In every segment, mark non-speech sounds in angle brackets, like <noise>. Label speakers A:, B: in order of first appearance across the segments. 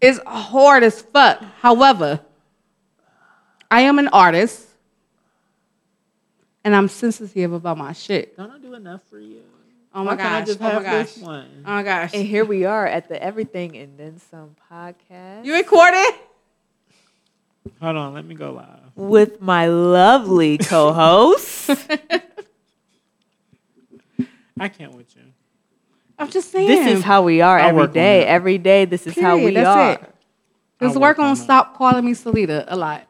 A: It's hard as fuck. However, I am an artist and I'm sensitive about my shit.
B: Don't I do enough for you?
A: Oh
B: Why
A: my
B: can't I
A: gosh.
B: just
A: Oh my
B: have
A: gosh.
B: this
A: Oh
B: one?
A: my gosh.
C: And here we are at the Everything and Then Some podcast
A: You recorded?
B: Hold on, let me go live.
C: with
A: <laughs>
C: my lovely co host.
B: I can't with you.
A: I'm just saying.
C: this is how we are
B: I'll
C: every
B: work on
C: day.
B: that.
C: Every day, this is how
A: Period.
C: we
A: That's
C: are.
A: it. Let's
B: I'll
A: work
B: work
A: on
B: on that.
A: stop calling me Salita a lot.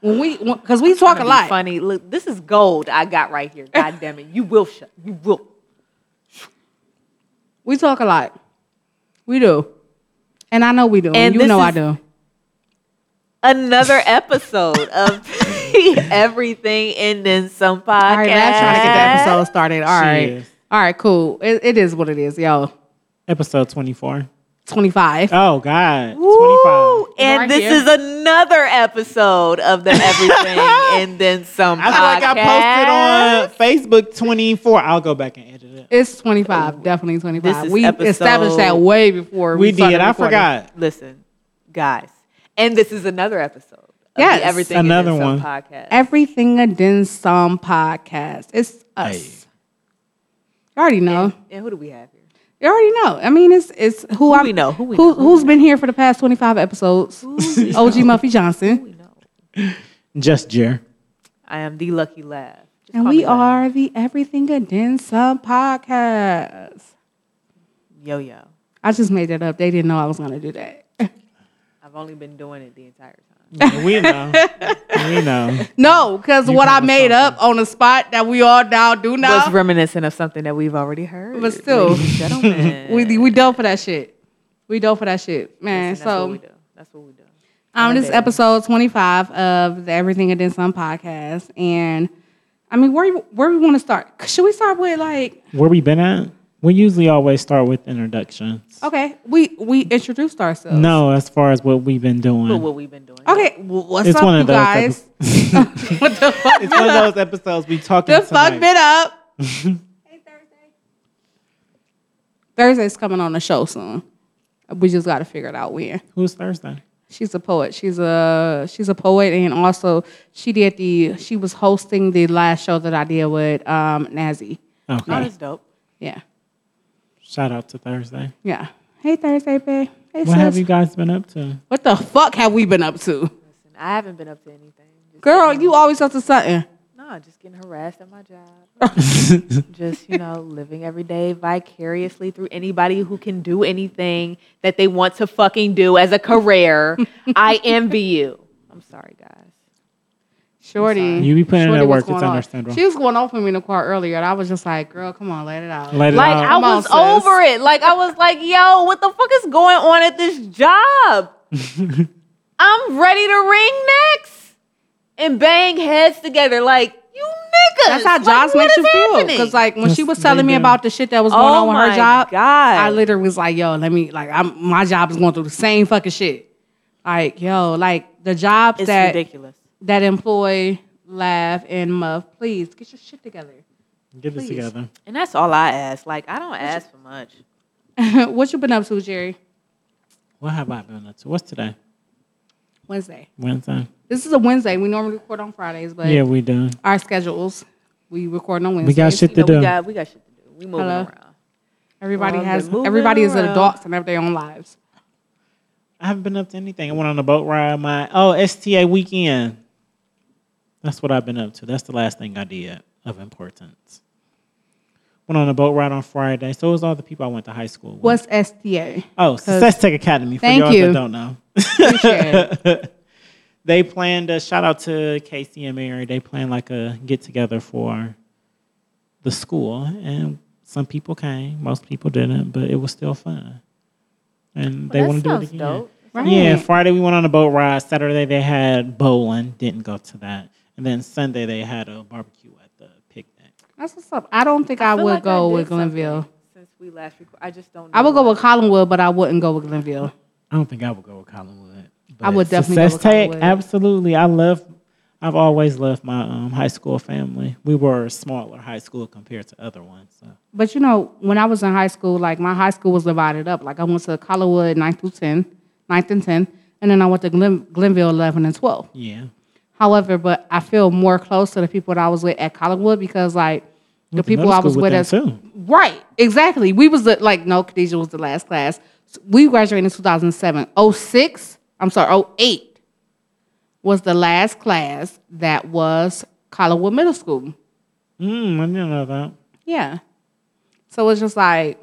A: When we, because we talk a
C: Be
A: lot.
C: Funny. Look, this is gold I got right
A: <laughs>
C: here. God damn it. You will shut. You will.
A: We talk a lot. We do. And I know we do.
C: And
A: And you
C: this
A: know I
C: is-
A: do.
C: Another
A: <laughs>
C: episode of Everything and Then Some podcast.
A: All right, that's trying to get the episode started. All right.
B: Cheers.
A: All right, cool. It, it is what it is, yo.
B: Episode 24.
A: 25.
B: Oh, God.
C: Woo!
B: 25.
C: And
A: Right
C: this
A: here.
C: is another episode of the
A: <laughs>
C: Everything and Then Some
B: I feel like I
C: podcast.
B: posted on Facebook 24. I'll go back and edit it.
A: It's 25, definitely 25.
C: This is
A: we established
C: episode-
A: that way before we,
B: We did.
A: started
B: I
A: recording.
B: forgot.
C: Listen, guys, and this is another episode. Of
A: Yes.
C: the Everything and
B: Another
C: Then Some
B: one.
C: podcast.
A: Everything a Den Some podcast. It's us. You already know.
C: and who do we have here?
A: You already know. I mean, it's it's who,
C: Who
A: I
C: we know, who we know, who
A: Who's been here for the past 25 episodes? <laughs> OG Muffy Johnson.
C: We know.
B: Just Jer.
C: I am the lucky laugh. Just
A: And
C: call
A: we
C: me Laugh.
A: are the Everything a Den Some podcast.
C: yo yo.
A: I just made that up. They didn't know I was going to do that. <laughs>
C: I've only been doing it the entire time.
A: <laughs>
B: we know. We know.
A: No, because
B: You
A: what I
B: probably
A: made up on the spot that we all now do
C: Was
A: now,
C: reminiscent of something that we've already heard.
A: But still.
C: <laughs> ladies and
A: <laughs>
C: gentlemen.
A: we we dope for that shit. We dope for that shit, man.
C: Listen, that's
A: so
C: what we do. That's what we do.
A: Um, this is
C: Monday.
A: episode 25 of the Everything and Then Some podcast. And I mean, where where we want to start? Should we start with like,
B: Where we been at? We usually always start with introductions.
A: okay, we we introduced ourselves.
B: No, as far as what we've been
C: But
B: doing.
C: what we've been doing.
A: Okay, w- what's
B: It's
A: up,
B: one
A: you
B: of those
A: guys? what the fuck?
B: It's one of those episodes we talking
A: the fuck
B: tonight.
A: been up?
B: <laughs>
A: hey, Thursday. Thursday's coming on the show soon. We just got to figure it out when.
B: Who's Thursday?
A: She's a poet. She's a she's a poet, and also she did the she was hosting the last show that I did with um, Nazi.
B: Okay.
C: Oh, that's dope.
A: Yeah,
B: Shout out to Thursday.
A: yeah. Hey Thursday, babe. Hey
B: What have
A: sis.
B: you guys been up to?
A: what the fuck have we been up to,
C: Listen, I haven't been up to anything. Just
A: girl? You always up to something.
C: Nah, just getting harassed at
A: <laughs>
C: my job. just, you know, living every day vicariously through anybody who can do anything that they want to fucking do as a career. I envy you. I'm sorry, guys.
A: Shorty,
B: You be putting in
A: Shorty
B: that
A: was
B: work,
A: going
B: it's
A: on.
B: understandable.
A: She was going off with me in the car earlier, and I was just like, "Girl, come on, let it out."
B: Let it
C: Like,
B: out.
C: I
A: Come on,
C: was
A: sis.
C: over it. Like, I was like, yo, what the fuck is going on at this job?
A: <laughs>
C: I'm ready to ring next and bang heads together. Like, you niggas.
A: That's how
C: Like,
A: jobs
C: what
A: makes
C: is
A: you feel.
C: happening?
A: Because like when she
B: Yes,
A: was telling
B: they
A: me
B: do.
A: about the shit that was going
C: Oh
A: on with
C: my
A: her job,
C: God.
A: I literally was like, "Yo, let me like I'm my job is going through the same fucking shit." Like yo, like the jobs
C: it's
A: that
C: ridiculous.
A: that employ Laugh and Muff, please get your shit together. <laughs>
B: Get this
A: Please.
B: together.
C: And that's all I ask. Like I don't ask for much.
A: what you been up to, Jerry?
B: What have I been up to? What's today?
A: Wednesday.
B: Wednesday.
A: This is a Wednesday. We normally record on Fridays, but
B: yeah, we done.
A: our schedules we record on
B: We
A: Wednesdays.
B: got shit to
C: You know,
B: do.
C: we got we got shit to do. We moving
A: Hello.
C: around.
A: Everybody
C: Well,
A: has
C: been moving
A: everybody is
C: around.
A: adults and have their own lives.
B: I haven't been up to anything. I went on a boat ride. My oh STA weekend. That's what I've been up to. That's the last thing I did of importance. Went on a boat ride on Friday. So it was all the people I went to high school with.
A: What's STA?
B: oh, Success Tech Academy for
A: Thank
B: y'all
A: you.
B: that don't know.
A: Appreciate it.
B: <laughs> they planned a shout out to Casey and Mary. They planned like a get together for the school, and some people came, most people didn't, but it was still fun. And they
C: Well,
B: want to
C: that
B: do it
C: sounds
B: again.
C: dope.
A: Right.
B: Yeah, Friday we went on a boat ride. Saturday they had bowling, didn't go to that, and then Sunday they had a barbecue at the picnic.
A: That's what's up. I don't think I,
C: feel
A: would
C: like
A: go
C: did
A: with Glenville.
C: something Since we last recorded, I just don't. Know
A: I would go with Collinwood, but I wouldn't go with Glenville.
B: I don't think I would go with Collinwood.
A: I would
B: but
A: definitely go
B: Success
A: with
B: Tech,
A: Collinwood.
B: absolutely. I love. I've always loved my um, high school family. We were a smaller high school compared to other ones. So.
A: But you know, when I was in high school, like my high school was divided up. Like I went to Collinwood ninth through ten, 9th and 10th, and then I went to Glen, Glenville 11 and 12.
B: Yeah.
A: However, but I feel more close to the people that I was with at Collinwood because like the
B: to middle
A: people I
B: school
A: was
B: with
A: with,
B: them,
A: as
B: too.
A: right, exactly. We was the, like no, Khadijah was the last class. We graduated in 2007. 06, I'm sorry, 08 was the last class that was Collinwood Middle School.
B: Mm, I didn't know that.
A: Yeah. So it's just like,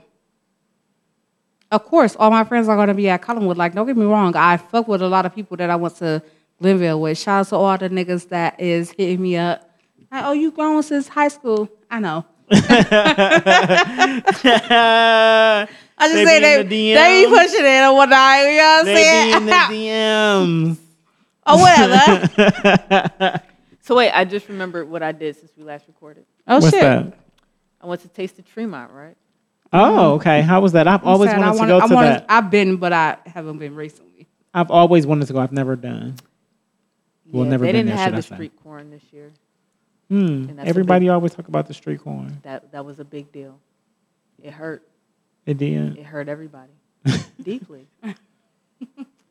A: of course, all my friends are going to be at Collinwood. Like, don't get me wrong, I fuck with a lot of people that I went to Glenville with. Shout out to all the niggas that is hitting me up. Like, oh, you grown since high school. I know. <laughs> I just
B: They
A: say
B: be
A: they,
B: in the
A: they be
B: DMs.
A: pushing it and whatnot. You know what I'm
B: They be
A: saying?
B: in
A: or
B: the DMs. <laughs>
A: whatever.
C: So wait, I just remembered what I did since we last recorded.
A: <laughs> Oh,
B: What's
A: shit.
B: that?
C: I went to taste the Tremont, right?
B: Oh, okay. How was that? I've always
A: Sad,
B: wanted
A: Mm-hmm. I
B: to
A: wanna-
B: go
A: I
B: to
A: wanna-
B: that.
A: I've been, but I haven't been recently.
B: I've always wanted to go. I've never done. Well,
C: yeah,
B: never
C: they
B: been
C: didn't
B: there,
C: have
B: should I
C: the
B: say.
C: street corn this year.
B: Hmm.
C: that's a big-
B: Everybody always talk about the street corn.
C: That that was a big deal. It hurt.
B: It did.
C: It hurt everybody deeply.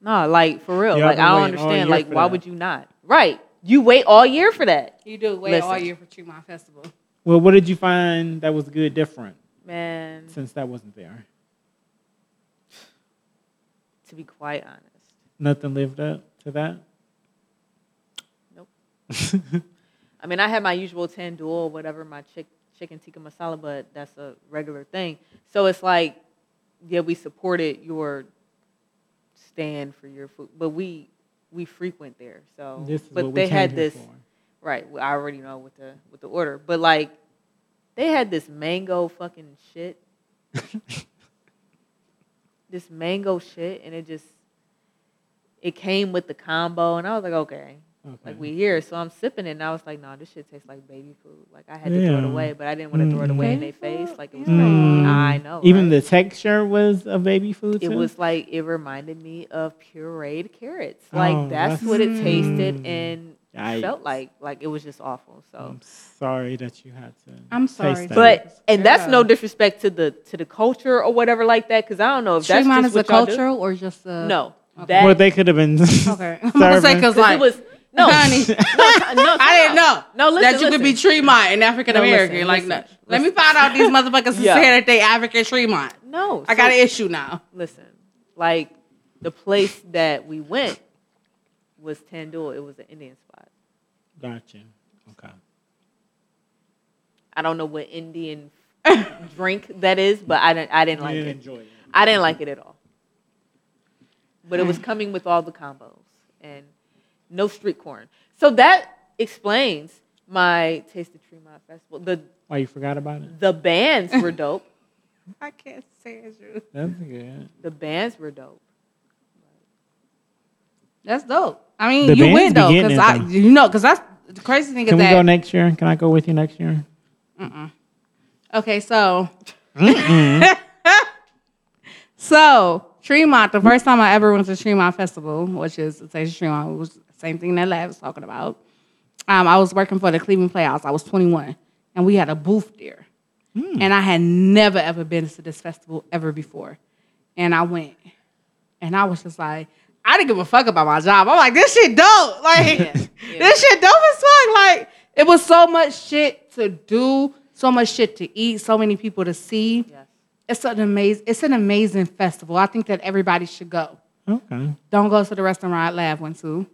C: no, like for real.
B: Y'all
C: like
B: been
C: I don't
B: waiting all
C: understand.
B: year
C: Like
B: for
C: why
B: that.
C: would you not? Right. You wait all year for that.
A: You do wait
C: Listen.
A: all year for Tremont Festival.
B: Well, what did you find that was good, different
C: Man,
B: since that wasn't there?
C: to be quite honest.
B: Nothing lived up to that.
C: I mean, I had my usual tandoor or whatever, my chick, chicken tikka masala, but that's a regular thing. So it's like, yeah, we supported your stand for your food, but we we frequent there. So,
B: This is
C: but
B: what we
C: they
B: came
C: had
B: here
C: this
B: for.
C: right. well, I already know what the what the order, but like they had this mango fucking shit,
B: <laughs>
C: this mango shit, and it just it came with the combo, and I was like, okay,
B: Okay.
C: like we here. So I'm sipping it, and I was like, no, this shit tastes like baby food. Like I had to throw it
B: Yeah.
C: away, but I didn't want to throw it away in their
A: Baby
C: face.
A: food,
C: Like it was
A: yeah.
C: like
B: Mm.
C: I know.
B: Even
C: right?
B: the texture was of baby food.
C: it
B: too?
C: was like it reminded me of pureed carrots. Like
B: Oh,
C: that's,
B: that's-
C: what it tasted
B: Mm.
C: and
B: Yikes.
C: felt like. Like it was just awful. So.
B: I'm sorry that you had to.
A: I'm
B: taste
A: sorry,
B: that.
C: But and that's no
A: Yeah.
C: disrespect to the to the culture or whatever like that because I don't know if that's
A: Tremont is
C: just
A: a
C: what y'all do.
A: cultural or just a.
C: No,
A: Okay.
C: that
B: well, they could have been. <laughs>
A: Okay. <laughs> I'm going to say
B: serving-
A: because
C: 'cause
A: like.
C: it was
A: <laughs>
C: no,
A: Honey.
C: no, no,
A: I didn't know.
C: No, listen,
A: that you could be
C: listen.
A: Tremont and African American.
C: No, listen,
A: like,
C: listen,
A: no. let me find out these motherfuckers who
C: Yeah.
A: say that they African Tremont.
C: No,
A: I
C: so-
A: got an issue now.
C: Listen, like the place that we went was Tandoor. It was an Indian spot.
B: Gotcha. Okay.
C: I don't know what Indian drink that is, but I didn't. I didn't like
B: you didn't
C: it.
B: enjoy it.
C: I didn't like it at all. But it was coming with all the combos and no street corn. So that explains my Taste of Tremont Festival. The
B: Why Oh, you forgot about it?
C: the bands were dope.
A: I can't say it's you.
B: That's good.
C: The bands were dope.
A: That's dope. I mean,
B: The
A: you
B: bands
A: win
B: be
A: though,
B: getting
A: because
B: it,
A: I,
B: though.
A: you know, because that's the crazy thing
B: Can
A: is
B: we
A: that.
B: go next year? Can I go with you next year?
A: okay, so, so Tremont. The first time I ever went to Tremont Festival, which is the Taste of Tremont, was the same thing that Lab was talking about. Um, I was working for the Cleveland Playhouse. I was 21, and we had a booth there. And I had never ever been to this festival ever before. And I went. And I was just like, I didn't give a fuck about my job. I'm like, this shit dope. <laughs> Like,
C: yeah.
A: this shit dope as fuck. Like, it was so much shit to do, so much shit to eat, so many people to see.
C: Yes.
A: It's an amazing, it's an amazing festival. I think that everybody should go.
B: Okay.
A: Don't go to the restaurant Lab went to.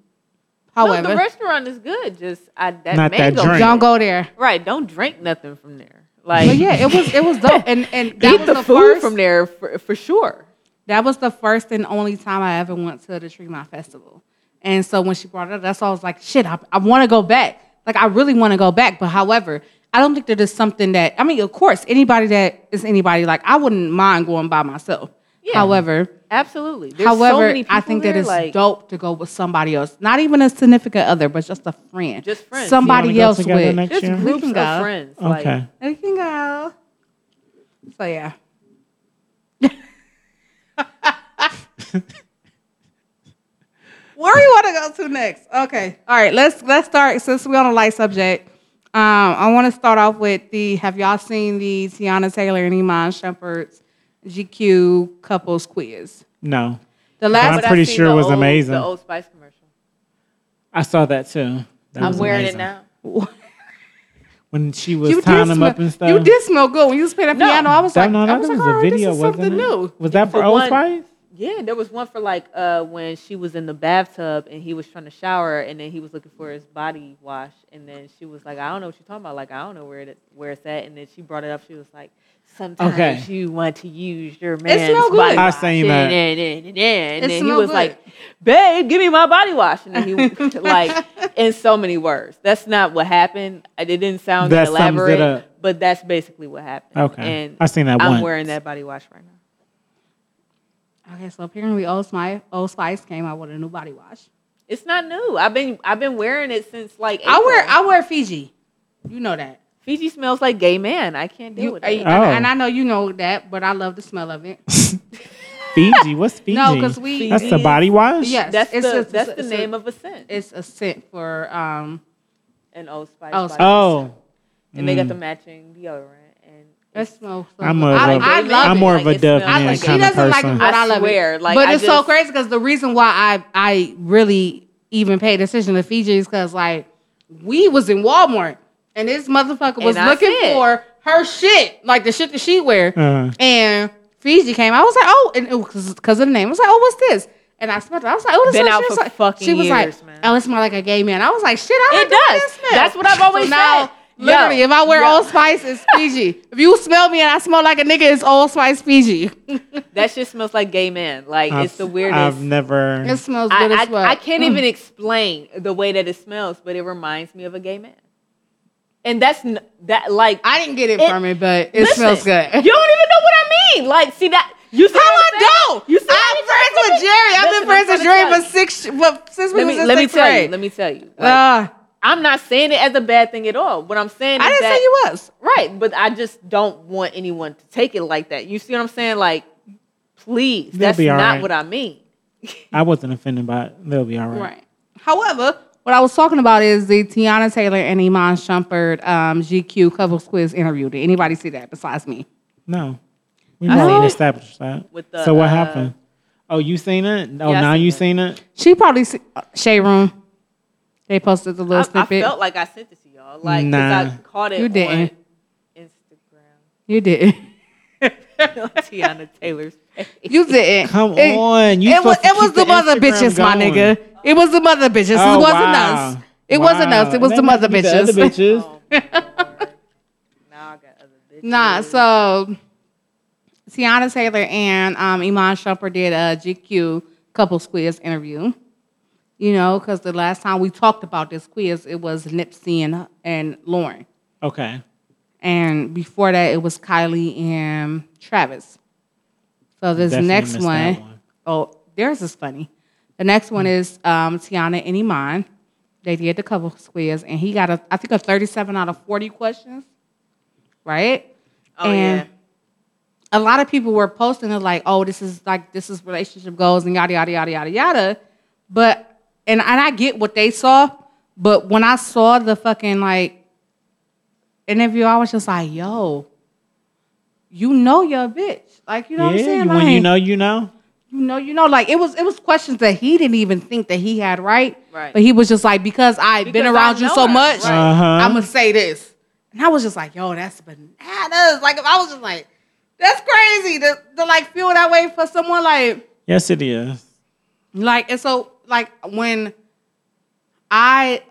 A: However,
C: no, the restaurant is good. Just I that
B: Not that
C: mango.
B: drink.
A: don't go there.
C: Right. Don't drink nothing from there. Like
A: But yeah, it was it
C: <laughs>
A: was dope. And and that
C: eat
A: was
C: the,
A: the
C: food
A: first,
C: from there for, for sure.
A: That was the first and only time I ever went to the Tremont Festival. And so when she brought it up, that's why I was like, shit, I, I want to go back. Like, I really want to go back. But however, I don't think that there's something that, I mean, of course, anybody that is anybody, like, I wouldn't mind going by myself.
C: Yeah.
A: However,
C: Absolutely. There's so
A: however,
C: many people
A: I think
C: there,
A: that it's
C: like,
A: dope to go with somebody else. Not even a significant other, but just a friend.
C: Just friends.
A: Somebody
B: You wanna go
A: else
B: together
A: with.
B: next
C: Just
B: year? We
C: groups
A: can
C: of
A: go.
C: friends. Like,
B: Okay.
A: They can go. So, yeah. <laughs> Where do you want to go to next? Okay. All right. Let's let's start since we're on a light subject. Um, I want to start off with the Have y'all seen the Tiana Taylor and Iman Shumpert's GQ couples quiz?
B: No.
A: The last
B: I'm pretty sure it was amazing.
C: The Old Spice commercial.
B: I saw that too. That
C: I'm
B: was
C: wearing
B: amazing.
C: it now.
B: When she was tying them
A: smell,
B: up and stuff.
A: You did smell good when you was playing that
C: No.
A: piano. I was
B: That,
A: like,
B: no,
A: I
B: that
A: was
B: was,
A: like,
B: a
A: oh,
B: video,
A: this is
B: wasn't
A: something
B: it?
A: new.
B: Was that for
C: The
B: Old
C: one-
B: Spice?
C: Yeah, there was one for like uh, when she was in the bathtub and he was trying to shower and then he was looking for his body wash and then she was like, I don't know what you're talking about. Like I don't know where it where it's at. And then she brought it up. She was like, Sometimes
B: Okay.
C: you want to use your man's
A: smell good.
C: body
A: I
C: wash.
B: seen that.
C: And, and, and, and, and,
A: It
C: then he
A: smell
C: was
A: good.
C: like, Babe, give me my body wash. And
A: <laughs>
C: then he like in so many words. That's not what happened. It didn't sound
B: That sums it
C: elaborate,
B: up.
C: but that's basically what happened.
B: Okay.
C: And
B: I seen that
C: I'm
B: once.
C: wearing that body wash right now.
A: Okay, so apparently Old Spice, Old Spice came out with a new body wash.
C: It's not new. I've been I've been wearing it since like
A: I wear
C: April.
A: I wear Fiji. You know that.
C: Fiji smells like gay man. I can't deal
A: You,
C: with
A: I-
C: it.
A: and,
B: Oh.
A: and I know you know that, but I love the smell of it.
B: Fiji. What's Fiji?
A: <laughs> No, because we
B: That's the body wash?
A: yes,
C: That's
A: it's
C: the
A: a-
C: that's
A: it's
C: the
A: a-
C: name of a scent.
A: it's a scent for um
C: An Old Spice.
A: Oh,
C: body
A: Spice.
C: scent.
B: Oh.
C: and they got the matching deodorant. And
A: it smells so
B: I'm
A: good.
B: a-
A: I,
B: I'm
A: I love
B: I'm
A: it.
B: more of a
C: it
B: Dove
C: smells
B: man
A: I,
B: like
A: she
B: kind of
A: doesn't like it,
B: person.
A: but I,
C: I
A: love
C: swear,
A: it.
C: like,
A: but
C: I
A: it's so
C: just-
A: crazy because the reason why I I really even paid attention to Fiji is because like we was in Walmart and this motherfucker was
C: And I
A: looking
C: said-
A: for her shit, like the shit that she wear,
B: Uh-huh.
A: and Fiji came. I was like, oh, and because of the name, I was like, oh, what's this? And I smelled it. I was like, oh, this
C: Been
A: smells-
C: out
A: she
C: for
A: was like,
C: fucking
A: She was
C: years,
A: like,
C: man.
A: oh, it smells like a gay man. I was like, shit, I
C: It
A: don't know
C: does.
A: this smell.
C: That's what I've always
A: so now,
C: said.
A: Literally,
C: Yo.
A: if I wear
C: Yo.
A: Old Spice, it's Fiji. if you smell me and I smell like a nigga, it's Old Spice Fiji. <laughs>
C: that shit smells like gay man. Like it's the weirdest.
B: I've never.
A: It smells
C: I,
A: good
C: I,
A: as well.
C: I can't even explain the way that it smells, but it reminds me of a gay man. And that's n- that like
A: I didn't get it,
C: It-
A: from it, but it
C: Listen,
A: smells good. <laughs>
C: You don't even know what I mean. Like, see that you see
A: How
C: what
A: I
C: I'm saying?
A: don't?
C: You see what
A: I'm
C: saying?
A: friends with Jerry. I've
C: Listen,
A: been friends
C: I'm
A: with
C: trying
A: Jerry
C: to
A: for
C: tell
A: six, well, since we
C: you. Let
A: was
C: me
A: in
C: let me
A: sixth
C: tell
A: grade.
C: you. Let me tell you. Like,
A: Ah,
C: I'm not saying it as a bad thing at all. What I'm saying
A: I
C: is
A: didn't
C: that
A: say you was.
C: right, but I just don't want anyone to take it like that. You see what I'm saying? Like, please,
B: They'll
C: that's
B: be all
C: not
B: right.
C: what I mean.
B: I wasn't offended by it. They'll be all right.
A: Right. However, what I was talking about is the Tiana Taylor and Iman Shumpert um, GQ couples quiz interview. Did anybody see that besides me?
B: No. We
C: I seen
B: already
A: Uh-huh.
C: it.
B: established that.
C: With the,
B: so what
C: uh,
B: happened? Oh, you seen it? Oh,
C: Yeah, I
B: now
C: seen
B: you
C: it.
B: seen it?
A: She probably see, uh, Shade Room. They posted the
C: I,
A: little
C: I
A: snippet.
C: felt like I sent it to y'all. Like, 'cause
B: Nah.
C: I caught it
A: You didn't.
B: <laughs>
C: on Instagram. <laughs>
A: you didn't.
C: Tiana Taylor's face.
A: <laughs> You didn't.
B: Come
A: It-
B: on. You
A: it was,
B: supposed to
A: it was
B: keep
A: the, mother
B: Instagram
A: bitches, my
B: going.
A: nigga. It was the mother bitches.
B: Oh,
A: it wasn't
B: wow.
A: us. It wasn't
B: Wow.
A: us. It was
B: That
A: the
B: must
A: mother
B: be the
A: bitches.
B: other bitches.
A: <laughs>
B: <laughs>
C: Oh, my Lord. now I got other bitches.
A: Nah, so Tiana Taylor and um, Iman Shumpert did a GQ couples quiz interview. You know, because the last time we talked about this quiz, it was Nipsey and, and Lauren.
B: Okay.
A: And before that, it was Kylie and Travis. So this
B: Definitely
A: next
B: missed
A: one,
B: that one.
A: oh, theirs is funny. The next one is um, Tiana and Iman. They did the couple quiz, and he got a, I think a 37 out of 40 questions, right?
C: Oh,
A: and
C: yeah.
A: A lot of people were posting it like, oh, this is like this is relationship goals and yada yada yada yada yada. But and and I get what they saw, but when I saw the fucking like interview, I was just like, yo, you know you're a bitch. Like, you know what I'm saying?
B: yeah, when you
A: Like,
B: know, you know.
A: you know, you know, like it was it was questions that he didn't even think that he had right.
C: Right.
A: But he was just like, because I've been
C: Because I
A: around you
C: know
A: so
C: her,
A: much,
C: right.
B: Uh-huh.
A: I'm gonna say this. And I was just like, yo, that's bananas. Like if I was just like, that's crazy to, to like feel that way for someone like
B: Yes, it is.
A: like and so like when I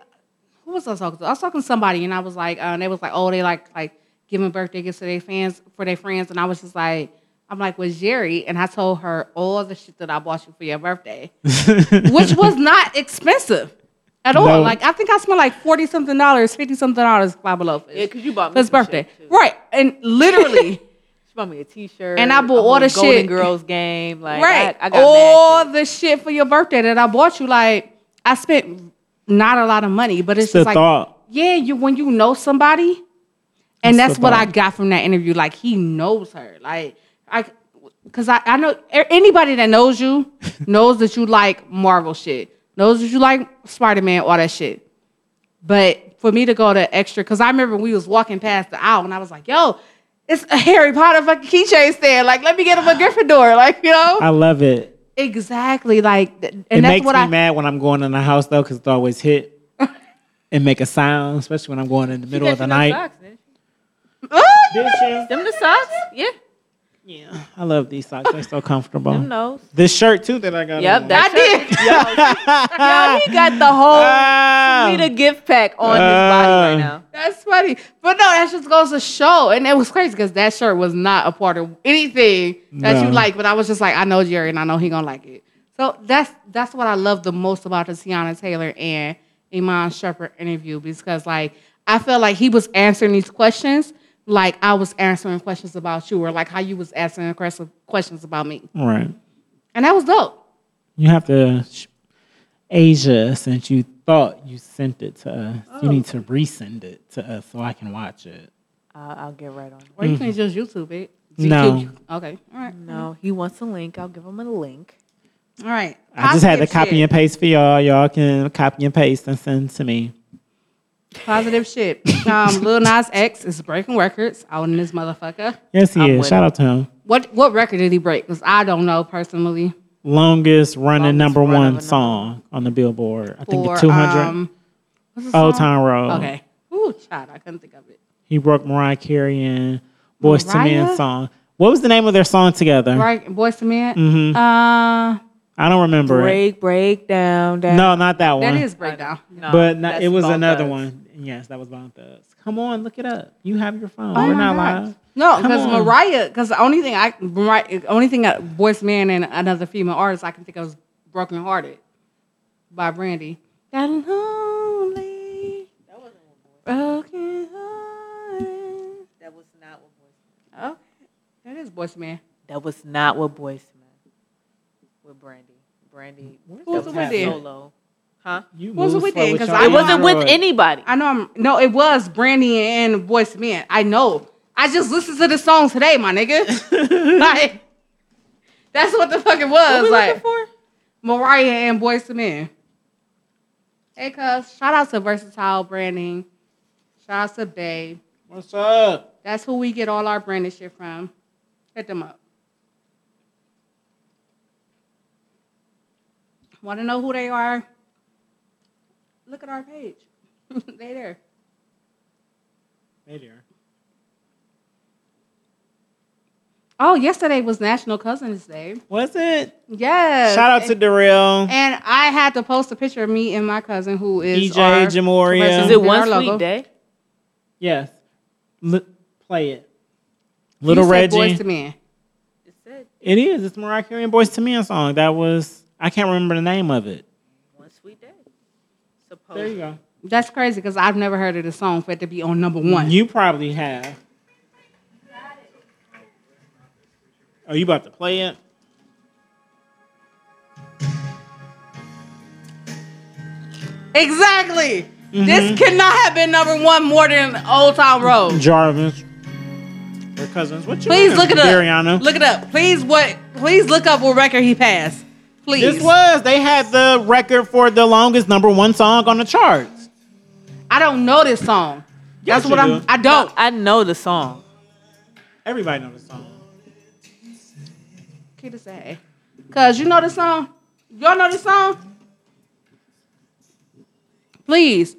A: who was I talking to? I was talking to somebody and I was like, um, they was like, oh, they like like giving birthday gifts to their fans for their friends, and I was just like, I'm like with Jerry, and I told her all the shit that I bought you for your birthday, which was not expensive at all.
B: No.
A: Like I think I spent like forty something dollars, fifty something dollars, blah blah blah.
C: Yeah, because you bought me
A: for his
C: some
A: birthday,
C: shit, too.
A: right? And literally.
C: She bought me a T-shirt,
A: And I bought
C: a whole
A: all the
C: Golden
A: shit.
C: Girls game, like
A: right.
C: I, I got
A: all
C: all
A: the shit for your birthday that I bought you. Like I spent not a lot of money, but it's,
B: It's the
A: just like
B: thought.
A: yeah, you when you know somebody, and
B: It's
A: that's
B: the
A: what I
B: thought.
A: got from that interview. Like he knows her. Like I, because I I know a- anybody that knows
B: <laughs>
A: you knows that you like Marvel shit, knows that you like Spider Man, all that shit. But for me to go to extra, because I remember we was walking past the aisle and I was like, yo. It's a Harry Potter fucking keychain stand. Like, let me get him a Gryffindor. Like, you know?
B: I love it.
A: Exactly. Like, th- and
B: it
A: that's
B: makes
A: what
B: me
A: I.
B: mad when I'm going in the house though, because it always
A: <laughs>
B: hit and make a sound, especially when I'm going in the middle of the night.
A: Oh,
B: Did you?
C: Them the socks? Yeah.
B: Yeah, I love these socks.
A: <laughs>
B: They're so comfortable.
C: Them those.
B: This shirt too that I got.
C: Yep,
B: on.
C: that
A: I did.
C: Y'all, he got the whole
B: Ah!
C: need a gift pack on his body right
B: Um,
C: now.
A: That's funny. But no, that just goes to show. And it was crazy because that shirt was not a part of anything that
B: No.
A: you like. But I was just like, I know Jerry and I know he gonna like it. So that's that's what I love the most about the Tiana Taylor and Iman Shepherd interview because like I felt like he was answering these questions like I was answering questions about you or like how you was answering quest- questions about me.
B: Right.
A: And that was dope.
B: You have to, sh- Asia, since you thought you sent it to us, you need
A: Oh.
B: to resend it to us so I can watch it.
C: I'll, I'll get right on. it.
A: Or you can just YouTube it.
B: Mm. No.
A: YouTube. Okay. All right.
C: No, he wants a link. I'll give him a link.
A: All right.
B: I just had to
A: Positive
B: copy
A: shit.
B: and paste for y'all. Y'all can copy and paste and send to me.
A: Positive shit.
B: <laughs>
A: Um, Lil Nas X is breaking records out in this motherfucker.
B: Yes, he
C: I'm
B: is.
C: with
B: Shout out to him.
A: What what record did he break? Because I don't know personally.
B: Longest running
C: Longest
B: number
C: running
B: one
C: number-
B: song on the Billboard. I think
A: For,
B: the Oh. 200.
A: Um, what's the
B: Old
A: song?
B: Town Road.
A: Okay. Ooh, child, I couldn't think of it.
B: He broke Mariah Carey and Boys to
A: Mariah?
B: Men song. What was the name of their song together?
A: Right, Boys to Men.
B: Mhm.
A: Uh,
B: I don't remember it.
C: Break, break down, down.
B: No, not that one.
A: that is um, breakdown.
C: No,
B: but not,
C: that's
B: it was
C: Bone
B: another
C: Thugs.
B: one. Yes, that was Bone Thugs. Come on, look it up. You have your phone.
A: Oh
B: We're
A: my
B: not
A: God.
B: live.
A: No,
B: Come
A: because
B: on.
A: Mariah. Because the only thing I Mariah, only thing that Boys to Men and another female artist I can think of is Broken Hearted by Brandy. That lonely. Broken hearted.
C: That was not what boys.
A: Oh, that is Boys Man.
C: That was not what boys meant with Brandy. Brandy.
B: Where's
A: Who's
B: that
A: it with then?
C: Solo. Huh?
B: You
A: What's it
B: move
A: with
B: slow
A: then? 'Cause
B: your
A: I
C: It
A: It
C: wasn't
A: wasn't
B: Android.
C: with anybody.
A: I know I'm no, it was Brandy and Boys Man. I know. I just listened to the song today, my nigga. <laughs> like that's what the fuck it was.
C: What we looking
A: like
C: for?
A: Mariah and Boys to Men. Hey cuz, shout out to Versatile Branding. Shout out to Babe.
B: <laughs> What's up?
A: That's who we get all our branded shit from. Hit them up. Want to know who they are? Look at our page. <laughs> they there.
B: Hey there.
A: Oh, yesterday was National Cousins Day.
B: Was it?
A: Yes.
B: Shout out to Darrell.
A: And I had to post a picture of me and my cousin who is
B: EJ
A: our
B: E Jamoria.
A: resident-
C: Is
B: Is
C: it
A: our
C: one
A: logo.
C: sweet day?
B: Yes. Li- play it.
A: You
B: Little
A: said
B: Reggie.
A: Boys to men.
C: It said
B: It is. It's Mariah Carey and Boys to Men song. That was I can't remember the name of it.
C: one sweet day.
B: There you
C: Supposed.
B: go.
A: That's crazy because I've never heard of the song for it to be on number one.
B: You probably have. Are Oh, you about to play it?
A: Exactly.
B: Mm-hmm.
A: This could not have been number one more than Old Town Road.
B: Jarvis. They're cousins. What you
A: Please
B: mean,
A: look it up.
B: Dariana?
A: Look it up. Please what please look up what record he passed. Please.
B: This was they had the record for the longest number one song on the charts.
A: I don't know this song.
B: Yes,
A: That's what
B: you
A: I'm
B: do.
A: I don't.
C: I know the song.
B: Everybody know the song.
A: Kid is sad. Cause you know the song? Y'all know the song? Please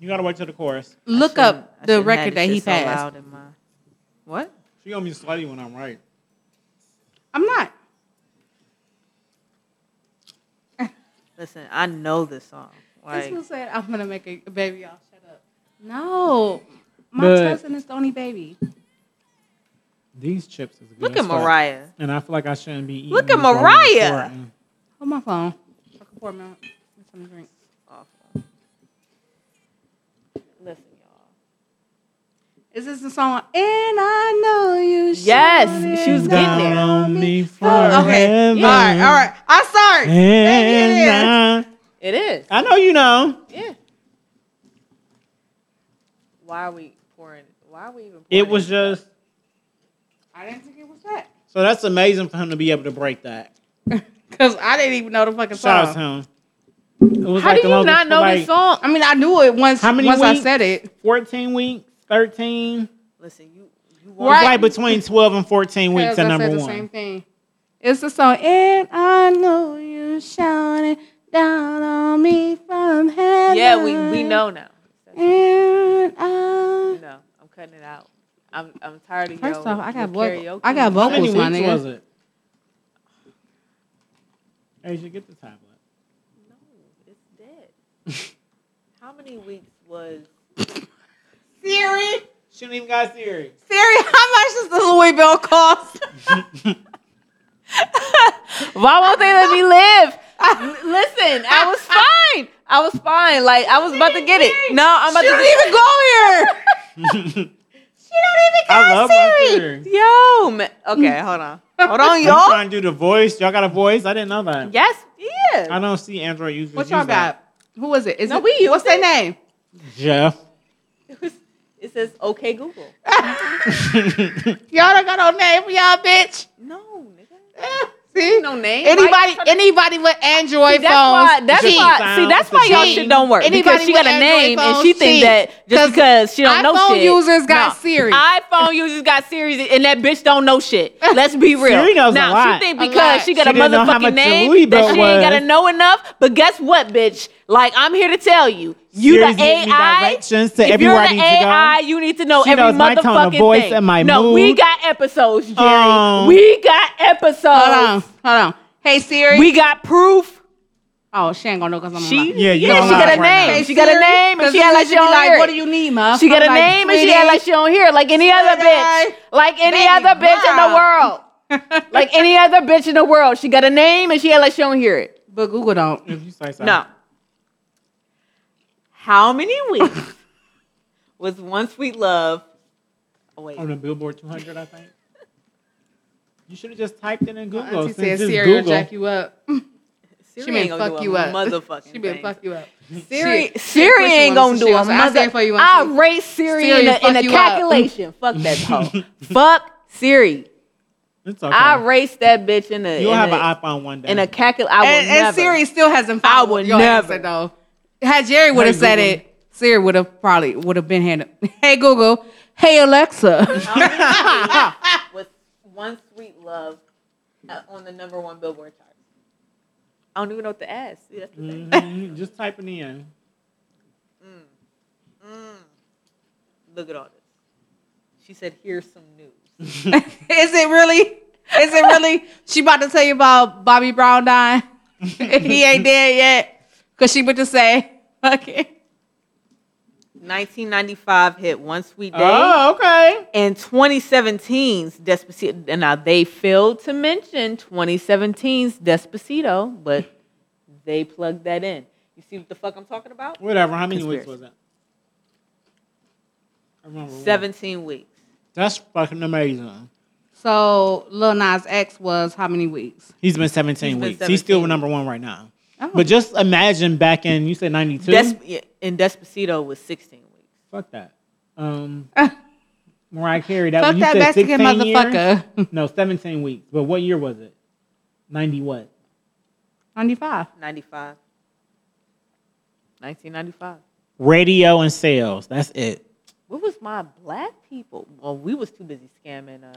B: You gotta wait till the chorus.
A: look up
C: I
A: the
C: shouldn't have
A: record
C: this
A: that he
C: shit so
A: passed.
C: loud in my- What?
B: She gonna be slutty when I'm right.
A: I'm not.
C: Listen, I know this song.
A: This
C: Like,
A: one said, I'm gonna make a baby. Y'all shut up. No, my
B: But-
A: cousin is the only baby.
B: These chips is good.
C: look
B: as
C: at
B: fuck.
C: Mariah.
B: And I feel like I shouldn't be eating.
C: Look at
B: these while we're
C: Mariah.
B: recording.
A: Hold my phone. I can pour my some drink.
C: Awful. Listen, y'all.
A: Is this the song? And I know you.
C: Yes,
A: should
C: she was
A: know
C: getting
B: Down
C: there.
B: on me
A: Oh, okay.
B: forever.
A: All right. All right. I'm sorry. Maybe it is.
B: And
C: It is.
B: I, I know you know.
C: Yeah. Why are we pouring? Why are we even? Pouring
B: It was
C: it?
B: just
A: I didn't think it was that.
B: so that's amazing for him to be able to break that.
A: Cause I didn't even know the fucking
B: Shout
A: song.
B: out to him. It was
C: How
B: like
C: do
B: the
C: you
B: longest
C: not
B: for
C: know
B: like
C: this song?
A: I mean, I knew it once.
B: How many
A: once I
B: weeks?
A: said it.
B: Fourteen weeks, thirteen.
C: Listen, you you
B: It's
A: Right.
C: want
B: like between 12 and 14 weeks
A: Because I
B: at
A: said
B: number
A: the
B: one.
A: same thing. It's the song, and I know you shining down on me from heaven.
C: Yeah, we, we know now.
A: And I.
C: No, I'm cutting it out. I'm I'm tired of
A: First
C: your-
A: off, I got
C: your
A: vocal,
C: karaoke.
A: I got
B: How many
A: vocals, my
B: weeks was
A: nigga.
B: it? Asia, get the tablet.
C: No, it's dead. <laughs> How many weeks was
A: Siri,
B: She don't even got Siri. <laughs>
A: Siri, how much does the Louis Bell cost?
C: <laughs>
A: <laughs>
C: Why won't they let me live? <laughs> L- Listen, I was fine. I was fine. Like I was about to get it. No, I'm about
A: she
C: to
A: don't even go here. she don't
B: I
A: even got
B: love my
A: Siri.
B: Siri.
C: Yo, ma- <laughs> okay, hold on, hold on,
B: I'm
C: y'all.
B: trying to do the voice. Y'all got a voice? I didn't know that.
C: Yes,
B: I
C: yeah.
B: don't see Android users.
A: What y'all
B: use that.
A: got? Who was it? Is
C: No,
A: it,
C: we used
A: what's their
C: it.
A: name?
C: <laughs>
B: Jeff.
C: It, was, it says okay Google.
A: Y'all don't got no name for y'all, bitch. <laughs>
C: No, nigga.
A: See,
C: No name.
A: anybody, anybody with Android
C: See, that's
A: phones.
C: why. That's
B: She-
C: why. See, that's why y'all
A: She-
C: shit don't work because
A: anybody
C: she
A: with
C: got a
A: Android
C: name and
A: phones
C: she think
A: cheat.
C: that just
A: 'Cause
C: because she don't know
A: iPhone
C: shit.
A: users got Siri.
C: iPhone users got Siri, and that bitch don't know shit.
A: <laughs>
C: Let's be real.
B: Siri knows a
C: now
B: lot.
C: she think
A: A
C: because
A: lot.
C: she got
B: She
C: a
B: didn't know how much
C: motherfucking
B: the
C: name
B: Louis
C: that
B: belt
C: she ain't gotta
B: was.
C: know enough. But guess what, bitch? Like I'm here to tell you, you
B: Siri's
C: the
B: giving me
C: AI.
B: directions to
C: if
B: everywhere I
C: you're the
B: need to go.
C: AI, you need to know
B: She
C: every
B: knows
C: motherfucking
B: my tone of voice
C: thing.
B: and my
C: no, we
B: mood.
C: got episodes, Jerry.
B: Um,
C: we got episodes.
A: Hold on, hold on. Hey Siri.
C: We got proof.
A: oh, she ain't gonna know because I'm
C: She,
A: online.
B: Yeah, you
C: yeah,
B: don't
C: she
B: lie
C: got a
B: right now.
C: name.
A: Hey,
C: she got a
A: Siri,
C: name, and
A: 'cause
C: she
A: this
C: act
A: bitch
C: like she
A: be
C: don't hear
A: like,
C: it.
A: what do you need, ma?
C: She got a
A: I'm like,
C: name and she act
A: "Sweetie."
C: like she don't hear, it, like any other bitch,
A: Sweetie.
C: like any
A: Baby
C: other bitch in the
A: girl.
C: world,
A: <laughs>
C: like any other bitch in the world. She got a name and she act like she don't hear it.
A: But Google don't.
B: If you say so.
C: No. How many weeks was one sweet love? Oh, wait,
B: On the Billboard 200, I think. You should have just typed it in Google.
A: Auntie
B: Since
A: said
B: it's
A: Siri will
B: Google.
A: jack you up.
C: Siri
A: She may
C: ain't gonna
A: fuck
C: do
A: you
C: a
A: up. <laughs>
C: Motherfucking
A: She been
C: thing.
A: fuck you up.
C: Siri,
A: She-
C: Siri
A: she pushing
C: ain't gonna
A: women, so
C: do
A: she
C: a
A: was like, I
C: mother.
A: said for you,
C: I
A: Auntie.
C: rate Siri,
A: Siri will
C: in a, in
A: fuck
C: a
A: you up.
C: calculation. fuck
A: <laughs>
C: that hoe. fuck Siri.
B: It's okay.
C: I race that bitch in a.
B: You'll
C: in
B: have
C: a,
B: an iPhone one day.
C: in a calculator. I will
A: and, and
C: never.
A: Siri still hasn't
C: I
A: followed
C: would
A: your
C: never.
A: answer though. Had Jerry would have
B: Hey,
A: said
B: Google.
A: it, Siri would have probably would have been handed. Hey Google, hey Alexa. <laughs>
C: was one sweet love uh, on the number one Billboard chart. I don't even know what to ask. See, that's the thing. <laughs>
B: Mhm, Just type it in. Mm-hmm.
C: Look at all this. She said, "Here's some news."
A: Is it really? Is it really? She about to tell you about Bobby Brown dying. <laughs> he ain't dead yet, cause she about to say, "Okay,
C: 1995 hit "One Sweet Day"
B: Oh, okay.
C: and 2017's Despacito. And now they failed to mention 2017's Despacito, but they plugged that in. You see what the fuck I'm talking about?
B: Whatever. How many weeks
C: Conspiracy.
B: was that? I remember one.
C: 17 weeks.
B: That's fucking amazing.
A: So Lil Nas X was how many weeks?
B: He's been 17
C: He's been
B: weeks. He's still
C: 17.
B: number one right now.
A: Oh.
B: But just imagine back in, you said 92?
C: Des- yeah, and Despacito was 16 weeks.
B: Fuck that.
A: <laughs>
B: Um, Mariah Carey, that
A: Fuck
B: you
A: that
B: said
A: Mexican
B: 16 years?
A: motherfucker. <laughs>
B: <laughs> No, 17 weeks. But what year was it? 90 what?
A: 95.
C: 95. 1995.
B: Radio and sales. That's it.
C: Where was my black people? Well, we was too busy scamming uh,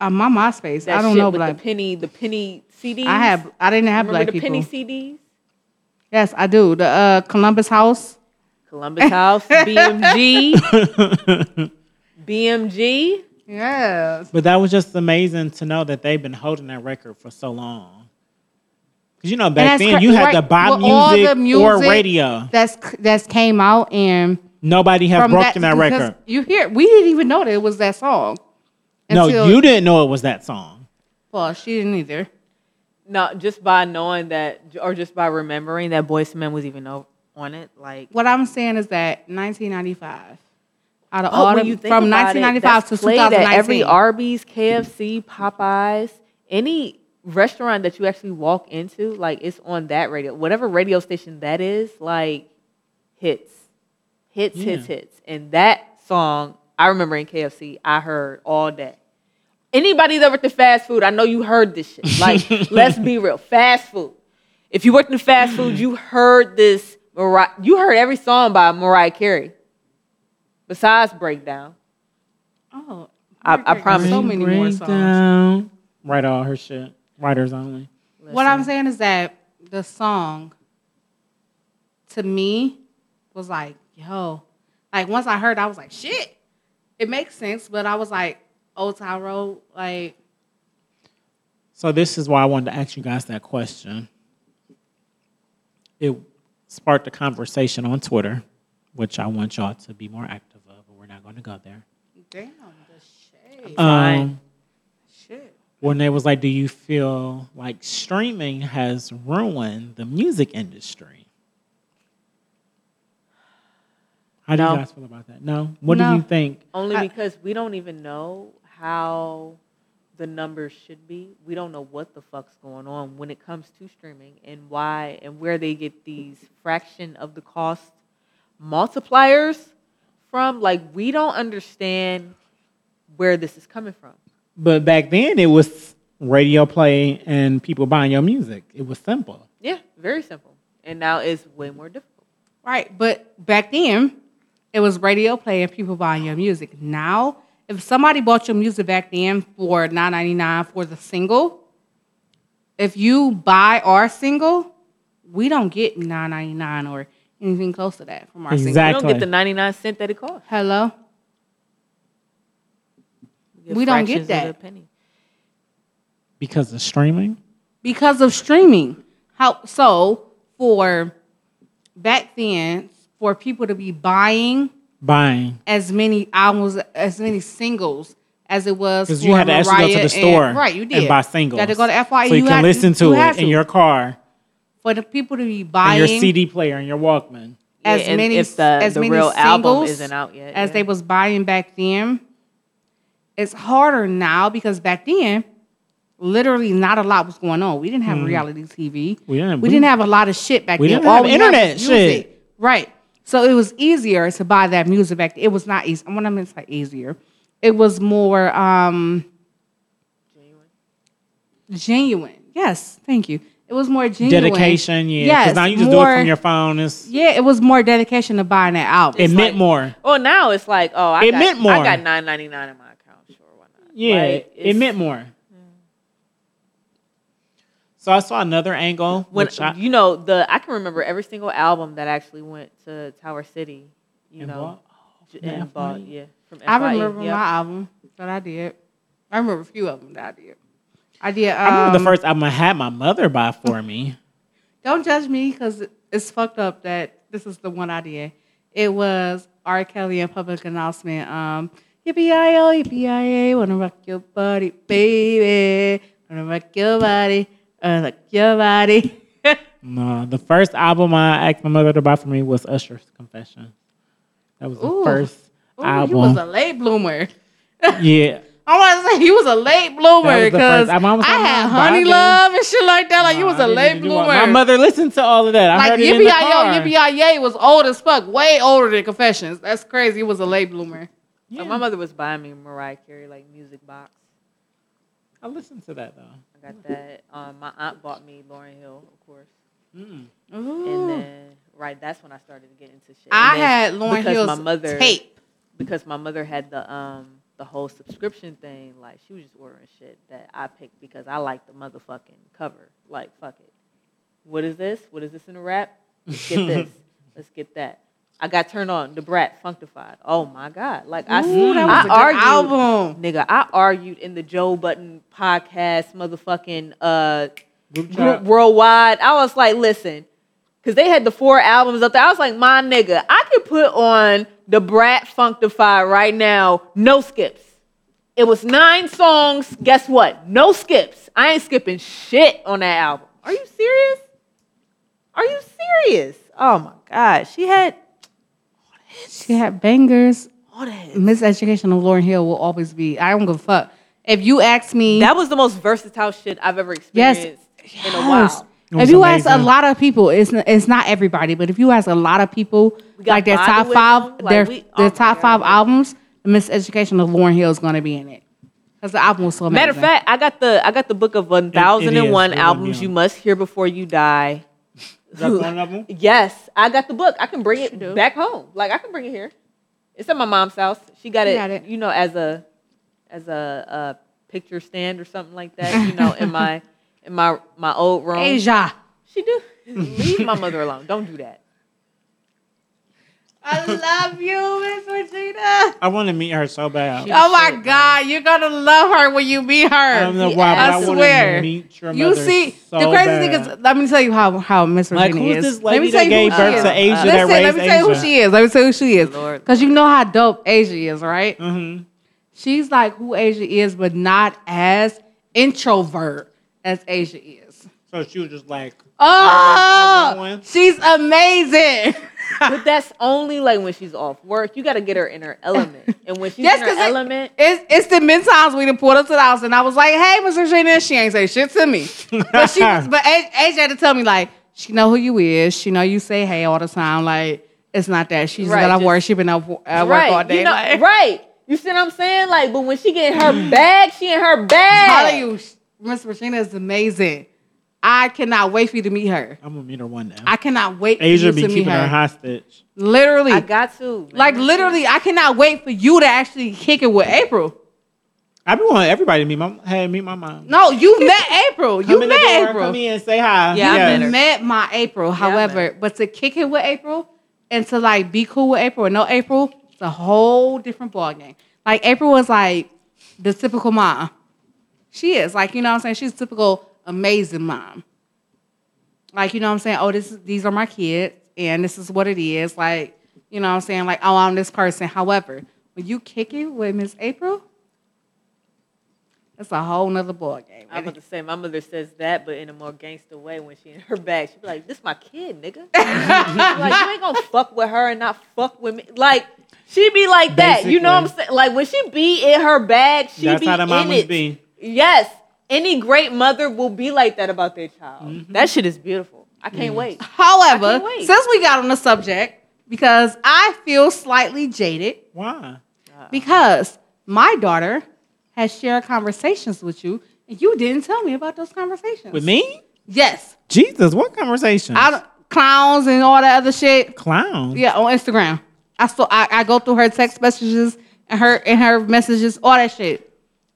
A: Uh, my MySpace.
C: that
A: I don't
C: shit
A: know
C: with
A: black.
C: the penny, the penny CDs.
A: I have. I didn't have
C: Remember
A: black
C: the
A: people.
C: penny CDs?
A: Yes, I do. The uh, Columbus House.
C: Columbus
A: <laughs>
C: House, BMG, BMG.
A: Yes.
B: But that was just amazing to know that they've been holding that record for so long. Because you know, back
A: that's
B: then
A: cra-
B: you had
A: right,
B: to buy
A: with all
B: music,
A: the
B: or
A: music-
B: radio.
A: That's that's came out and
B: Nobody had broken that,
A: because
B: record.
A: You hear? We didn't even know that it was that song.
B: No,
A: until-
B: you didn't know it was that song.
A: Well, she didn't either.
C: No, just by knowing that, or just by remembering that Boyz II Men was even o- on it, like
A: What I'm saying is that 1995, out of
C: But
A: all
C: Oh, when
A: the,
C: you think
A: from
C: about it,
A: 1995 to
C: that's played at
A: 2019,
C: every Arby's, KFC, Popeyes, any restaurant that you actually walk into, like it's on that radio, whatever radio station that is, like hits, hits, hits,
B: Yeah.
C: hits, and that song I remember in KFC I heard all day. Anybody that worked in fast food, I know you heard this shit. Like, let's be real, fast food. If you worked in fast food, you heard this. Mariah, you heard every song by Mariah Carey, besides Breakdown.
A: oh,
C: I- I
A: Mariah Carey got
C: promise
A: so
C: you.
A: many more songs.
B: Down. Write all her shit. Writers only.
A: What I'm
C: Listen,
A: saying is that the song to me was like, yo, like once I heard, it, I was like, shit, it makes sense. But I was like, Old Town Road, like,
B: So this is why I wanted to ask you guys that question. It sparked a conversation on Twitter, which I want y'all to be more active of, but we're not going to go there.
A: damn, the shade,
B: Um,
A: shit.
B: when they was like, "Do you feel like streaming has ruined the music industry?" How do
C: No.
B: you guys feel about that? No. What
A: No.
B: do you think?
C: only
A: I-
C: because we don't even know how the numbers should be. We don't know what the fuck's going on when it comes to streaming and why and where they get these fraction of the cost multipliers from. Like we don't understand where this is coming from.
B: But back then, it was radio play and people buying your music. It was simple.
C: Yeah, very simple. And now it's way more difficult.
A: Right, but back then it was radio play and people buying your music. Now, if somebody bought your music back then for nine ninety nine for the single, if you buy our single, we don't get nine ninety nine or anything close to that from our single.
C: You don't
B: Exactly.
C: get the 99 cent that it costs.
A: Hello,
C: You get
A: We don't get
C: fractions of
A: that.
C: a penny.
B: because of streaming.
A: because of streaming. How so? For back then, for people to be buying
B: Buying
A: as many albums, as many singles as it was.
B: because you
A: for
B: had to actually go
A: Mariah
B: to the
A: and-
B: store,
A: right? You did.
B: and buy singles.
A: You had to go to FYE.
B: so you, can
A: had-
B: listen to
A: you had
B: it in your car,
A: for the people to be
B: in
A: buying
B: your CD player, and your Walkman.
A: as
C: Yeah, and
A: many
C: if the,
A: as
C: the
A: many
C: real
A: singles
C: album isn't out yet.
A: as
C: yeah.
A: they was buying back then. It's harder now because back then, literally not a lot was going on. We didn't have reality TV.
B: Hmm. We didn't-
A: We didn't have a lot of shit back
B: we
A: then.
B: didn't
A: had
B: have
A: was
B: internet
A: music.
B: shit.
A: Right. So it was easier to buy that music back. It was not easy. When I mean say easier, it was more um, genuine. Yes, thank you. It was more genuine.
B: Dedication, yeah.
A: Yes,
B: Because now you just do it
A: more-
B: from your phone. It's,
A: Yeah, it was more dedication to buying that album.
B: it meant
C: like-
B: more.
C: Well, now it's like, oh, I
B: It
C: got,
B: meant more.
C: I got nine ninety nine in my account. Sure, why not?
B: Yeah,
C: Like,
B: it
C: it's-
B: meant more. So I saw another angle.
C: when
B: which I,
C: you know the. I can remember every single album that actually went to Tower City. You
B: and
C: know,
B: what?
C: j-
B: Yeah,
C: and bought,
B: FYE.
C: yeah. From
A: I
C: FYE,
A: remember
C: yeah. Uh,
A: my album that I did. I remember a few of them that I did. I did. Um,
B: I remember the first album I had my mother buy for me.
A: Don't judge me because it's fucked up that this is the one I did. It was R. Kelly and public announcement. Um, yippee-yi-yo, yippee-yi-yay, wanna rock your body, baby. Wanna rock your body, wanna rock your body. <laughs>
B: No, the first album I asked my mother to buy for me was Usher's Confession. That was the
A: Ooh.
B: first
A: Ooh,
B: album.
A: you was a late bloomer.
B: yeah,
A: I want to say you was a late bloomer
B: That was the
A: because
B: first
A: I,
B: album. I was like,
A: had
B: "Mom,
A: honey
B: Bobby."
A: love and shit like that. Like you
B: No,
A: was
B: I
A: a
B: didn't
A: late
B: even do all-
A: bloomer.
B: My mother listened to all of that. I
A: like
B: heard it in the car.
A: yippee yippee was old as fuck, way older than Confessions. That's crazy. It was a late bloomer.
B: Yeah,
C: Like, my mother was buying me Mariah Carey like music box.
B: I listened to that though.
C: I got that. Um, my aunt bought me Lauren Hill, of course,
B: Mm.
C: and then right that's when I started to get into shit. And
A: I
C: then
A: had Lauren
C: because
A: Hill's
C: my mother-
A: tape.
C: because my mother had the um the whole subscription thing. Like she was just ordering shit that I picked because I like the motherfucking cover. Like fuck it. What is this? What is this in a wrap? Let's
A: <laughs>
C: get this. Let's get that. I got turned on. The Brat Functified. Oh my god! Like I,
A: Ooh, that was
C: I
A: a good
C: argued,
A: album.
C: nigga. I argued in the Joe Button podcast, motherfucking uh,
B: Group
C: group
B: chat.
C: worldwide. I was like, listen, because they had the four albums up there. I was like, my nigga, I could put on the Brat Functify right now, no skips. It was nine songs. Guess what? No skips. I ain't skipping shit on that album. Are you serious? Are you serious? Oh my God. She had
A: She had bangers.
C: all that.
A: Miseducation of Lauren Hill will always be. I don't give a fuck. If you ask me,
C: That was the most versatile shit I've ever
A: Yes.
C: experienced in a
A: Yes.
C: while.
B: It was
A: If you ask a
B: amazing.
A: lot of people, it's n- it's not everybody, but if you ask a lot of people,
C: We got
A: like their
C: Bobby
A: top
C: with
A: five,
C: them, like
A: their
C: we- oh
A: their
C: my
A: top
C: God.
A: five albums, the Miseducation of Lauren Hill is going to be in it because the album was so amazing.
C: Matter of fact, I got the I got the book of one thousand and one
B: It- it is. It will
C: albums
B: be
C: you
B: on.
C: must hear before you die.
B: Is
C: <laughs>
B: that one of them?
C: Yes, I got the book. I can bring it back home. Like I can bring it here. It's at my mom's house. She got
A: You
C: it,
A: got it.
C: you know, as a as a, uh picture stand or something like that. You know, in my in my my old room.
A: Asia.
C: She do. Leave my mother alone. Don't do that.
A: I love you, Miss Regina.
B: I want to meet her so bad.
C: She-
A: Oh my God, you're gonna love her when you meet her.
B: I don't know why, but
A: I
B: I, want
A: swear.
B: to meet your
A: You
B: mother
A: see,
B: so
A: the crazy
B: bad.
A: thing is, let me tell you how how Miss Regina
B: like, who's
A: is.
B: this
A: let
B: lady
A: me
B: that
A: tell you who
B: gave
A: she
B: birth
A: is.
B: to Asia
A: Listen,
B: that
A: let
B: raised
A: me tell you who
B: Asia?
A: she is. Let me tell you who she is,
C: Lord.
A: because you know how dope Asia is, right?
B: Mhm.
A: She's like who Asia is, but not as introvert as Asia is.
B: So she was just like,
A: Oh,
B: one.
A: she's
B: <laughs>
A: amazing.
C: But that's only like when she's off work. You got to get her in her element. And when she's
A: Yes,
C: in her
A: because it-
C: element,
A: It's, it's the many times we done pulled up to the house and I was like, hey, Miss Regina, and she ain't say shit to
B: <laughs>
A: me. But she was, but A- AJ had to tell me, like, she know who you is. She know you say hey all the time. Like, it's not that. She's right,
C: Right,
A: got off
C: just-
A: work. She been up at work all
C: right?
A: day.
C: You know,
A: like, <laughs>
C: right? You see what I'm saying? Like, but when she get in her bag, she in her
A: I'm
C: bag.
A: telling you, sh- Miss Regina is amazing. I cannot wait for you to meet her.
B: I'm gonna meet her one day.
A: I cannot wait
B: Asia
A: for
B: be
A: you to meet
B: keeping her
A: her.
B: hostage.
A: Literally.
C: I got to man.
A: like, literally, I cannot wait for you to actually kick it with April.
B: I be wanting everybody to meet my hey meet my mom.
A: No,
C: <laughs>
A: you met April. You
B: come in the door,
A: met April.
B: Come in, say hi.
C: Yeah, I
A: I
C: met her.
A: met my April.
C: I met
A: However, but to kick it with April and to like be cool with April and no April, it's a whole different ballgame. Like April was like the typical mom. She is like you know what I'm saying. She's typical amazing mom. Like you know what I'm saying. Oh, this is, these are my kids and this is what it is. Like you know what I'm saying. Like oh, I'm this person. However, when you kick it with Miss April, that's a whole nother ballgame.
C: I'm about to say my mother says that, but in a more gangster way. When she in her bag, she be like, "This my kid, nigga. like you ain't gonna fuck with her and not fuck with me." Like she be like that. You know what I'm saying? Like when she be in her bag, she
B: That's
C: be
B: how the
C: in
B: mamas
C: it.
B: be.
C: Yes, any great mother will be like that about their child. That shit is beautiful. I can't wait. I
A: However,
C: can't wait.
A: since we got on the subject, because I feel slightly jaded
B: Why?
A: because my daughter has shared conversations with you and you didn't tell me about those conversations.
B: With me?
A: Yes.
B: Jesus, what conversation?
A: I don't- clowns and all that other shit.
B: Clown.
A: Yeah, on Instagram. I saw I, I go through her text messages and her and her messages, all that shit.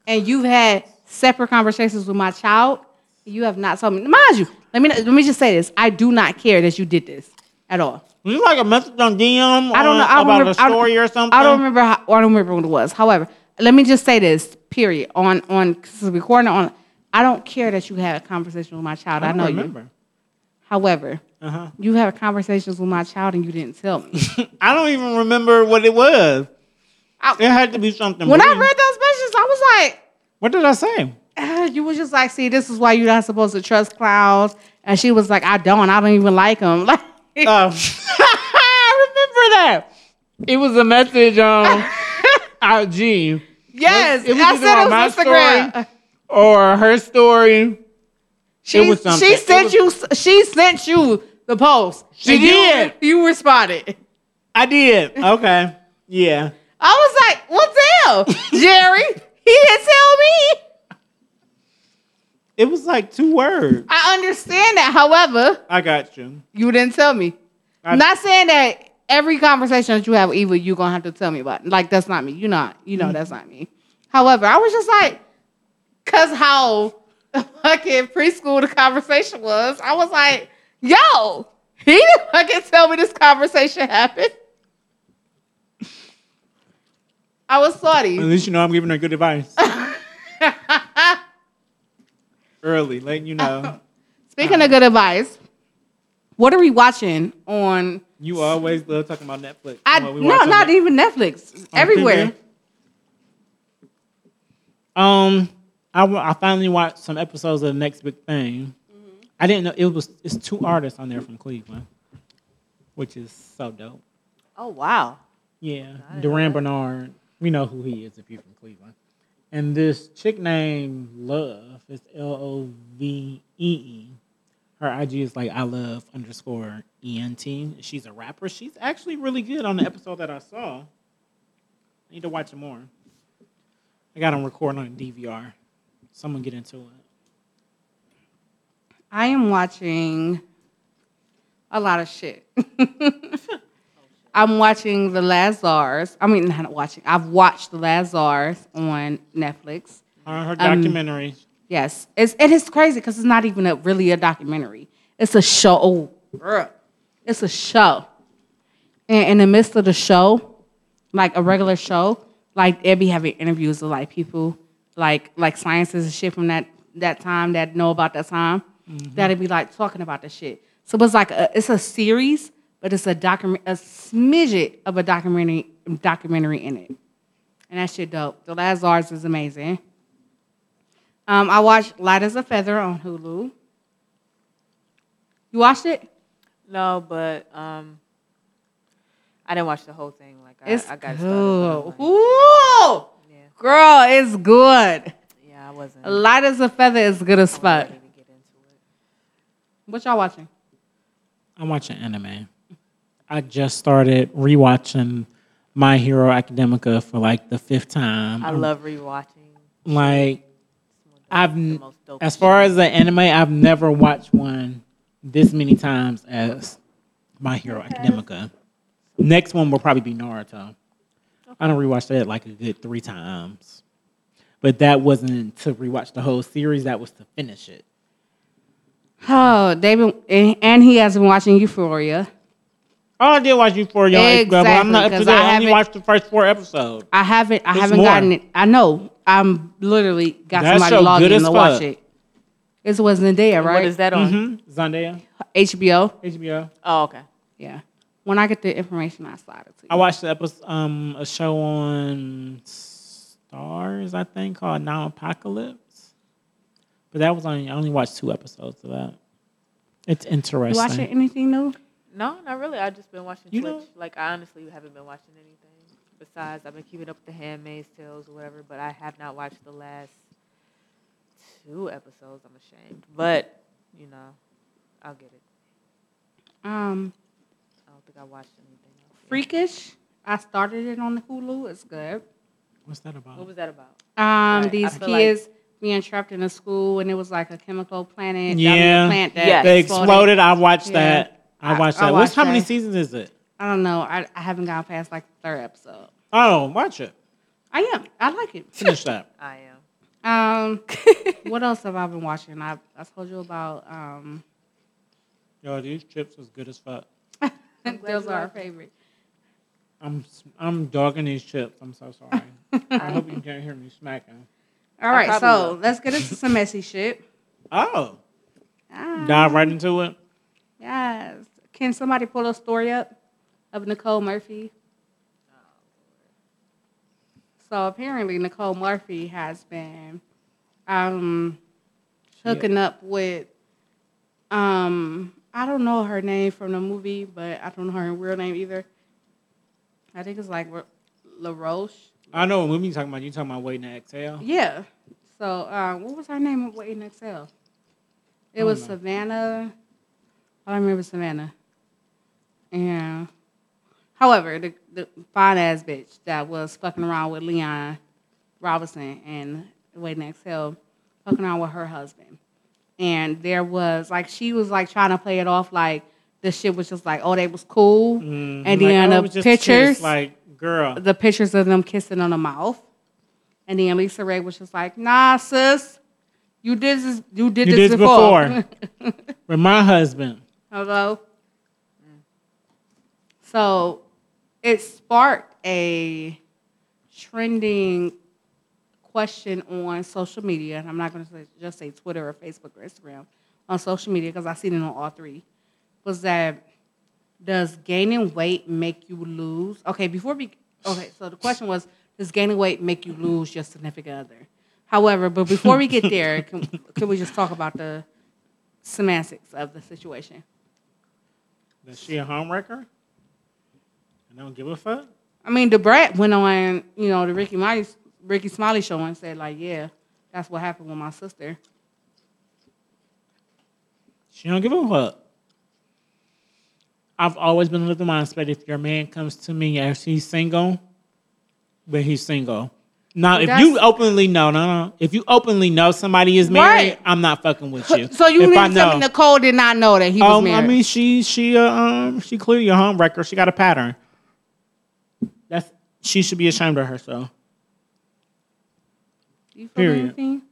A: And you've had separate conversations with my child. You have not told me. Mind you, let me let me just say this. I do not care that you did this at all.
B: You like a message on DM
A: I don't know.
B: on-
A: I don't
B: about
A: remember,
B: a
A: I don't-
B: story or something?
A: I don't remember. How, I don't remember what it was. However, let me just say this. Period. On on 'cause it's recording on. I don't care that you had a conversation with my child. I,
B: I don't
A: know you.
B: remember.
A: However,
B: Uh-huh.
A: you had conversations with my child and you didn't tell
B: <laughs>
A: me.
B: <laughs> I don't even remember what it was.
A: I-
B: It had to be something.
A: when I
B: weird.
A: read those messages, I was like, <sighs>
B: what did I say?
A: ah, you was just like, see, this is why you're not supposed to trust clowns. And she was like, I don't. I don't even like them. <laughs> Like,
B: Oh, <laughs> I remember that. It was a message <laughs> on IG.
A: yes,
B: it was
A: I
B: either
A: said
B: on
A: it
B: my
A: was Instagram. Uh,
B: story or her story.
A: She,
B: was something.
A: she
B: It
A: sent
B: was-
A: you. She sent you the post.
B: She
A: And you-
B: did.
A: You, responded.
B: I did. Okay. Yeah.
A: I was like, "What the hell, Jerry? He didn't tell me."
B: It was like two words.
A: I understand that. However,
B: I got you.
A: you didn't tell me.
B: I-
A: I'm not saying that every conversation that you have, Eva, you're gonna have to tell me about. Like that's not me. You not. You know that's not me. However, I was just like, cause how fucking preschool the conversation was. I was like, yo, he didn't fucking tell me this conversation happened. I was
B: At
A: sorry.
B: least you know I'm giving her good advice.
A: <laughs>
B: Early, letting you know. Uh-huh.
A: Speaking of good advice, what are we watching on?
B: You always love talking about Netflix.
A: I
B: What we
A: no,
B: watching
A: not
B: on-
A: even Netflix.
B: on
A: Everywhere.
B: TV. Um, I, wa- I finally watched some episodes of The Next Big Thing.
A: Mm-hmm.
B: I didn't know it was it's two artists on there from Cleveland, which is so dope.
C: Oh wow.
B: Yeah, Duran Bernard. We know who he is if you're from Cleveland. And this chick named Love is L O V E E. Her IG is like I love underscore E N T. She's a rapper. She's actually really good on the episode that I saw. I need to watch it more. I got them recording on DVR. Someone get into it.
A: I am watching a lot of shit. <laughs> I'm watching The Lazars. I mean, not watching. I've watched The Lazars on Netflix.
B: Her, her
A: Um,
B: documentary.
A: Yes, it's it is crazy because it's not even a really a documentary. It's a show. Oh, bruh. it's a show. And in the midst of the show, like a regular show, like they'd be having interviews with like people, like like scientists and shit from that that time that know about that time. That'd be like talking about the shit. So it's like a, it's a series, but it's a document a smidget of a documentary documentary in it, and that shit dope. The Lazards is amazing. Um, I watched Light as a Feather on Hulu. You watched it?
C: No, but um, I didn't watch the whole thing. Like I,
A: It's
C: I got
A: good.
C: started. but I'm like,
A: Ooh,
C: Yeah.
A: girl, it's good.
C: yeah, I wasn't. I
A: Light as a feather is good as
C: wasn't
A: fuck.
C: ready to get into it.
A: What y'all watching?
B: I'm watching anime. I just started rewatching My Hero Academica for like the fifth time.
C: I
B: I'm
C: love rewatching.
B: like I've n-
C: most dope
B: as far as the anime, I've never watched one this many times as My Hero Academica. Next one will probably be Naruto. I don't rewatch that like a good three times, but that wasn't to rewatch the whole series. That was to finish it.
A: Oh, they've been and- and he has been watching Euphoria.
B: Oh, I did watch Euphoria on exactly, but I'm
A: Exactly,
B: not up to
A: 'cause
B: that.
A: I
B: I, only
A: haven't-
B: watched the first four episodes.
A: I haven't. I
B: There's
A: haven't
B: more.
A: gotten it. I know. I'm literally got
B: That show
A: somebody logged
B: good
A: in
B: as
A: to watch
B: fuck.
A: it. It was Zendaya,
C: What
A: right?
C: is that on?
B: Mm-hmm. Zendaya,
A: HBO.
B: HBO.
C: Oh, okay.
A: Yeah. When I get the information, I slide it to you.
B: I watched the episode, um, a show on Stars, I think, called Now Apocalypse. But that was on. I only watched two episodes of that. It's
A: you
B: interesting.
A: watching anything new?
C: No, not really. I've just been watching
B: You
C: Twitch.
B: know-
C: Like I honestly haven't been watching anything besides I've been keeping up with the Handmaid's Tales or whatever, but I have not watched the last two episodes. I'm ashamed, but you know, I'll get it.
A: Um,
C: I don't think I watched anything else. yet.
A: Freakish. I started it on Hulu. It's good.
B: What's that about?
C: What was that about?
A: Um,
C: Right.
A: these
C: I feel like-
A: kids being trapped in a school, and it was like a chemical planet.
B: Yeah.
A: Yeah, plant that
C: Yes.
B: they exploded. I watched
A: Yeah.
B: that. I
A: I-
B: watched
A: I
B: that. What's
A: watched
B: how many
A: that.
B: seasons is it?
A: I don't know. I, I haven't gone past like the third episode.
B: Oh, watch it.
A: I am. I like it.
B: Finish that. <laughs>
C: I am. <laughs>
A: Um, what else have I been watching? I I told you about.
C: <laughs>
A: Um,
B: Yo, these chips is good as fuck.
C: I'm glad
A: those
C: you
A: are our
C: like it.
A: favorite.
B: I'm I'm dogging these chips. I'm so
A: <laughs>
B: sorry. I hope you can't hear me smacking.
A: All right,
C: probably
A: so
C: will.
A: let's get into some messy
C: <laughs>
A: shit.
B: Oh,
A: Ah,
B: dive right into it.
A: yes. Can somebody pull a story up of Nicole Murphy? So apparently, Nicole Murphy has been um, hooking up with um I don't know her name from the movie, but I don't know her real name either. I think it's like Ro- LaRoche.
B: I know what movie you talking about. You talking about waiting to exhale?
A: Yeah. So um, what was her name of Waiting Excel? It
B: don't
A: was
B: know.
A: Savannah. I don't remember Savannah. Yeah. However, the, the fine ass bitch that was fucking around with Leon Robinson and Waiting Excel, fucking around with her husband. And there was like she was like trying to play it off like the shit was just like, oh, they was cool.
B: Mm,
A: And
B: like,
A: then
B: oh, it
A: the
B: was just
A: pictures-
B: kiss, like girl,
A: the pictures of them kissing on the mouth. And then Lisa Ray was just like, nah, sis, you did this, you did
B: You
A: this
B: did
A: before. <laughs>
B: with my husband.
A: Hello? So it sparked a trending question on social media. And I'm not going to say, just say Twitter or Facebook or Instagram, on social media, because I've seen it on all three. Was that does gaining weight make you lose? Okay, before we okay, so the question was, does gaining weight make you lose your significant other? However, but before we get there, can, can we just talk about the semantics of the situation?
B: Is she a homewrecker? I don't give a fuck.
A: I mean, Debrat went on, you know, the Ricky Smiley, Ricky Smiley show and said, like, yeah, that's what happened with my sister.
B: She don't give a fuck. I've always been of the mindset if your man comes to me if he's single, but he's single. Now, if you
A: That's-
B: openly know, no, no. If you openly know somebody is married,
A: Right.
B: I'm not fucking with you.
A: So you
B: if
A: mean
B: I
A: to tell me
B: know.
A: Nicole did not know that he was
B: Um,
A: married?
B: I mean, she she uh, um she clearly a homewrecker. She got a pattern. That's she should be ashamed of herself.
A: you feel
B: period.
A: anything?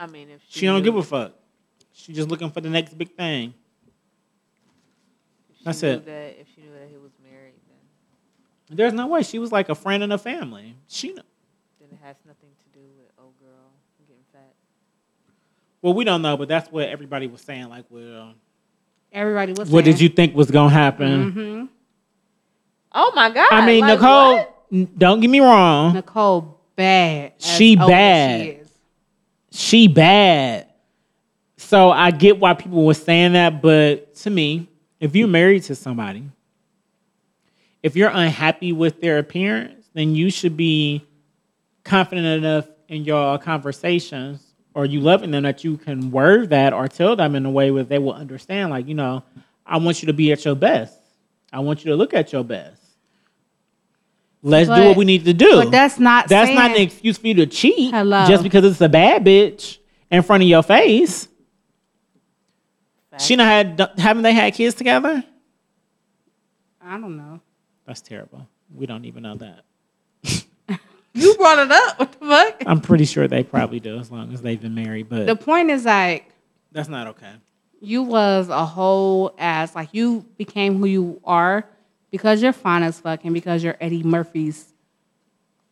C: I mean, if she,
B: She don't
C: knew-
B: give a fuck. She just looking for the next big thing.
C: if she
B: that's
C: knew
B: it.
C: That, if she knew that he was married, then,
B: There's no way she was like a friend and a family. She kn-
C: then it has nothing to do with old girl getting fat.
B: well, we don't know, but that's what everybody was saying. Like, well,
A: Everybody was.
B: what did you think was gonna happen?
A: hmm
C: Oh my god!
B: I mean,
C: like,
B: Nicole,
C: what?
B: n- don't get me wrong,
A: Nicole bad. as
B: She
A: old as
B: bad.
A: She is.
B: she bad. So I get why people were saying that, but to me, if you're married to somebody, if you're unhappy with their appearance, then you should be confident enough in your conversations or you loving them that you can word that or tell them in a way where they will understand, like, you know, I want you to be at your best. I want you to look at your best. Let's do what
A: But-
B: we need to do.
A: But that's not.
B: That's
A: saying,
B: not an excuse for you to cheat
A: Hello.
B: just because it's a bad bitch in front of your face. She not had haven't they had kids together?
A: I don't know.
B: That's terrible. We don't even know that.
A: You brought it
C: <laughs>
A: up. What the fuck?
B: I'm pretty sure they probably do as long as they've been married, but
A: The point is like
B: that's not okay.
A: you was a whole ass. Like you became who you are because you're fine as fuck and because you're Eddie Murphy's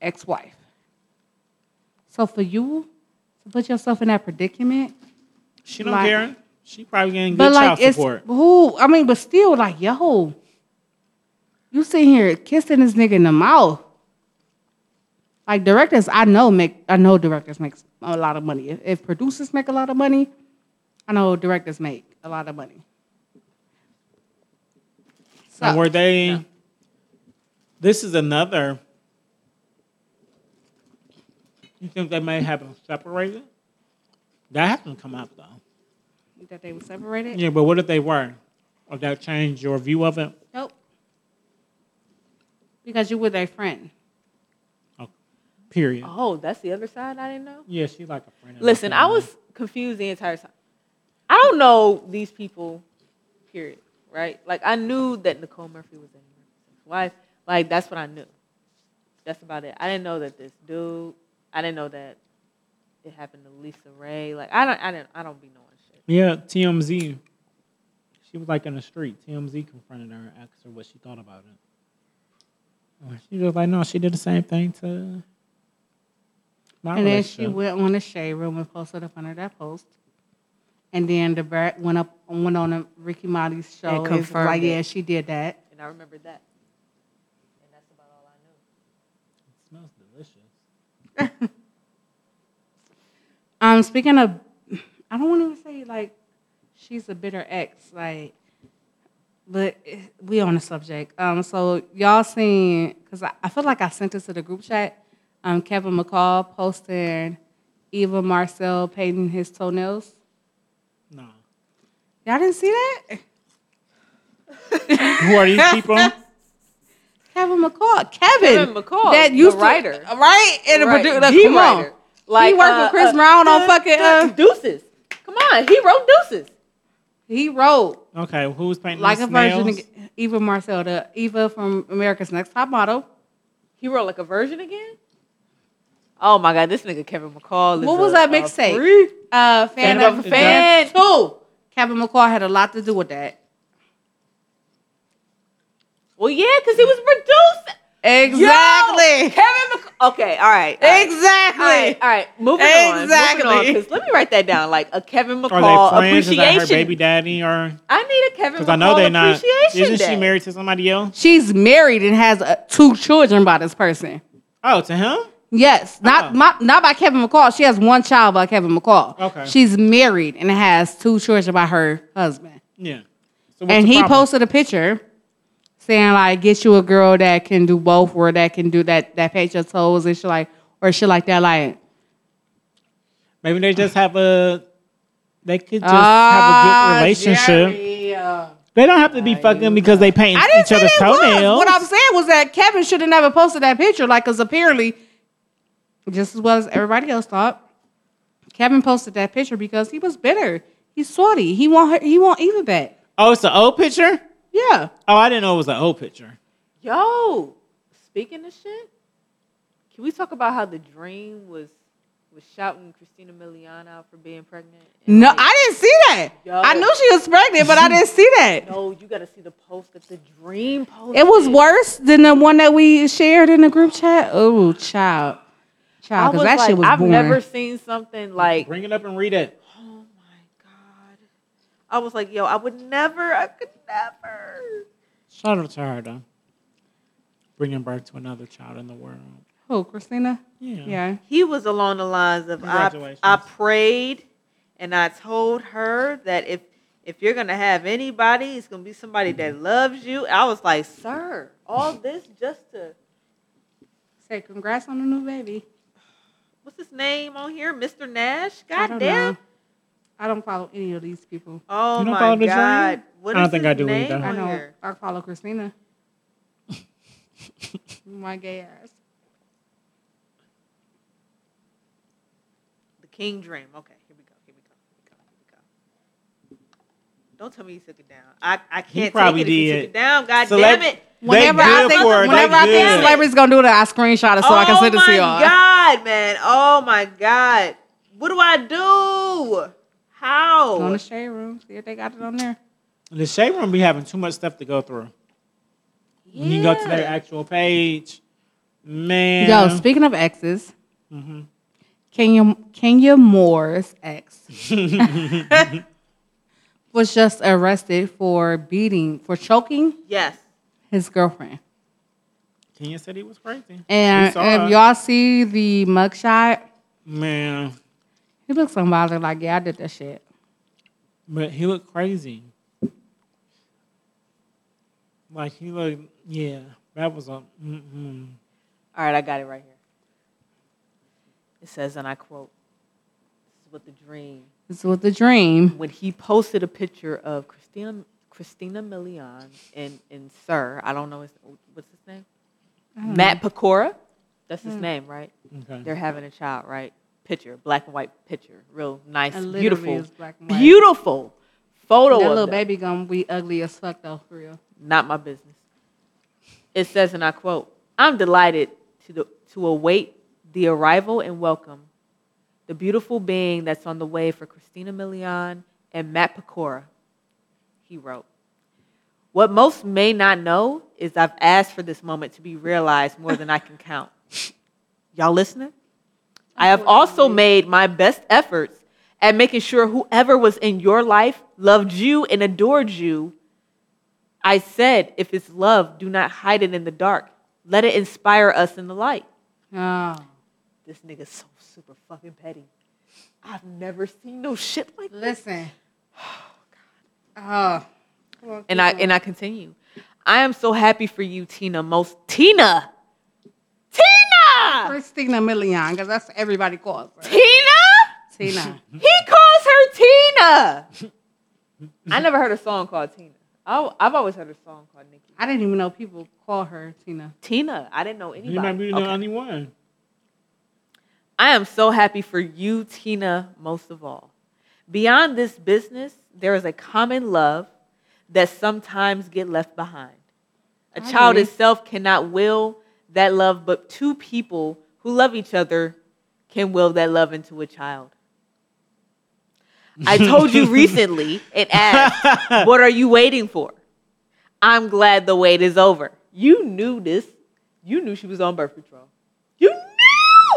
A: ex-wife. So for you to put yourself in that predicament,
B: She don't
A: Like-
B: care. She probably getting good
A: but
B: child
A: like it's
B: support.
A: who I mean, but still like yo, you sitting here kissing this nigga in the mouth. Like directors, I know make I know directors make a lot of money. If, if producers make a lot of money, I know directors make a lot of money.
B: And
A: So
B: were they? This is another. You think they may have them separated? That hasn't come up though.
A: that they were separated.
B: Yeah, but what if they were? Would that change your view of it?
A: Nope. Because you were their friend.
B: Oh, Period.
C: Oh, that's the other side. I didn't know.
B: Yeah, she's like a friend. of
C: Listen,
B: the
C: I
B: family.
C: was confused the entire time. I don't know these people, period. Right? Like I knew that Nicole Murphy was in Murphy's wife. Like that's what I knew. That's about it. I didn't know that this dude. I didn't know that it happened to Lisa Ray. Like I don't. I didn't. I don't be knowing shit.
B: Yeah, TMZ. She was like in the street. TMZ confronted her and asked her what she thought about it. And She was like, no, she did the same thing to my
A: And then she
B: relationship.
A: went on the shade room and posted up under that post. And then the brat went up went on a Ricky Marty's show.
C: And
A: It's
C: confirmed
A: like,
C: it.
A: yeah, she did that.
C: And I remembered that. And that's about all I
B: It
C: knew.
B: smells delicious.
A: Um, speaking of, I don't want to say like she's a bitter ex, like, but it- we on the subject. Um, so y'all seen? Cause I, I feel like I sent this to the group chat. Um, Kevin McCall posted Eva Marcel painting his toenails.
B: No.
A: Y'all didn't see that?
B: Who are these
C: <laughs>
B: people?
A: Kevin McCall, Kevin,
C: Kevin McCall,
A: that
C: the
A: used to-
C: writer.
A: right? And a
C: Right,
A: producer,
C: the
A: come on.
C: writer.
A: he worked with Chris
C: uh,
A: Brown on
C: uh,
A: fucking.
C: uh,
A: Uh,
C: Deuces. Come on, he wrote Deuces.
A: he wrote
B: Okay, who's painting
A: like
B: the
A: a version
B: snails?
A: of Eva Marcel, the Eva from America's Next Top Model.
C: He wrote like a version again. Oh my god, this nigga Kevin McCall. Is
A: What was
C: a-
A: that
C: a
A: mixtape?
C: freak.
A: Uh, fan
C: Stand
A: of
C: up for
A: fan
C: fan.
A: two. Kevin McCall had a lot to do with that.
C: Well, yeah, because he was producing. Yo,
A: Exactly.
C: Kevin McCall. Okay, all right. all
A: <laughs>
C: right,
A: Exactly.
C: All right, all right. Moving on. Exactly.
A: Exactly.
C: Because let me write that down. Like a Kevin
B: Are
C: McCall
B: they friends? Is that
C: appreciation.
B: her baby daddy? Or
C: I need a Kevin McCall
B: because I know they're not.
C: appreciation
B: Isn't she
C: day.
B: married to somebody else?
A: She's married and has uh, two children by this person.
B: Oh, to him?
A: Yes, not
B: Oh.
C: Uh-huh.
A: my, not by Kevin McCall. She has one child by Kevin McCall.
B: Okay.
A: She's married and has two children by her husband.
B: Yeah. So what's
A: and
B: the
A: he
B: problem?
A: posted a picture saying like, "Get you a girl that can do both, or that can do that that paint your toes and shit like, or shit like that." Like,
B: Maybe they just have a. They could just
A: ah,
B: have a good relationship.
A: Jerry, uh,
B: They don't have to be fucking because they paint
A: I didn't
B: each
A: say
B: other's
A: that was.
B: toenails.
A: What I'm saying was that Kevin should have never posted that picture, like, because apparently, just as well as everybody else thought, Kevin posted that picture because he was bitter. He's salty. He want her, he want Eva back.
B: oh, it's an old picture.
A: Yeah.
B: Oh, I didn't know it was an old picture.
C: Yo, speaking of shit, can we talk about how the dream was was shouting Christina Milian out for being pregnant. And
A: No,
C: like,
A: I didn't see that.
C: Yo.
A: I knew she was pregnant, but I didn't see that.
C: <laughs> no, you got to see the post that the dream post.
A: It was worse than the one that we shared in the group chat. Oh, child,
C: I
A: child,
C: was
A: because that
C: like,
A: shit was
C: I've
A: boring.
C: never seen something like.
B: Bring it up and read it.
C: Oh my god! I was like, yo, I would never. I could never.
B: Shout out to her though. Bringing birth to another child in the world.
A: Who, Oh, Christina?
B: Yeah.
A: Yeah.
C: He was along the lines of I,
B: Congratulations.
C: I prayed and I told her that if if you're gonna have anybody, it's gonna be somebody that
B: Mm-hmm.
C: loves you. I was like, sir,
B: <laughs>
C: all this just to
A: Say congrats on the new baby.
C: what's his name on here? Mr. Nash?
A: I don't
C: God
A: know.
C: damn.
A: I don't follow any of these people.
C: Oh
B: You don't follow
C: my
B: the
C: god.
B: Giant?
C: What
B: I don't
C: is
B: think
C: his
B: I do
C: name
B: either.
A: I
C: on
A: know.
C: here?
A: I follow
C: <laughs>
A: Christina. My gay ass.
C: The King Dream. Okay, here we go. Here we go. Here we go. Here we go. Don't tell me you took it down. I, I can't
B: probably
C: take it if you
B: did.
C: took it down. God
B: Select-
C: damn it.
B: They
A: Whenever I
B: good
A: think,
B: for it. They
A: whenever I think
B: good.
A: celebrities gonna do that, I screenshot it so I can send it to y'all.
C: Oh my god, man! Oh my god! What do I do?
A: Go in
C: How?
A: the shade room, see if they got it on there.
B: The shade room be having too much stuff to go through. When you go to their
C: Yeah.
B: actual page, man.
A: Yo, speaking of exes, Mm-hmm.
B: Mhm.
A: Kenya Kenya Moore's <laughs> ex was just arrested for beating for choking
C: Yes.
A: his girlfriend.
B: Kenya said he was crazy. We
A: And
B: saw
A: if
B: it.
A: y'all see the mugshot,
B: Man,
A: he looks unbothered. Like, yeah, I did that shit.
B: but he looked crazy. Like he looked, yeah. That was a. Mm-mm.
C: All right, I got it right here. It says, and I quote: "This is what the dream."
A: This is what the dream.
C: When he posted a picture of Christina Christina Milian and and Sir, I don't know his, what's his name,
A: Mm-hmm.
C: Matt Pecora. That's
A: Mm.
C: his name, right?
B: Okay.
C: They're having a child, right? Picture, black and white picture, real nice,
A: I literally
C: beautiful,
A: is black and white.
C: beautiful photo
A: That
C: of
A: little
C: them.
A: baby gonna be ugly as fuck though, for real.
C: not my business. It says, and I quote, I'm delighted to, the, to await the arrival and welcome the beautiful being that's on the way for Christina Milian and Matt Pecora, he wrote. What most may not know is I've asked for this moment to be realized more than I can count. Y'all listening? I have also made my best efforts at making sure whoever was in your life loved you and adored you I said, if it's love, do not hide it in the dark. Let it inspire us in the light.
A: Oh.
C: This nigga's so super fucking petty. I've never seen no shit like that.
A: Listen. <sighs> Oh.
C: And I and I continue. I am so happy for you, Tina. Most Tina. Tina.
A: Christina Milian, because that's what everybody calls
C: <laughs>
A: her.
C: Tina.
A: Tina.
C: He calls her Tina. <laughs> I never heard a song called Tina. I, I've always heard a song called Nikki.
A: I didn't even know people call her Tina.
C: Tina. I didn't know anybody.
B: He might be the
C: Okay.
B: only one.
C: I am so happy for you, Tina, most of all. Beyond this business, there is a common love that sometimes get left behind. A
A: I
C: child
A: agree.
C: itself cannot will that love, but two people who love each other can will that love into a child. I told
A: <laughs>
C: you recently and asked, What are you waiting for? I'm glad the wait is over. You knew this. You knew she was on birth control. You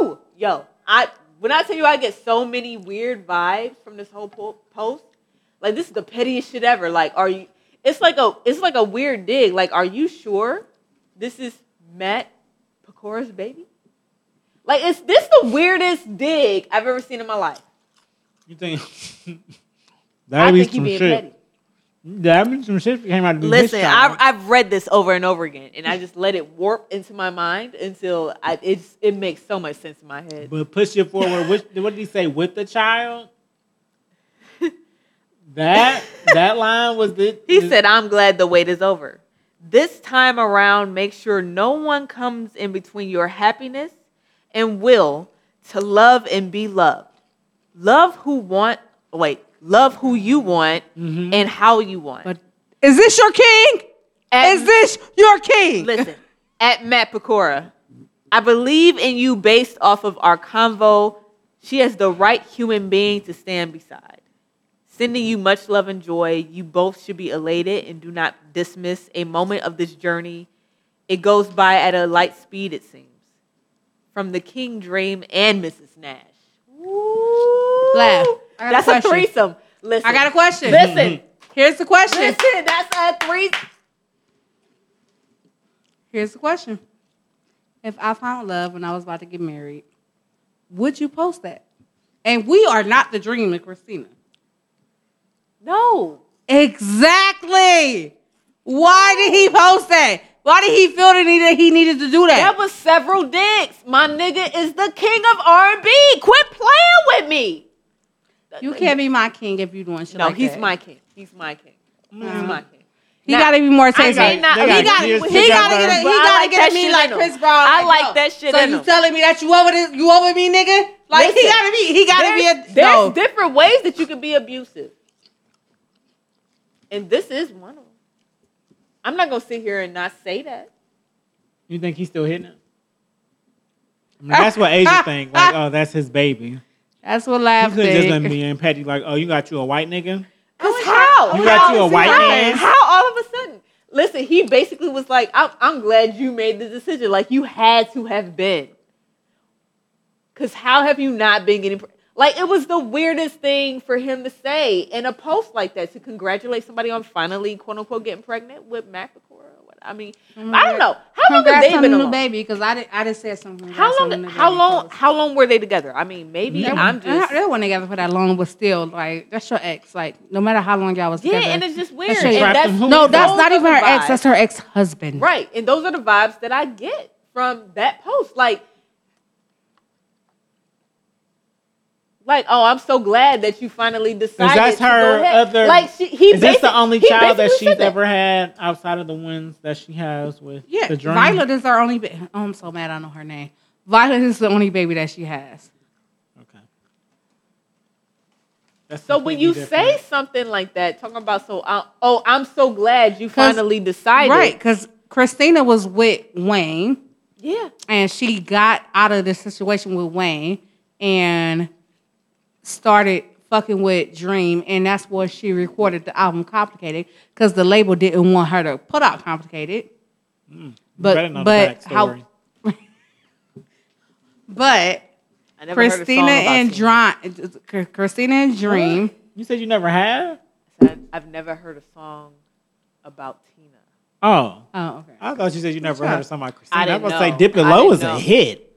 C: knew. Yo, I when I tell you I get so many weird vibes from this whole po- post. Like this is the pettiest shit ever. Like, are you? It's like a it's like a weird dig. Like, are you sure this is Matt Pecora's baby? Like, is this the weirdest dig I've ever seen in my life?
B: You think <laughs>
C: I
B: that be
C: think he
B: some
C: being
B: shit?
C: petty.
B: That be some shit that came out. Of
C: Listen, I've,
B: I,
C: I've read this over and over again, and I just let it warp into my mind until I, it's, it makes so much sense in my head.
B: but push it forward. Which, what did he say with <laughs> the
C: <laughs>
B: child? That that line was the.
C: He
B: the-
C: said, I'm glad the wait is over. This time around, make sure no one comes in between your happiness and will to love and be loved. Love who want, wait, love who you want and how you want.
A: But is this your king?
C: At-
A: Is this your king?
C: Listen, at Matt Pecora, I believe in you based off of our convo She is the right human being to stand beside. Sending you much love and joy. You both should be elated and do not dismiss a moment of this journey. It goes by at a light speed, it seems. From the King Dream and Mrs. Nash. Ooh.
A: Laugh. I got a
C: That's a
A: question.
C: threesome. Listen.
A: I got a question.
C: Listen.
A: Here's the question.
C: Listen, that's a threesome.
A: Here's the question. If I found love when I was about to get married, would you post that? And we are not the dream of Christina.
C: No.
A: Exactly. Why did he post that? Why did he feel the need that he needed to do
C: That
A: that?
C: was several dicks. My nigga is the king of R&B. Quit playing with me.
A: you can't be my king if you doing shit
C: No,
A: like
C: he's
A: that. Uh-huh.
C: my king. He's my king. He's my king.
A: He
C: Now,
A: gotta be more tasty.
C: did not-
A: he
C: They got
A: gotta,
B: years
A: he gotta
B: together.
A: get, a, he
C: But I
A: gotta
C: like
A: get
C: that
A: at me
C: shit
A: like
C: in him.
A: Chris Brown.
C: I like
A: no.
C: that shit
A: So
C: in
A: you
C: him.
A: telling me that you over this, you over me, nigga? Like he
C: Listen,
A: gotta be, he gotta be
C: there's,
A: a
C: there's
A: no.
C: different ways that you can be abusive. And this is one of them. I'm not going to sit here and not say that.
B: You think he's still hitting it? I mean, that's what Asia think. Like, oh, that's his baby.
A: That's what
B: He
A: laugh
B: could just let
A: did.
B: me and Petty like, oh, you got you a white nigga.
C: Cause how?
B: You got you a
C: How-
B: white
C: how-
B: man?
C: How all of a sudden? Listen, he basically was like, I'm, I'm glad you made the decision. Like, you had to have been. Because how have you not been getting. pr- Like, it was the weirdest thing for him to say in a post like that to congratulate somebody on finally, quote unquote, getting pregnant with Mac or what. I mean, I don't know. How long have
A: Mm-hmm. Congrats
C: they
A: on
C: been
A: the new
C: alone?
A: baby because I did, I just said something.
C: How long? How long? How long were they together? I mean, maybe
A: They,
C: I'm just
A: they weren't together for that long, but still, like that's your ex. Like no matter how long y'all was
C: yeah,
A: together.
C: and it's just weird.
A: your-
C: and that's,
B: Who
A: no,
B: is
A: that's
C: those
A: not
C: are
A: even
C: the
A: her ex.
C: vibes.
A: That's her ex husband.
C: Right. And those are the vibes that I get from that post. Like, like, oh, I'm so glad that you finally decided.
B: that's
C: to go
B: her
C: ahead.
B: other-
C: Like, she, he
B: Is this
C: basic-
B: the only
C: he
B: child that
C: basically
B: she's
C: said that.
B: ever had outside of the ones that she has with
A: Yeah.
B: the dream?
A: Violet is her only. Ba- oh, I'm so mad. I know her name. Violet is the only baby that she has.
B: Okay. That's
C: So when you
B: completely
C: say
B: different.
C: something like that, talking about so, uh, oh, I'm so glad you
A: 'Cause-
C: finally decided.
A: Right, because Christina was with Wayne,
C: Yeah.
A: and she got out of the situation with Wayne and started fucking with Dream, and that's where she recorded the album Complicated because the label didn't want her to put out Complicated.
B: Hmm, better know
A: But
B: the
A: but how? <laughs>
B: backstory.
A: But
C: I never heard a song
A: Christina
C: about
A: and
C: Tina.
A: Dream, Christina and Dream.
B: you said you never have.
C: I said, I've never heard a song about Tina.
B: Oh,
A: Oh, okay.
B: I thought you said you never
A: Yeah.
B: heard of somebody. Christina.
C: I
B: I,
C: didn't
B: was gonna
C: know.
B: say Dip It
C: I
B: Low
C: didn't
B: is
C: know.
B: a hit.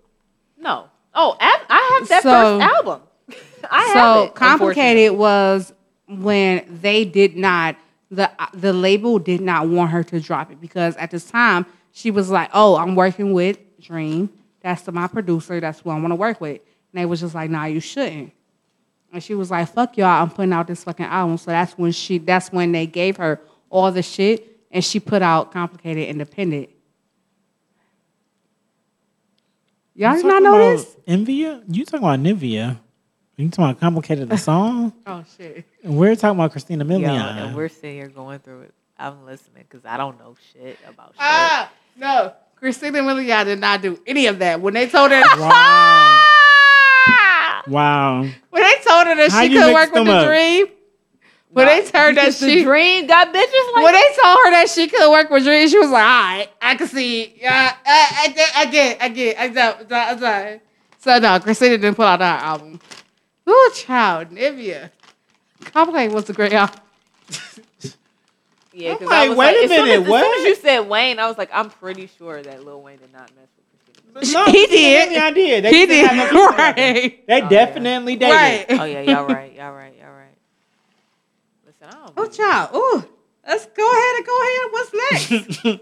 C: No. Oh, I, I have that
A: So-
C: first album. <laughs> I have
A: so
C: it, unfortunately.
A: complicated was when they did not the uh, the label did not want her to drop it because at this time she was like, "Oh, I'm working with Dream. That's my producer. That's who I want to work with." And they was just like, "Nah, you shouldn't." And she was like, "Fuck y'all! I'm putting out this fucking album." So that's when she that's when they gave her all the shit, and she put out "Complicated Independent." Y'all did
B: You
A: not
B: talking
A: know
B: about
A: this?
B: Nivea? You talking about Nivea? You talking about complicated the song?
A: Oh shit!
B: And we're talking about Christina
C: Yo,
B: Milian.
C: and we're sitting here going through it. I'm listening because I don't know shit about shit.
A: Ah, no. Christina Milian did not do any of that. When they told her,
B: wow!
A: Ah!
B: Wow!
A: when they told her that
B: How
A: she
B: you
A: couldn't
B: mix
A: work with
B: them
A: the
B: up?
A: dream, when they told her that
C: Because
A: she,
C: the dream got bitches like
A: when they told her that she couldn't work with dream, she was like, "All right, I can see. Yeah, I, I, get- I get, I get, I get, I get." So no, Christina didn't put out that album. Ooh, child, Nivea. Complicated was a great album.
C: yeah, 'cause
B: I'm like,
C: I was
B: wait a
C: as soon as-
B: minute,
C: As soon
B: what?
C: as you said Wayne, I was like, I'm pretty sure that Lil Wayne did not mess with Christina.
B: But no,
A: He
B: Christina
A: did.
B: Milian did.
A: <laughs>
B: They
A: He
B: still
A: did,
B: have no kids together.
A: right?
B: They
C: Oh, yeah.
B: definitely dated.
A: Right.
C: <laughs> Oh yeah, y'all right, y'all right, y'all right. Listen, I don't.
A: Oh,
C: believe-
A: child. Ooh, let's go ahead and go ahead. What's
B: <laughs>
A: next?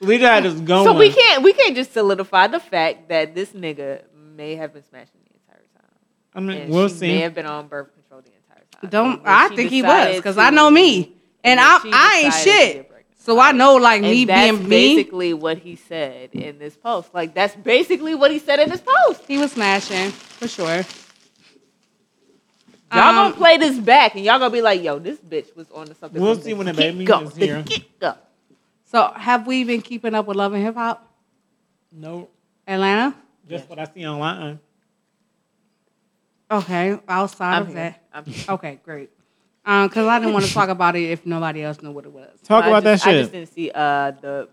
B: Lita had us going.
C: So we can't we can't just solidify the fact that this nigga may have been smashing the entire time.
B: I mean,
C: And
B: we'll
C: she
B: see.
C: may have been on birth control the entire time.
A: Don't.
C: And when
A: I
C: she
A: think he
C: decided
A: was because I
C: to-
A: know me, and
C: when
A: I
C: she
A: I ain't
C: decided to
A: shit.
C: get pregnant.
A: So I know like me
C: and that's
A: being me.
C: basically what he said in this post. Like that's basically what he said in this post.
A: He was smashing for sure.
C: Y'all
A: Um,
C: gonna play this back and y'all gonna be like, "Yo, this bitch was on to something."
B: We'll
C: from
B: see when the baby
C: get-go,
B: is
C: the <laughs>
B: here.
C: get-go.
A: So have we been keeping up with Love and Hip Hop
B: no,
A: Atlanta?
B: just what I see online.
A: Okay, outside
C: I'm
A: of
C: here.
A: that.
C: I'm
A: Okay, great. Um, cause I didn't want to talk about it if nobody else knew what it was.
B: Talk
C: I
B: about
C: just-
B: that shit.
C: I just didn't see uh, the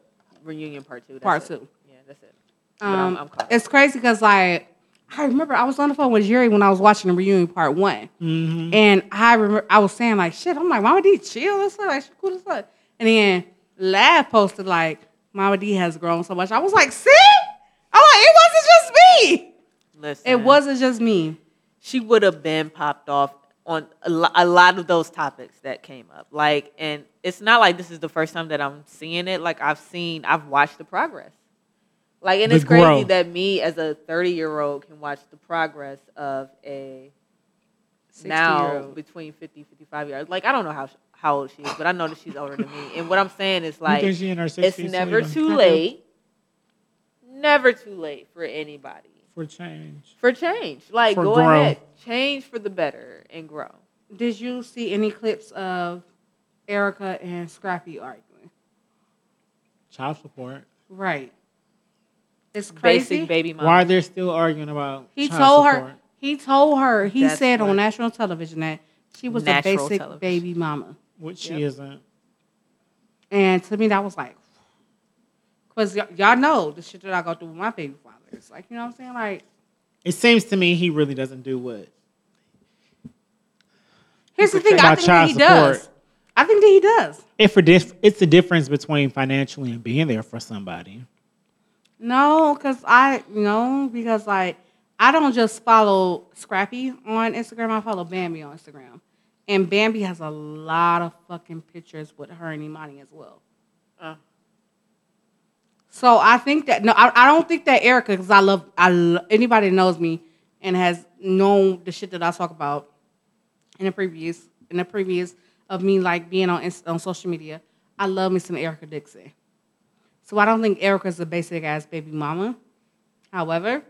C: reunion part two. That's
A: Part
C: it.
A: two.
C: Yeah, that's it. But I'm-
A: Um,
C: I'm caught up.
A: it's crazy because like I remember I was on the phone with Jerry when I was watching the reunion part one, and I remember I was saying like shit. I'm like, Mama D, chill. It's like she cool as fuck. And then Lav posted like, Mama D has grown so much. I was like, see, I'm like, it wasn't just me.
C: Listen,
A: It wasn't just me.
C: She would have been popped off on a lo- a lot of those topics that came up. Like, and it's not like this is the first time that I'm seeing it. Like, I've seen, I've watched the progress. Like, and
B: The
C: it's crazy
B: growth.
C: that me as a 30 year old can watch the progress of a
A: 60-year-old.
C: now between 50 55 years. Like, I don't know how sh- how old she is, but I know that she's older than me. And what I'm saying is
B: you
C: like,
B: think she in her 60s?
C: it's never
B: Selena?
A: I
C: too
A: do.
C: late. Never too late for anybody
B: for change.
C: for change. Like
B: For
C: go
B: grow.
C: ahead, change for the better and grow.
A: Did you see any clips of Erica and Scrappy arguing?
B: Child support.
A: Right. It's crazy.
C: Basic baby mama.
B: Why they're still arguing about
A: He
B: child
A: told
B: support.
A: her. He told her. He
C: That's
A: said
C: what-
A: on national television that she was
C: Natural
A: a basic
C: television.
A: baby mama,
B: which she
C: Yep.
B: isn't.
A: and to me that was like, because y- y'all know the shit that I go through with my baby father. It's like you know what I'm saying. Like
B: It seems to me he really doesn't do what.
A: here's the thing. I
B: About
A: think that
B: child
A: he does.
B: support.
A: I think that he does.
B: If a dif- it's the difference between financially and being there for somebody.
A: No, because I you know because like I don't just follow Scrappy on Instagram. I follow Bambi on Instagram, and Bambi has a lot of fucking pictures with her and Imani as well.
C: Uh,
A: So I think that no, I, I don't think that Erica because I love I lo- anybody that knows me and has known the shit that I talk about in the previous in the previous of me like being on Inst- on social media. I love me some Erica Dixon. So I don't think Erica's a basic ass baby mama. However,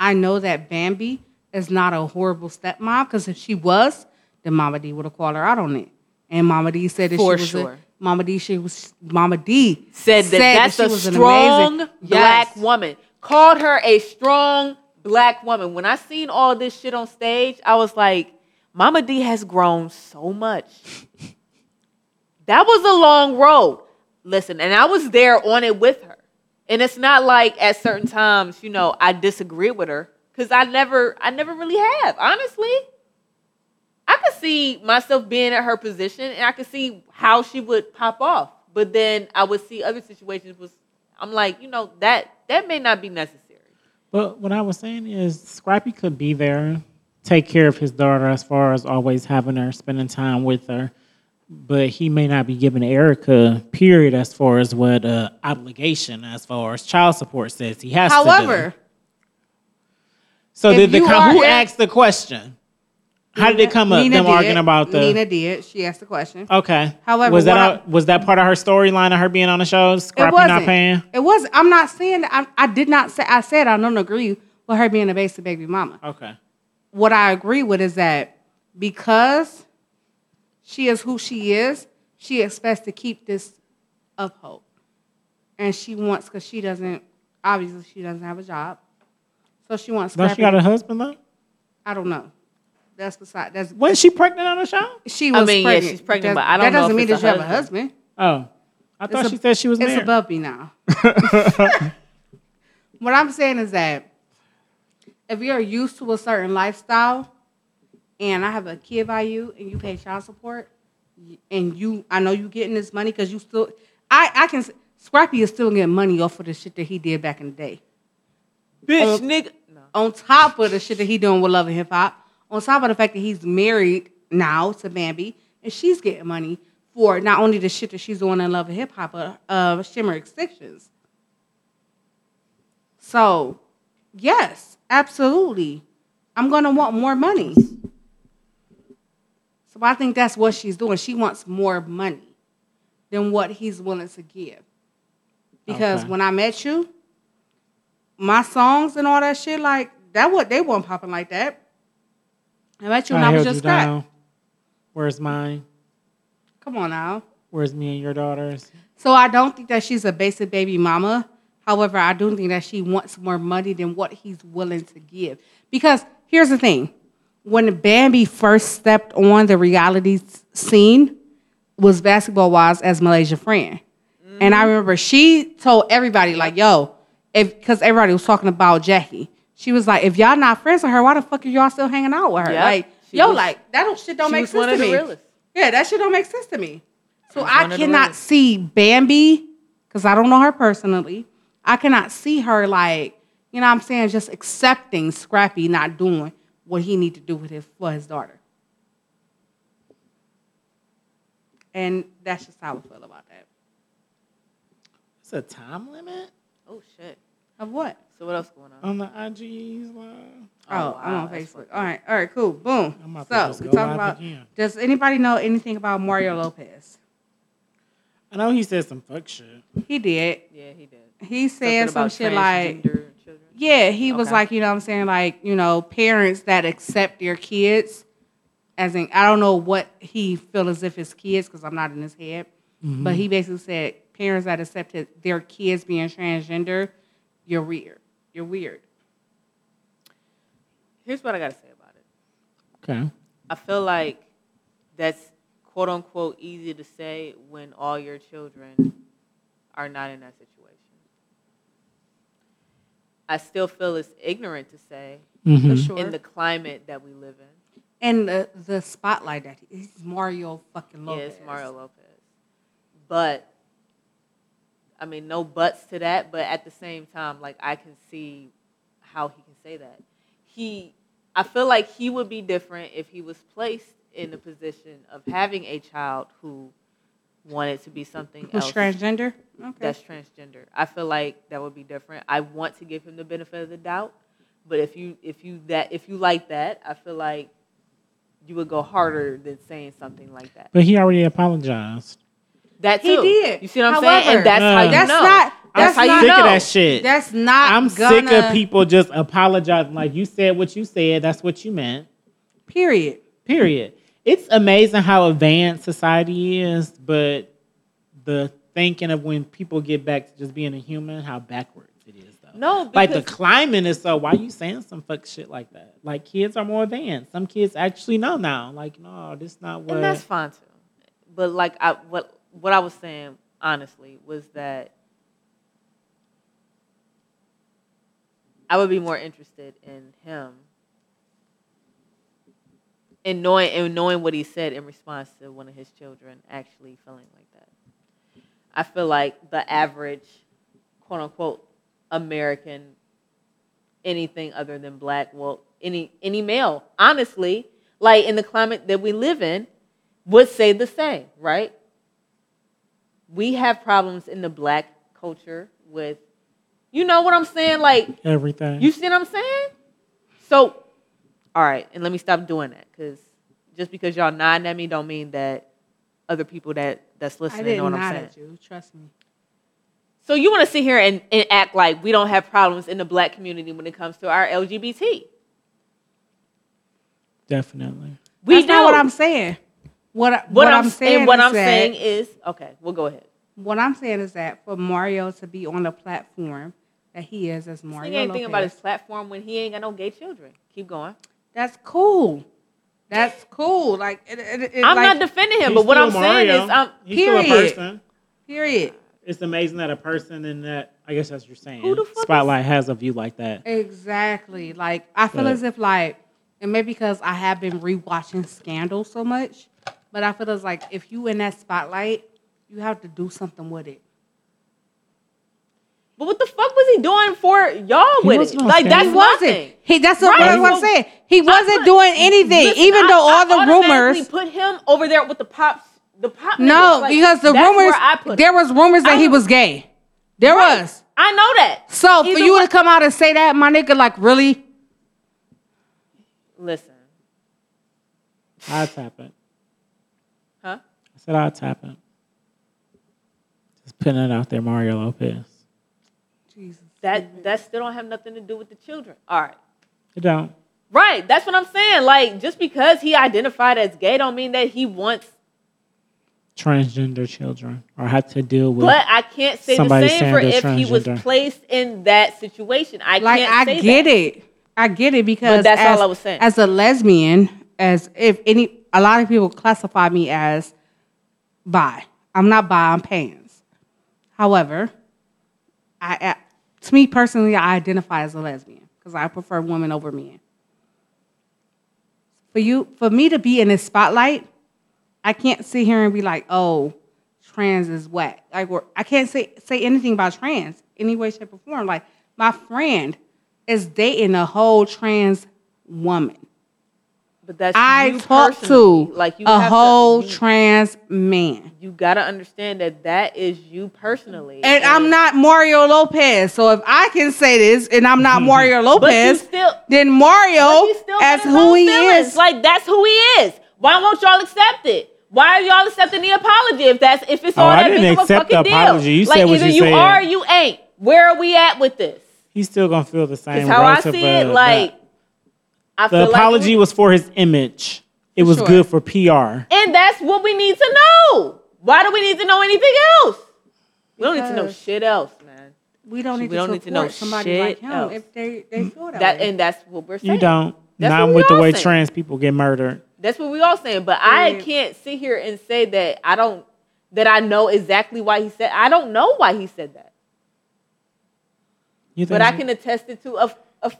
A: I know that Bambi is not a horrible stepmom because if she was, then Mama D would have called her out on it. And Mama D said that
C: For
A: she was
C: sure.
A: a, Mama D she was Mama D
C: said that that's
A: she
C: a
A: was an
C: strong
A: amazing-
C: black
A: Yes.
C: woman. Called her a strong black woman. When I seen all this shit on stage, I was like, Mama D has grown so much. that was a long road. Listen, and I was there on it with her. And it's not like at certain times, you know, I disagree with her cuz I never I never really have, honestly. I could see myself being at her position and I could see how she would pop off. But then I would see other situations was I'm like, you know, that that may not be necessary.
B: But what I was saying is Scrappy could be there, take care of his daughter as far as always having her, spending time with her. But he may not be giving Erica period as far as what uh, obligation as far as child support says he has to do.
A: However,
B: so
A: if
B: did the
A: you
B: com-
A: are
B: who
A: Eric-
B: asked the question? How did it come up?
A: Nina
B: them
A: did.
B: arguing about the Oh,
A: Nina did. She asked the question.
B: Okay.
A: However,
B: was that
A: what
B: a- was that part of her storyline of her being on the show?
A: it
B: Scrappy
A: wasn't.
B: not paying.
A: It was. I'm not saying that. I, I did not say. I said I don't agree with her being a basic baby mama.
B: Okay.
A: What I agree with is that because she is who she is, she expects to keep this up hope, and she wants because she doesn't. Obviously, she doesn't have a job, so she wants.
B: Don't she
A: Scrappy-
B: got a husband though?
A: I don't know. That's beside. That's
B: Was she pregnant on the show?
A: She
C: I
A: was
C: mean, yeah,
A: pregnant.
C: she's pregnant,
A: That-
C: but I don't
A: That
C: know
A: doesn't
C: if
A: mean
C: it's
A: that
C: a
A: you have a husband.
B: Oh, I thought
A: a-
B: she said she was
A: It's
B: married.
A: above me
B: <laughs>
A: now. what I'm saying is that if you're used to a certain lifestyle, and I have a kid by you, and you pay child support, y- and you, I know you getting this money because you still, I, I can. s- Scrappy is still getting money off of the shit that he did back in the day.
C: Bitch, nigga. No.
A: On top of the shit that he doing with Love and Hip Hop, on top of the fact that he's married now to Bambi, and she's getting money for not only the shit that she's doing in Love and Hip Hop, but uh, Shimmer Extensions. So, yes, absolutely, I'm gonna want more money. So I think that's what she's doing. She wants more money than what he's willing to give. Because
B: Okay.
A: when I met you, my songs and all that shit, like that what they weren't popping like that. I met you Oh, when I was
B: held
A: just
B: you
A: scrap.
B: down. Where's mine?
A: Come on now.
B: Where's me and your daughters?
A: So I don't think that she's a basic baby mama. However, I do think that she wants more money than what he's willing to give. Because here's the thing: when Bambi first stepped on the reality s- scene, was basketball wise as Malaysia friend, and I remember she told everybody like, "Yo," if because everybody was talking about Jackie. She was like, "If y'all not friends with her, why the fuck are y'all still hanging out with her?"
C: Yep.
A: Like,
C: She
A: yo,
C: was-
A: like that don't, shit don't
C: she
A: make
C: was
A: sense
C: one
A: to
C: of the
A: me.
C: realest.
A: Yeah, that shit don't make sense to me. So
C: was
A: I
C: one of the
A: cannot
C: realest.
A: see Bambi because I don't know her personally. I cannot see her like you know what I'm saying just accepting Scrappy not doing what he need to do with his for his daughter. And that's just how I feel about that.
B: It's a time limit
C: Oh shit.
A: Of what?
C: So what else going on?
B: on the IGs. Live.
A: Oh,
C: wow,
A: I'm on
C: that's
A: Facebook. All right, all right, cool. Boom.
B: I'm about to
A: So
B: just
A: we
B: go
A: talking
B: live
A: about.
B: again.
A: Does anybody know anything about Mario Lopez?
B: I know he said some fuck shit.
A: He did.
C: Yeah, he did.
A: He said some
C: Something
A: shit
C: about
A: like.
C: transgender children.
A: Yeah, he was
C: Okay.
A: like, you know what I'm saying? Like, you know, parents that accept their kids, as in, I don't know what he feel as if his kids, because I'm not in his head,
B: Mm-hmm.
A: but he basically said parents that accept his- their kids being transgender, you're weird. You're weird.
C: Here's what I gotta say about it.
B: Okay.
C: I feel like that's quote unquote easy to say when all your children are not in that situation. I still feel it's ignorant to say
A: For
B: Mm-hmm.
A: sure.
C: in the climate that we live in.
A: and the, the spotlight that he, he's Mario fucking
C: Yeah,
A: Lopez.
C: it's Mario Lopez. But I mean, no buts to that. But at the same time, like I can see how he can say that. He, I feel like he would be different if he was placed in the position of having a child who wanted to be something
A: Who's
C: else
A: transgender? Okay.
C: that's transgender. I feel like that would be different. I want to give him the benefit of the doubt, but if you if you that if you like that, I feel like you would go harder than saying something like that.
B: But he already apologized.
C: That
A: He
C: too.
A: did.
C: You see what I'm saying?
A: However-
C: And that's how
B: No.
C: you
A: that's
C: know.
A: not. That's
C: how you
B: I'm
A: not,
B: sick
C: know.
B: of that shit.
A: That's not.
B: I'm sick
A: gonna-
B: of people just apologizing. Like you said what you said. That's what you meant.
A: Period.
B: Period. It's amazing how advanced society is, but the thinking of when people get back to just being a human, how backwards it is, though.
C: No,
B: like the
C: because-
B: climate is so. Why you saying some fuck shit like that? Like kids are more advanced. Some kids actually know now. Like no, this not what.
C: and that's fine too. But like I what what I was saying honestly was that I would be more interested in him in knowing in knowing what he said in response to one of his children actually feeling like that. I feel like the average quote unquote American anything other than black, well, any any male, honestly, like in the climate that we live in, would say the same, right? We have problems in the black culture with you know what I'm saying? Like
B: everything.
C: you see what I'm saying? So, all right, and let me stop doing that because just because y'all nodding at me don't mean that other people that that's
A: I
C: listening know
A: didn't
C: what I'm
A: nod
C: saying.
A: at you. Trust me.
C: So you want to sit here and, and act like we don't have problems in the black community when it comes to our LGBT?
B: Definitely.
C: We
A: That's
C: do.
A: not what I'm saying. What, I-
C: What
A: what
C: I'm,
A: I'm saying
C: and what
A: is
C: I'm
A: that,
C: saying is okay. We'll go ahead.
A: what I'm saying is that for Mario to be on the platform that he is as
C: This
A: Mario
C: nigga ain't
A: Lopez,
C: thinking about his platform when he ain't got no gay children. Keep going.
A: that's cool. That's cool. Like it, it, it,
C: I'm
A: like,
C: not defending him,
B: He's
C: but what
B: still
C: I'm
B: Mario.
C: saying is, um, I'm,
B: He's still a
A: Period.
B: person.
A: period.
B: It's amazing that a person in that I guess that's what you're saying.
C: Who the fuck is-
B: Spotlight has a view like that.
A: Exactly. Like I feel
B: But-
A: as if like, and maybe because I have been rewatching Scandal so much, but I feel as like if you in that spotlight, you have to do something with it.
C: but what the fuck was he doing for y'all
B: He
C: with it?
B: wasn't on
C: Like that's
B: He
A: He
C: nothing.
A: wasn't. He that's what
C: Right.
A: I'm
C: So-
A: saying. He wasn't
C: put-
A: doing anything,
C: Listen,
A: even
C: I-
A: though all
C: I
A: the
C: automatically
A: rumors.
C: put him over there with the pops. The pop.
A: No,
C: niggas. Like,
A: because the
C: that's
A: rumors
C: where I put
A: there was rumors that
C: I
A: he
C: don't-
A: was gay. There
C: Right.
A: was.
C: I know that.
A: So
C: Either
A: for you
C: way-
A: to come out and say that, my nigga, like really,
C: listen,
B: I'll tap it.
C: huh?
B: I said I'll tap it. Just putting it out there, Mario Lopez.
A: Jesus.
C: That that still don't have nothing to do with the children. All right.
B: It don't.
C: Right, that's what I'm saying. Like, just because he identified as gay, don't mean that he wants.
B: Transgender children or have to deal with
C: But I can't say the
B: Somebody
C: same
B: saying
C: for
B: they're
C: if he was
B: transgender.
C: placed in that situation. I
A: Like
C: can't
A: I
C: say
A: get
C: that.
A: it. I get it because
C: But that's
A: as,
C: all I was saying.
A: As a lesbian, as if any, a lot of people classify me as bi. I'm not bi. I'm pans. However, I, I to me personally, I identify as a lesbian because I prefer women over men. For you, for me to be in this spotlight, I can't sit here and be like, "Oh, trans is whack." Like, we're, I can't say say anything about trans any way, shape, or form. Like, my friend is dating a whole trans woman.
C: But that's
A: I
C: you
A: talked to
C: personally. like you
A: a
C: have
A: whole
C: To, you,
A: trans man.
C: you gotta understand that that is you personally,
A: And I'm not Mario Lopez. So if I can say this and I'm
C: <laughs>
A: not Mario
C: But you
A: Lopez,
C: still,
A: then
C: but
A: Mario
C: you still got
A: as
C: his
A: who
C: own
A: he
C: feelings.
A: is.
C: Like that's who he is. Why won't y'all accept it? Why are y'all accepting the apology if that's if it's
B: Oh,
C: all
B: I
C: that
B: didn't
C: big of a
B: accept the
C: fucking deal?
B: apology. You
C: like
B: said what
C: either
B: you
C: you
B: said.
C: are, or you ain't. Where are we at with this?
B: He's still gonna feel the same.
C: It's how I
B: relative,
C: see it.
B: uh,
C: Like I
B: the,
C: feel like
B: apology
C: we-
B: was for his image. It
A: For
B: was
A: sure.
B: good for PR.
C: And that's what we need to know. Why do we need to know anything else? We don't need to know
A: Because-
C: shit else, man.
A: we don't need,
C: We
A: to,
C: don't need to know
A: support somebody
C: shit
A: like him
C: else.
A: if they, they feel that,
C: That
A: way.
C: and that's what we're saying.
B: You don't.
C: That's
B: Not
C: what we
B: with the
C: all
B: way
C: saying.
B: trans people get murdered.
C: That's what we all saying. But I
A: Period.
C: can't sit here and say that I don't that I know exactly why he said. I don't know why he said that,
B: You think
C: but I can attest it to a. a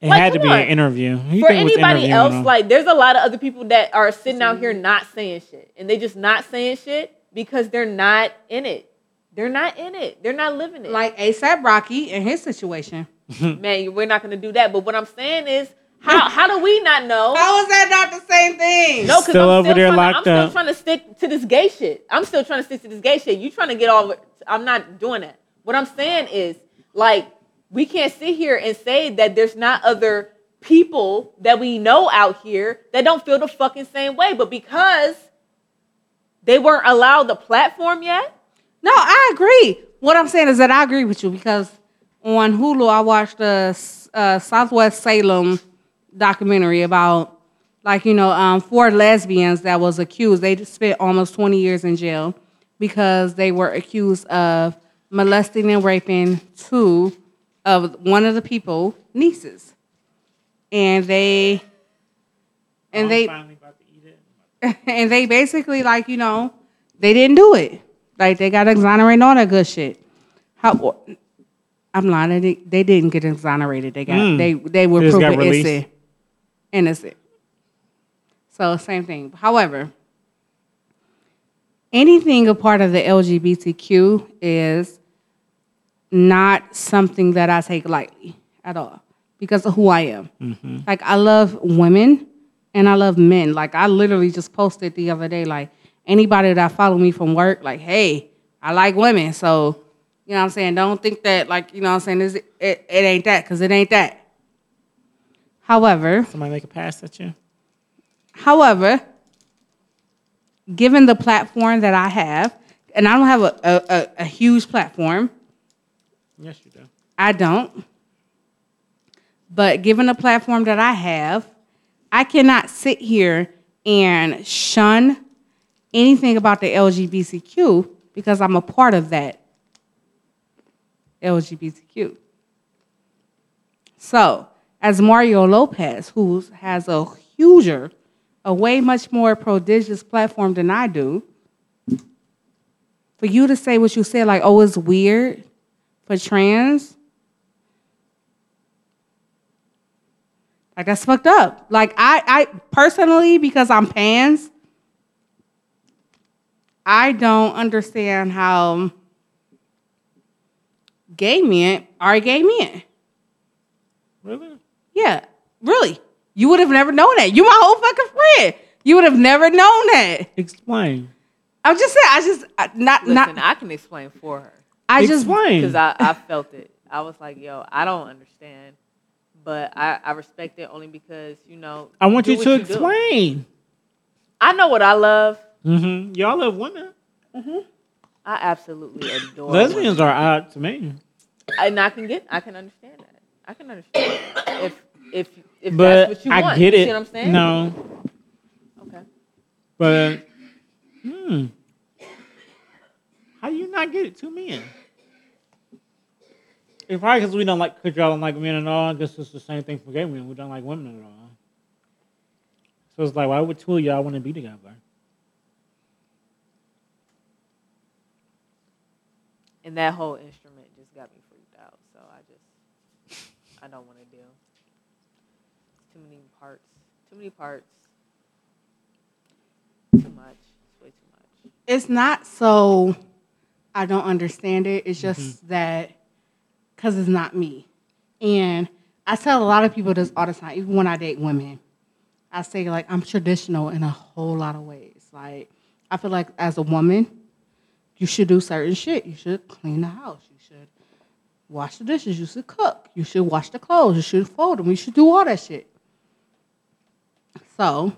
B: It
C: like,
B: had to
C: come
B: be
C: on.
B: an interview. You
C: for
B: think it was
C: anybody
B: interviewing
C: else,
B: him.
C: like there's a lot of other people that are sitting out here not saying shit, and they just not saying shit because they're not in it. They're not in it. They're not living it.
A: like ASAP Rocky and his situation.
C: man, we're not gonna do that. But what I'm saying is, how how do we not know?
A: How is that not the same thing?
C: No, because
B: Still
C: I'm
B: over
C: still
B: there
C: trying
B: locked
C: I'm still
B: up.
C: trying to stick to this gay shit. I'm still trying to stick to this gay shit. You trying to get all? I'm not doing that. What I'm saying is, like, we can't sit here and say that there's not other people that we know out here that don't feel the fucking same way. But because they weren't allowed the platform yet,
A: No, I agree. What I'm saying is that I agree with you because on Hulu I watched the uh, Southwest Salem documentary about like you know um, four lesbians that was accused. They spent almost 20 years in jail because they were accused of molesting and raping two of one of the people nieces, and they and
B: Oh
A: they <laughs> and they basically like you know they didn't do it like they got exonerated and all that good shit how i'm lying they, di- they didn't get exonerated they got
B: Mm.
A: they they were
B: They just got
A: proven
B: released.
A: innocent innocent so same thing however anything a part of the lgbtq is not something that I take lightly at all because of who I am.
B: Mm-hmm.
A: Like I love women and I love men. Like I literally just posted the other day, like anybody that follow me from work, like, hey, I like women. So, you know what I'm saying? Don't think that like, you know what I'm saying, this, it, it ain't that, because it ain't that. However,
B: Somebody make a pass at you.
A: However, given the platform that I have, and I don't have a, a, a, a huge platform,
B: Yes, you do.
A: I don't. But given the platform that I have, I cannot sit here and shun anything about the LGBTQ because I'm a part of that LGBTQ. So, as Mario Lopez, who has a huger, a way much more prodigious platform than I do, for you to say what you said, like, oh, it's weird for trans, like, that's fucked up. Like, I, I personally, because I'm pans, I don't understand how gay men are gay men.
B: Really?
A: Yeah, really. You would have never known that. You my whole fucking friend. You would have never known that.
B: Explain.
A: I'm just saying. I just I- not
C: listen,
A: not.
C: I can explain for her
A: I just
B: explain.
C: because I, I felt it. I was like, yo, I don't understand, but I, I respect it only because you know.
B: I want
C: do
B: you
C: what
B: to
C: do.
B: explain.
C: I know what I love.
B: Mm-hmm. Y'all love women.
C: I
B: <laughs>
C: absolutely adore
B: Lesbians
C: women.
B: are odd to me.
C: and I can get, I can understand that. I can understand that. if if if
B: But
C: that's what you
B: I
C: want.
B: get
C: you
B: it.
C: See what I'm saying?
B: No,
C: Okay.
B: but hmm. How you not get it? Two men. It's probably because we don't like because y'all don't like men at all. I guess it's the same thing for gay men. We don't like women at all. So it's like, why would two of y'all want to be together?
C: And that whole instrument just got me freaked out. So I just, I don't want to deal. Too many parts. Too many parts. Too much. It's way too much.
A: it's not so I don't understand it. It's just that because it's not me. And I tell a lot of people this all the time, even when I date women. I say, like, I'm traditional in a whole lot of ways. Like, I feel like as a woman, you should do certain shit. You should clean the house. You should wash the dishes. You should cook. You should wash the clothes. You should fold them. You should do all that shit. So,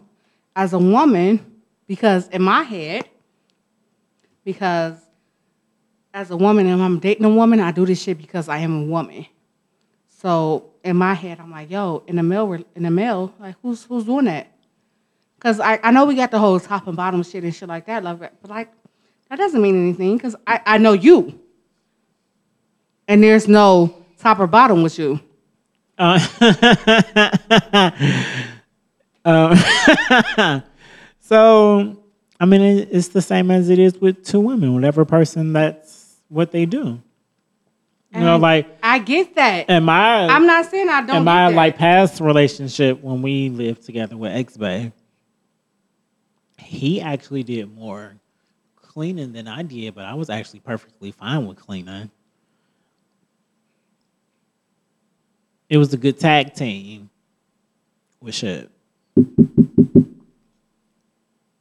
A: as a woman, because in my head, because as a woman, and I'm dating a woman, I do this shit because I am a woman. So in my head, I'm like, yo, in the male, re- in the male, like who's who's doing that? Cause I, I know we got the whole top and bottom shit and shit like that, love but like that doesn't mean anything because I, I know you. And there's no top or bottom with you.
B: Uh, <laughs> um, <laughs> so, I mean, it, it's the same as it is with two women. Whatever person, that's what they do. You know,
A: And
B: like,
A: I get that.
B: am I?
A: I'm not saying I don't
B: in
A: get
B: my
A: that.
B: like past relationship when we lived together with ex babe, he actually did more cleaning than I did, but I was actually perfectly fine with cleaning. It was a good tag team with shit.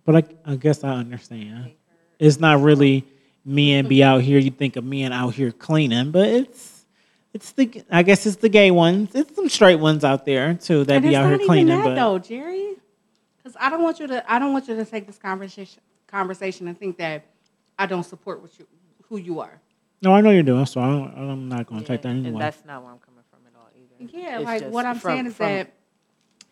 B: But I, I guess I understand. It's not really men be out here. You think of men out here cleaning, but it's it's the I guess it's the gay ones. It's some straight ones out there too that
A: And
B: be
A: it's
B: out here
A: not even
B: cleaning.
A: that
B: but
A: though, Jerry. Because I don't want you to. I don't want you to take this conversation conversation and think that I don't support what you who you are.
B: no, I know you're doing. So I don't, I'm not going to take that
C: And-
B: anyway.
C: And that's not where I'm coming from at all either.
A: Yeah,
C: It's
A: like
C: just
A: what I'm
C: from-
A: saying is
C: from-
A: that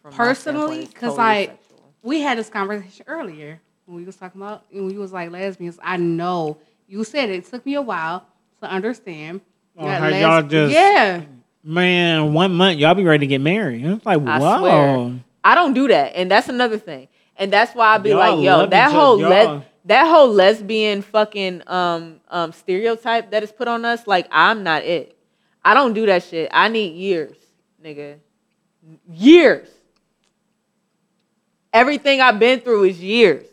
C: from my
A: personally,
C: standpoint, it's
A: because
C: totally
A: like
C: sexual.
A: we had this conversation earlier when we was talking about when you was like lesbians. I know you said it, took me a while to understand.
B: Oh,
A: that
B: how y'all just-
A: yeah.
B: Man, one month y'all be ready to get married. And it's like
C: I
B: whoa. <laughs>
C: swear. I don't do that, and that's another thing. And that's why I be
B: Y'all
C: like, yo,
B: love
C: that
B: each
C: whole
B: other, y'all.
C: le- that whole lesbian fucking um um stereotype that is put on us, like I'm not it. I don't do that shit. I need years, nigga. Years. Everything I've been through is years.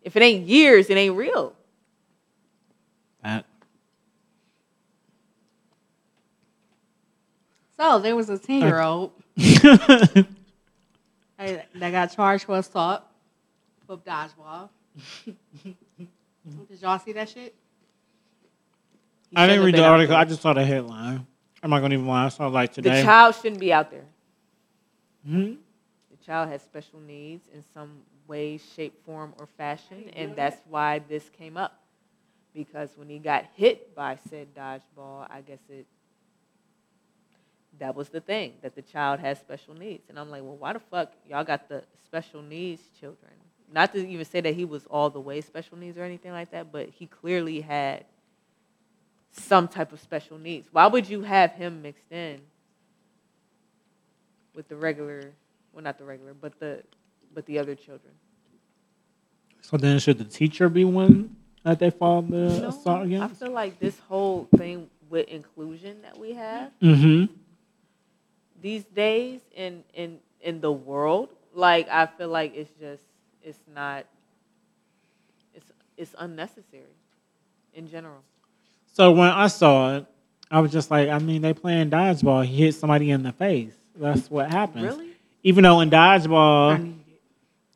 C: If it ain't years, it ain't real.
B: That-
A: So there was a ten year
B: <laughs>
A: old that that got charged for assault for dodgeball.
B: <laughs>
A: Did y'all see that shit?
C: He
B: I didn't
C: shouldn't
B: read the
C: have been out
B: article.
C: there.
B: I just saw the headline. I'm not going to even lie. I saw like
C: the
B: today.
C: child shouldn't be out there.
B: Mhm.
C: The child has special needs in some way, shape, form, or fashion, and that's why this came up. Because when he got hit by said dodgeball, I guess it that was the thing that the child has special needs, and I'm like, well, why the fuck y'all got the special needs children? Not to even say that he was all the way special needs or anything like that, but he clearly had some type of special needs. Why would you have him mixed in with the regular well not the regular but the but the other children
B: So then, should the teacher be one that they fall the assault
C: i
B: against?
C: feel like this whole thing with inclusion that we have
B: Mm-hmm.
C: these days in in in the world like i feel like it's just it's not it's it's unnecessary in general
B: So when I saw it, I was just like, I mean, they playing dodgeball. He hit somebody in the face. That's what happens.
C: really
B: Even though in
A: I
B: dodgeball,
A: need it.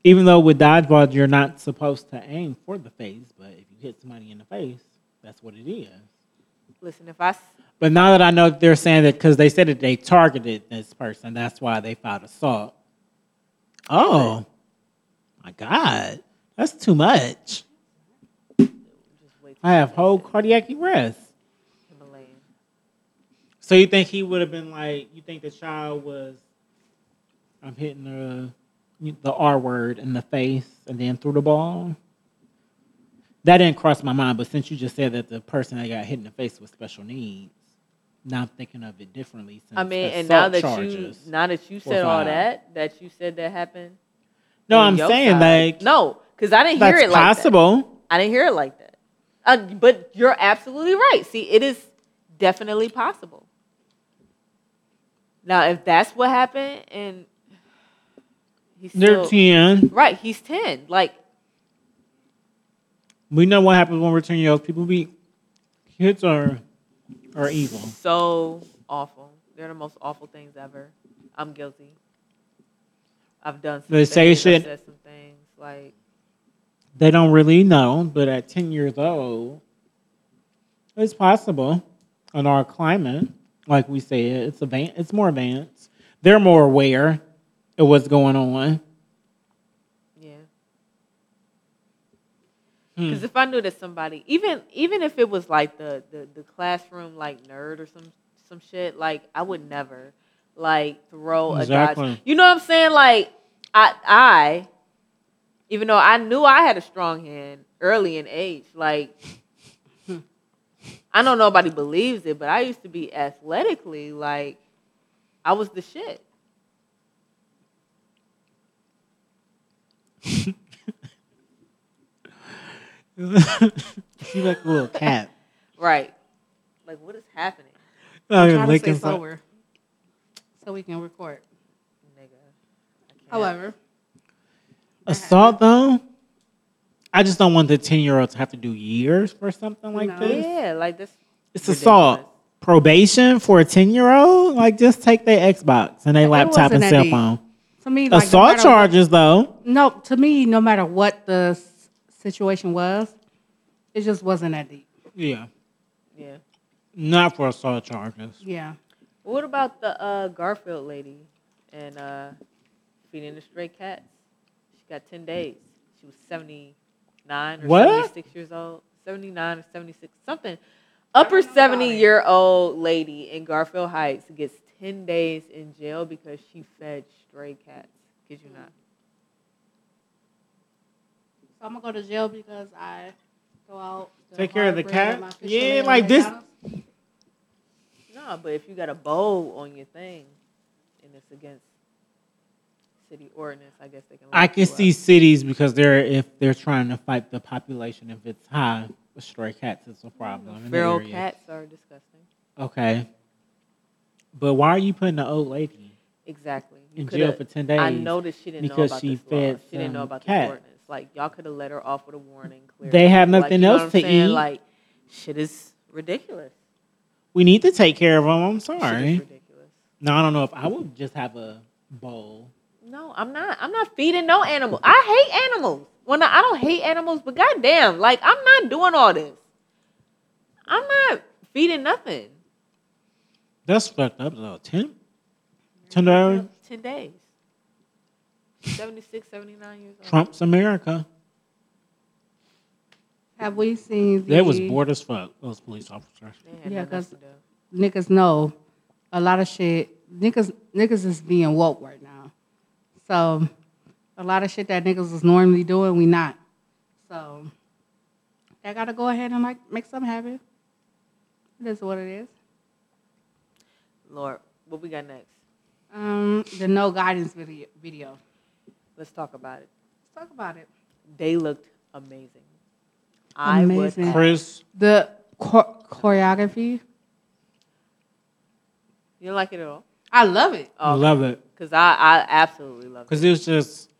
B: even though with dodgeball you're not supposed to aim for the face, but if you hit somebody in the face, that's what it is.
C: listen if i s-
B: But now that I know that they're saying that because they said that they targeted this person, that's why they filed assault. Oh, my God, that's too much.
C: just wait
B: I have whole cardiac arrest.
C: till Himalayan.
B: So you think he would have been like? You think the child was? I'm hitting the the R word in the face and then threw the ball. That didn't cross my mind, but since you just said that the person that got hit in the face was special needs, Now I'm thinking of it differently. Since
C: I mean, and
B: assault
C: now that
B: charges.
C: you now that you
B: were
C: said all
B: filed.
C: that, that you said that happened.
B: no,
C: on
B: I'm
C: your
B: saying
C: side-
B: like
C: no, because I didn't hear
B: that's
C: it like that.
B: possible.
C: I didn't hear it like that. Uh, but you're absolutely right. See, it is definitely possible. Now, if that's what happened, and he's
B: They're
C: still,
B: ten.
C: right, he's ten. Like
B: We know what happens when we're ten year olds. People be kids are are evil.
C: so awful. They're the most awful things ever. I'm guilty. I've done some
B: They say
C: things,
B: shit-
C: I've said some things like
B: They don't really know, but at ten years old, it's possible. In our climate, like we said, it's advanced. It's more advanced. They're more aware of what's going
A: <laughs>
B: on.
C: yeah.
B: Hmm.
C: Because if I knew that somebody, even even if it was like the, the the classroom like nerd or some some shit, like I would never like throw a dodge.
B: Exactly.
C: You know what I'm saying? Like I I, even though I knew I had a strong hand early in age, like I know nobody believes it, but I used to be athletically like I was the shit.
B: She like a
A: <laughs>
B: little cat.
C: Right. Like what is happening,
B: Oh,
A: Try to stay
B: licking some-
A: sober so we can record.
C: nigga? I can't.
A: However,
B: assault though. I just don't want the ten year old to have to do years for something like
A: No.
B: this.
C: Yeah, like this.
B: It's assault.
C: ridiculous.
B: Probation for a ten year old? Like just take their Xbox and their
A: It
B: laptop
A: wasn't
B: and
A: that
B: cell
A: deep.
B: phone.
A: to me, like, no
B: assault
A: matter-
B: charges though.
A: No, to me, no matter what the s- situation was, it just wasn't that deep.
B: Yeah.
C: Yeah.
B: Not for assault charges.
A: Yeah.
C: What about the uh, Garfield lady and uh, feeding the stray cats? She got 10 days. She was 79 or
B: What?
C: 76 years old. 79 or 76, something. Upper 70 year old lady in Garfield Heights gets 10 days in jail because she fed stray cats. Kid you not?
A: So I'm gonna go to jail because I go out. to
B: Take care of the
A: Harvard and
B: cat?
A: my fish
B: Yeah,
A: fillet
B: like
A: at
B: this-
A: McDonald's?
C: No, but if you got a bowl on your thing and it's against city ordinance, I guess they can.
B: I
C: lock
B: can
C: you
B: see
C: up.
B: cities because they're if they're trying to fight the population if it's high, stray cats is a problem. in the
C: Mm-hmm. Feral
B: area.
C: cats are disgusting.
B: Okay. But why are you putting the old lady
C: Exactly. You
B: in
C: coulda-
B: jail for ten days?
C: I know that she didn't
B: because
C: know about
B: she
C: this law.
B: fed
C: She didn't know
B: some
C: about
B: cat.
C: this ordinance. Like y'all could have let her off with a warning. Clearly.
B: They have
C: Like,
B: nothing
C: you know
B: else
C: what I'm
B: to
C: saying?
B: eat.
C: Like shit is ridiculous.
B: We need to take care of them. I'm
C: Shit is
B: sorry.
C: ridiculous.
B: No, I don't know if I would just have a bowl.
C: No, I'm not. I'm not feeding no animal. I hate animals. Well, no, I don't hate animals, but goddamn, like I'm not doing all this. I'm not feeding nothing.
B: That's fucked up though. Ten? Ten dollars?
C: Ten days. 76, 79 years old.
B: Trump's America.
A: Have we seen? The,
B: They was bored as fuck, those police officers.
C: They had
A: Yeah,
C: nothing else
A: 'cause-
C: to do.
A: Niggas know a lot of shit. Niggas, niggas is being woke right now, so a lot of shit that niggas was normally doing, we not. So I gotta go ahead and like make something happen. It is what it is.
C: Lord, what we got next?
A: Um, the no guidance video. Video.
C: Let's talk about it.
A: Let's talk about it.
C: They looked amazing. I was
A: Amazing.
C: you
B: Chris,
A: The cho- choreography.
C: didn't like it at all
A: I love it.
C: Oh.
B: I love it.
C: because I, I absolutely love it.
B: Because it was just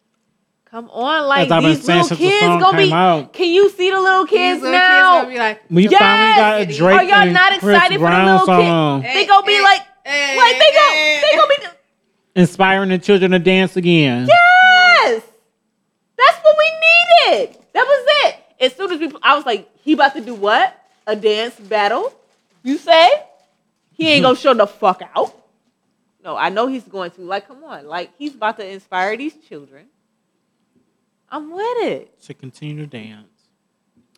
C: Come on, like
B: As I've been
C: these
B: saying
C: little
B: since the
C: kids
B: song
C: gonna be.
B: came out.
C: Can you see the little kids
A: These little
C: now?
A: gonna be like,
B: we
C: Yes!
B: finally got a Drake
C: Are y'all
B: and
C: not
B: Chris
C: excited for the
B: Brown
C: little kid?
B: song.
C: they gonna be
A: Eh,
C: like,
A: eh,
C: like they gonna,
A: eh.
C: they gonna be.
B: Inspiring the children to dance again.
C: Yes, that's what we needed. That was it. As soon as we, I was like, he about to do what? A dance battle? You say? He
B: <laughs>
C: ain't gonna show the fuck out. No, I know he's going to. Like, come on, like he's about to inspire these children. I'm with it.
B: To continue to dance.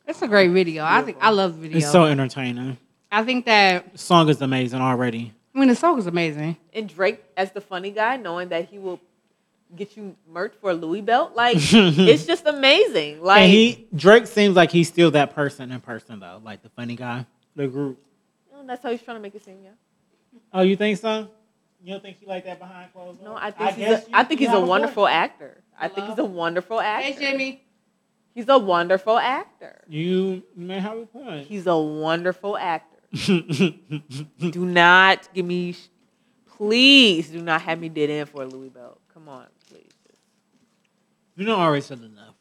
A: It's a great video. I think I love the video.
B: It's so entertaining.
A: I think that
B: The song is amazing already.
A: I mean the song is amazing.
C: And Drake as the funny guy, knowing that he will get you merch for a Louis
B: <laughs>
C: belt, like it's just amazing. Like
B: and he Drake seems like he's still that person in person though, like the funny guy, the group.
C: that's how he's trying to make it seem. Yeah,
B: Oh, you think so? You don't think he like that behind closed
C: No,
B: doors?
C: I think he's
B: guess
C: a,
B: you-
C: I think
B: you
C: he's a
B: have
C: wonderful
B: point.
C: actor. I think he's a
B: Hello?
C: wonderful
A: Hey,
C: actor.
A: Jimmy.
C: He's a wonderful actor.
B: You may have a point.
C: He's a wonderful actor. Do not give me, sh- please do not have me dead in for a Louis Belt. Come on, please.
B: <laughs> You know, already said enough.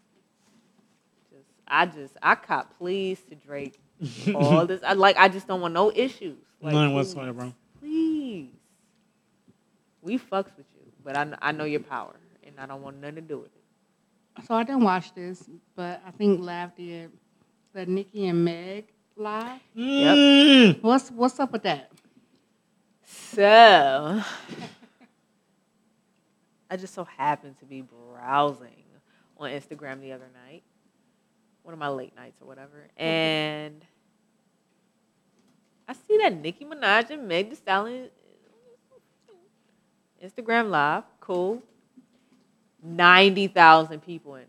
C: Just, I just, I cop please to Drake.
B: <laughs>
C: All this, I like, I just don't want no issues. Like,
B: None
C: please,
B: whatsoever, bro.
C: Please, we fucks with you, but I, kn- I know your power, and I don't want nothing to do with it.
A: So I didn't watch this, but I think Lav did the Nikki and Meg live.
B: Mm.
A: What's what's up with that?
C: So, <laughs> I just so happened to be browsing on Instagram the other night, one of my late nights or whatever, and I see that Nicki Minaj and Meg Thee Stallion Instagram live, cool. Ninety thousand people in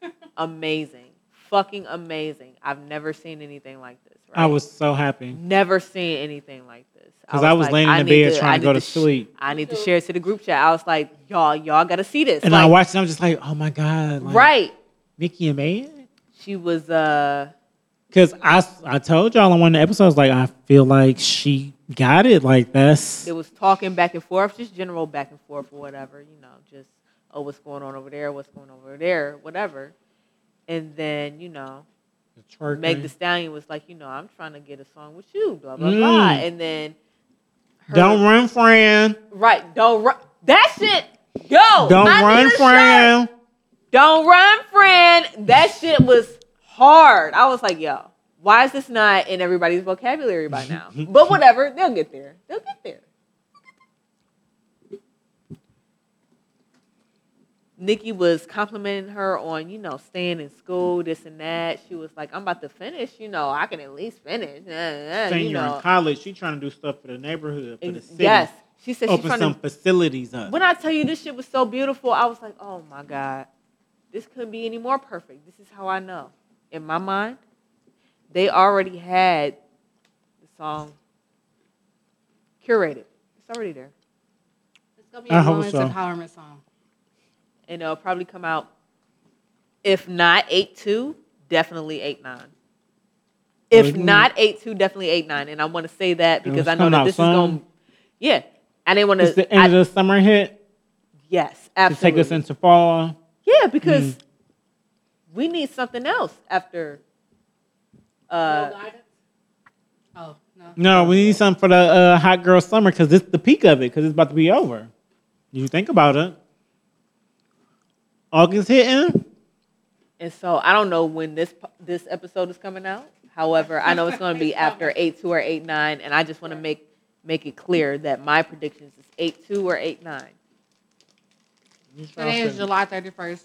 C: there, amazing, fucking amazing. I've never seen anything like this. Right?
B: I was so happy.
C: never seen anything like this.
B: Because I was
C: like,
B: laying in
C: I
B: the
C: need
B: bed trying
C: I
B: to go to
C: need
B: sleep.
C: Sh- I need to share it to the group chat. I was like, y'all, y'all gotta see this.
B: And I
C: Like,
B: watched it, I'm just like, oh my God. Like,
C: right.
B: Mickey and Meg?
C: She was uh
B: Because I, I told y'all on one of the episodes, like, I feel like she got it. Like, that's.
C: it was talking back and forth, just general back and forth or whatever, you know, just oh what's going on over there, what's going on over there, whatever. And then, you know,
B: twerking.
C: Meg the Stallion was like, you know, I'm trying to get a song with you, blah blah
B: Mm.
C: blah. And then her-
B: Don't run, friend.
C: right, don't run that shit. Yo,
B: Don't
C: I need a
B: run,
C: shirt.
B: friend.
C: Don't run, friend. That shit was hard. I was like, yo, why is this not in everybody's vocabulary
B: <laughs>
C: by now? but whatever, they'll get there. They'll get there. Nikki was complimenting her on, you know, staying in school, this and that. She was like, I'm about to finish, you know, I can at least finish. uh, uh,
B: Saying
C: you
B: you're
C: know.
B: in college, she trying to do stuff for the neighborhood, for the
C: Ex-
B: city.
C: Yes. She said she's
B: Open
C: trying
B: some
C: to
B: facilities up.
C: when I tell you this shit was so beautiful, I was like, oh my God, this couldn't be any more perfect. This is how I know. In my mind, they already had the song curated. It's already there.
A: It's gonna be
B: I
A: a
B: hope
A: woman's
B: so.
A: empowerment song.
C: And it'll probably come out, if not 8-2, definitely 8-9. If
B: Mhm.
C: not 8-2, definitely 8-9. And I want to say that
B: And
C: because
B: it's
C: I know
B: coming
C: that
B: out
C: this
B: soon?
C: is going to, yeah. I didn't want
B: it's the end
C: to,
B: of the summer hit
C: yes,
B: to take
C: absolutely.
B: us into fall.
C: Yeah, because
B: Mm.
C: we need something else after. Uh,
A: oh no.
B: No, we need something for the uh, hot girl summer because it's the peak of it because it's about to be over. You think about it. August hitting.
C: and so I don't know when this po- this episode is coming out. However, I know it's going to be after eight two or eight nine, and I just want to make make it clear that my predictions is eight two or eight nine.
A: Today is July thirty first.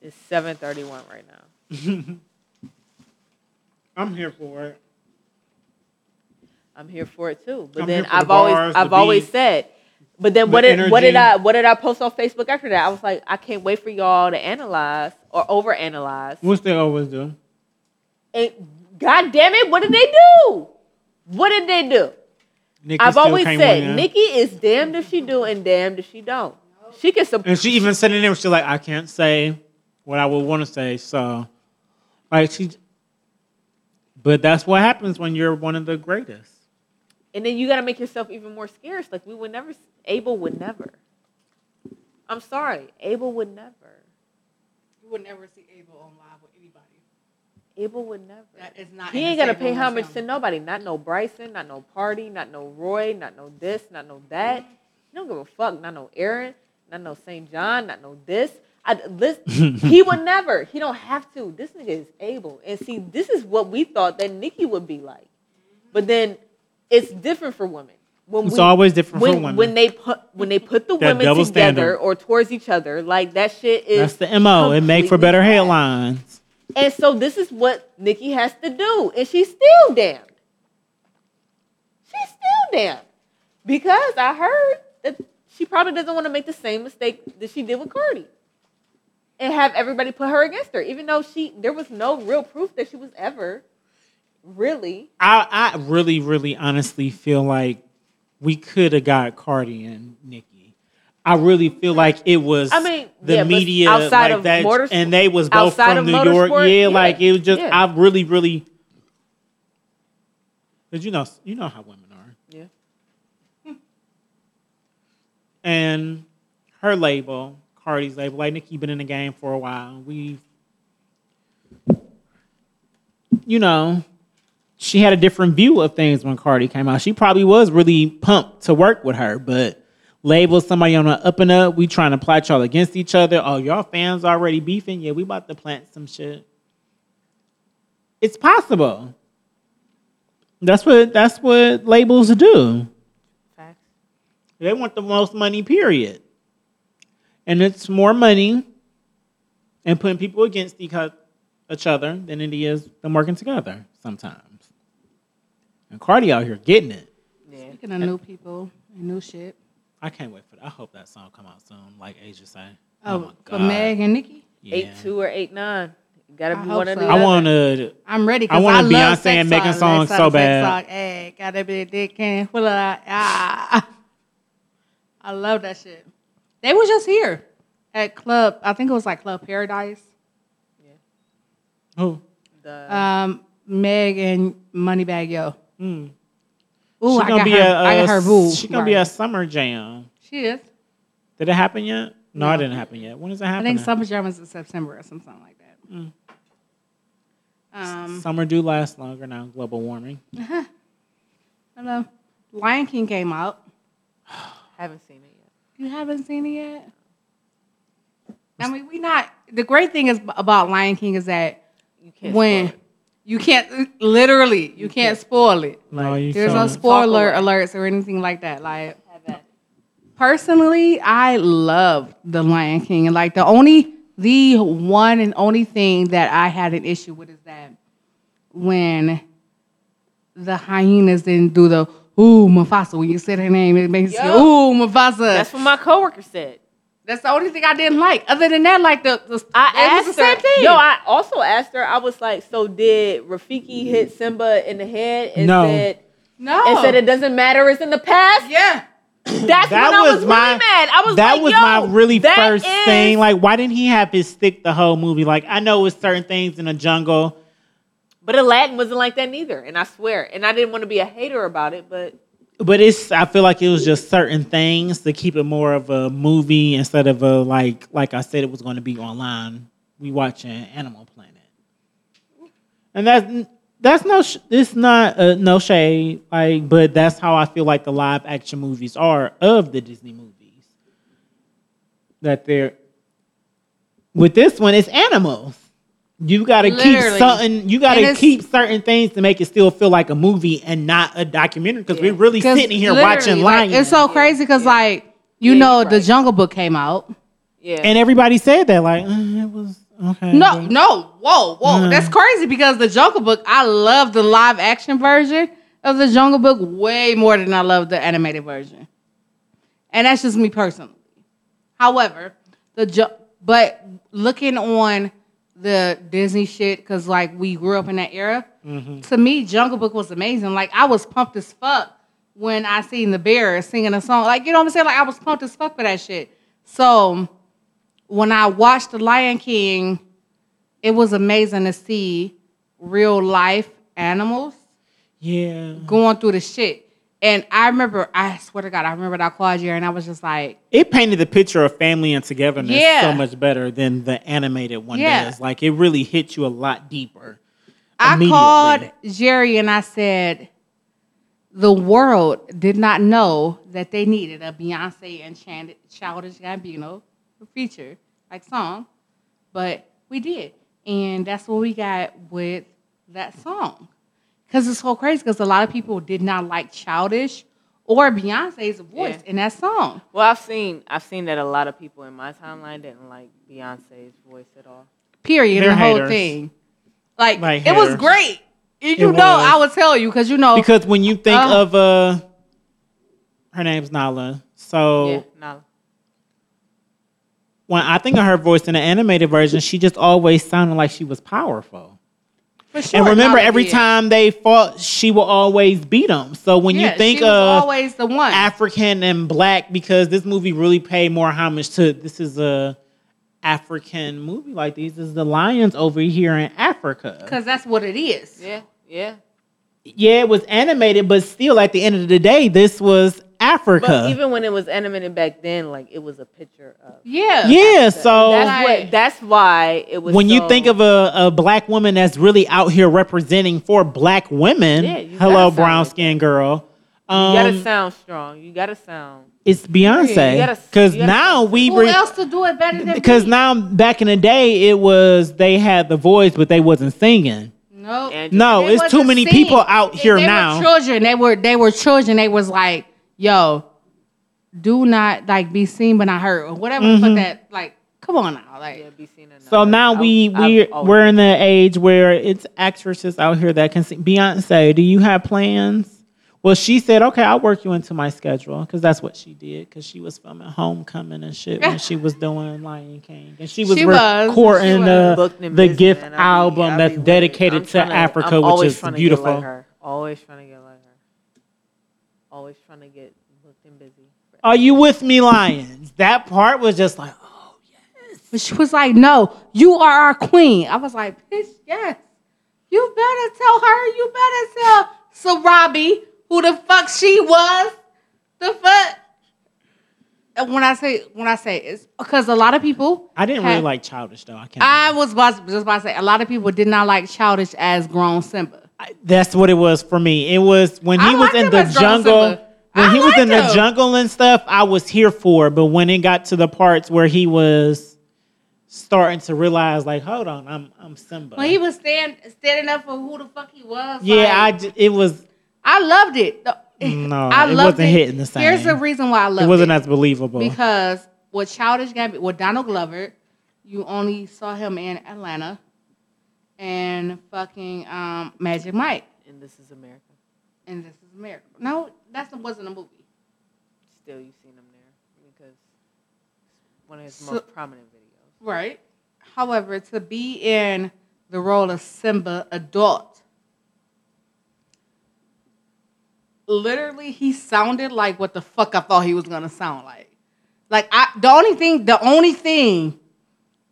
C: It's seven thirty one right now.
B: I'm here for it.
C: I'm here for it too. But
B: I'm here
C: then
B: for the
C: I've always
B: bars, the
C: I've always
B: beats,
C: said. But then
B: the
C: what did what did
B: energy.
C: I what did I post on Facebook after that? I was like, I can't wait for y'all to analyze or overanalyze.
B: Which they always do.
C: And God damn it, what did they do? What did they do?
B: Nikki
C: I've
B: still
C: always
B: can't
C: said
B: win.
C: Nikki is damned if she do and damned if she don't. She can
B: And
C: support.
B: she even said in there, she's like, I can't say what I would want to say. So, like, she. But that's what happens when you're one of the greatest.
C: And then you got to make yourself even more scarce. Like we would never. Abel would never. I'm sorry, Abel would never.
A: You would never see Abel on live with anybody.
C: Abel would never.
A: That is not.
C: He ain't gotta pay homage to nobody. Not no Bryson. Not no Party. Not no Roy. Not no this. Not no that. He don't give a fuck. Not no Aaron. Not no St. John. Not no this. I,
B: <laughs>
C: this he would never. He don't have to. This nigga is able. And see, this is what we thought that Nikki would be like. But then it's different for women. When
B: It's always different for
C: when,
B: women.
C: When they put when they put the
B: That
C: women
B: double
C: together
B: standard.
C: or towards each other, like that shit is
B: That's the MO. It make for
C: completely
B: better
C: trash.
B: headlines.
C: And so this is what Nikki has to do. And she's still damned. She's still damned. Because I heard that she probably doesn't want to make the same mistake that she did with Cardi. And have everybody put her against her, even though she there was no real proof that she was ever Really?
B: I, I really, really honestly feel like we could have got Cardi and Nicki. I really feel like it was
C: I mean,
B: the
C: yeah, but
B: media
C: outside
B: like
C: of
B: that
C: motors-
B: and they was both
C: outside
B: from
C: of
B: New York. Yeah,
C: motorsport, yeah,
B: like it was just
C: yeah.
B: I really, really because you know you know how women are.
C: Yeah.
B: And her label, Cardi's label, like Nicki been in the game for a while. We you know, she had a different view of things when Cardi came out. She probably was really pumped to work with her, but label somebody on the up and up. We trying to plot y'all against each other. Oh, y'all fans already beefing. Yeah, we about to plant some shit. It's possible. That's what that's what labels do.
C: Facts.
B: They want the most money, period. And it's more money and putting people against each oth- each other than it is them working together sometimes. And Cardi out here getting it.
C: Yeah.
A: Speaking of new people and new shit.
B: I can't wait for that. I hope that song come out soon, like Asia say.
A: Oh, for Meg and Nikki.
B: Yeah.
C: Eight two or eight nine. You gotta
A: I
C: be
A: hope
C: one of
A: so.
C: the
B: I
C: other.
B: want to.
A: I'm ready. 'cause
B: I want a
A: love
B: Beyonce
A: sex
B: and Megan
A: Let's
B: song
A: talk
B: so
A: sex
B: bad.
A: talk. Hey, gotta be a dick and pull it out. Ah. <laughs> I love that shit. They was just here at club. I think it was like Club Paradise.
B: Oh,
C: the
A: Um, Meg and Moneybag Yo.
B: mm.
A: Ooh,
B: She
A: I got,
B: be
A: her,
B: a,
A: I got
B: uh,
A: her boo.
B: She gonna be a summer jam.
A: She is.
B: Did it happen yet? No, it
A: No.
B: didn't happen yet. When does it
A: I
B: happen?
A: think Summer Jam is in September or something like that.
B: Mm.
A: Um,
B: summer do last longer now. Global warming.
A: I know. uh, Lion King came out.
C: haven't seen it yet.
A: You haven't seen it yet. I mean, we not. The great thing is about Lion King is that
C: You can't
A: when
C: spoil it.
A: you can't literally you, can't, spoil it.
B: No, you
A: There's no
B: showing.
A: spoiler
C: Talk
A: alerts or anything like that. Like
C: Have that.
A: personally, I love The Lion King, and like the only, the one and only thing that I had an issue with is that when the hyenas didn't do the ooh Mufasa when you said her name, it makes you
C: Yup.
A: ooh Mufasa.
C: That's what my coworker said.
A: That's the only thing I didn't like. Other than that, like the, the
C: I
A: it
C: asked
A: was the
C: her.
A: same thing.
C: Yo, I also asked her. I was like, "So did Rafiki hit Simba in the head and
B: No.
C: said
A: no,
C: and said it doesn't matter? It's in the past."
A: yeah.
C: That's
B: That
C: when I
B: was
C: was
B: my-
C: really mad. I was
B: that
C: like,
B: was
C: "Yo,
B: my really
C: that
B: first
C: is-
B: thing. Like, why didn't he have his stick the whole movie? Like, I know it's certain things in the jungle.
C: but Aladdin wasn't like that neither, and I swear. And I didn't want to be a hater about it, but
B: But it's I feel like it was just certain things to keep it more of a movie instead of a like like I said it was going to be online. We watching Animal Planet, and that's that's no sh- it's not uh, no shade like, but that's how I feel like the live action movies are of the Disney movies. That they're with this one, it's animals. You got to keep
A: Literally.
B: something. You got
A: And
B: to
A: it's-
B: keep certain things to make it still feel like a movie and not a documentary because we're really
A: 'Cause
B: sitting here
A: literally,
B: watching
A: like,
B: Lion.
A: It's so crazy because like you
C: Yeah,
A: know
C: you're
A: the
C: right.
A: Jungle Book came out.
C: yeah.
B: and everybody said that like "Uh, it was okay.
A: No,
B: but-
A: no, whoa, whoa,
B: Mm.
A: that's crazy because the Jungle Book. I love the live action version of the Jungle Book way more than I love the animated version, and that's just me personally. However, the ju- but looking on the Disney shit because like we grew up in that era. To me, Jungle Book was amazing. Like I was pumped as fuck when I seen the bear singing a song. Like you know what I'm saying? Like I was pumped as fuck for that shit. So when I watched The Lion King, it was amazing to see real life animals
B: yeah,
A: going through the shit. And I remember, I swear to God, I remember I called you and I was just like,
B: it painted the picture of family and togetherness
A: Yeah.
B: so much better than the animated one
A: Yeah.
B: does. Like it really hits you a lot deeper.
A: I
B: immediately.
A: called Jerry and I said, the world did not know that they needed a Beyonce and Chan- Childish Gambino feature, like song, but we did. And that's what we got with that song. Because it's so crazy because a lot of people did not like Childish or Beyonce's voice
C: Yeah.
A: in that song.
C: well, I've seen I've seen that a lot of people in my timeline didn't like Beyonce's voice at all.
A: Period.
B: They're
A: the whole
B: haters.
A: thing. Like,
B: Like
A: it was
B: haters.
A: great. And You
B: It
A: know, I
B: was.
A: would tell you because you know.
B: Because when you think
A: Uh.
B: of uh, her name's Nala, so.
C: Yeah, no.
B: when I think of her voice in the animated version, she just always sounded like she was powerful.
A: For sure,
B: and remember,
A: Nala
B: every
A: did.
B: time they fought, she will always beat them. So when
A: Yeah,
B: you think
A: she was
B: of
A: always the one.
B: African and black, because this movie really paid more homage to this is a African movie. Like these is the lions over here in Africa.
A: Because that's what it is.
C: Yeah, yeah.
B: Yeah, it was animated, but still, at the end of the day, this was Africa.
C: But even when it was animated back then, like it was a picture of.
A: Yeah.
B: yeah, so
C: That's
A: Right.
C: what. That's why it was.
B: when you
C: so-
B: think of a, a black woman that's really out here representing for black women,
C: Yeah, you gotta
B: hello
C: sound
B: brown
C: like
B: skinned girl.
C: you gotta
B: Um,
C: sound strong. You gotta sound.
B: it's
C: you
B: Beyonce
C: gotta-
B: because
C: you gotta-
B: now we
A: Who
B: re-
A: else to do it better than
B: because
A: me?
B: now back in the day it was they had the voice but they wasn't singing.
A: no,
C: And-
B: No,
A: They
B: it's too
A: wasn't
B: many
A: singing.
B: people out
A: They-
B: here
A: they
B: now.
A: Were children, they were they were children. They was like, yo, do not like be seen but not heard or whatever. the
B: Mm-hmm.
A: fuck that like, come on now, like
C: Yeah, be seen enough.
B: so now we
C: I've- I've
B: we
C: always-
B: we're in the age where it's actresses out here that can sing. Beyonce, do you have plans? Well, she said, "Okay, I'll work you into my schedule," because that's what she did. Because she was filming Homecoming and shit when she was doing Lion King, and she was
A: She was, she was.
B: recording the
C: Booked in
B: the
C: business,
B: Gift
C: man. I be- I
B: album
C: be
B: that's
C: with it.
B: dedicated
C: I'm
B: to
C: tryna- I'm
B: Africa, which
C: always
B: is
C: tryna get
B: beautiful.
C: like her. Always trying to get like her. Always trying to get booked and busy.
B: Are you with me, Lions? That part was just like, oh,
A: But she was like, "No, you are our queen." I was like, "Bitch, yes. You better tell her. You better tell <laughs> Sarabi who the fuck she was. The fuck." And when I say when I say it's because a lot of people
B: I didn't
A: had-
B: really like Childish though. I can't.
A: I was about, just about to say a lot of people did not like childish as grown Simba.
B: I- that's what it was for me. It was when he
A: I
B: was
A: liked
B: in
A: him
B: the
A: as Drunk
B: jungle.
A: Simba.
B: When
A: I
B: he was
A: liked
B: in the
A: him.
B: jungle and stuff, I was here for. it. But when it got to the parts where he was starting to realize, like, hold on, I'm I'm Simba.
A: When he was stand, standing up for who the fuck he was.
B: yeah, I
A: like,
B: j- it was
A: I loved it. The-
B: No,
A: <laughs> I
B: it
A: loved
B: wasn't hitting the same.
A: Here's the reason why I loved
B: it
A: it.
B: wasn't as believable.
A: because with Childish Gambit, with Donald Glover, you only saw him in Atlanta and fucking um, Magic Mike,
C: And this is America.
A: and This Is America. No, that wasn't a movie.
C: Still, you've seen him there because it's one of his
A: So-
C: most prominent videos.
A: Right. However, to be in the role of Simba adult, literally he sounded like what the fuck I thought he was gonna sound like. Like I the only thing the only thing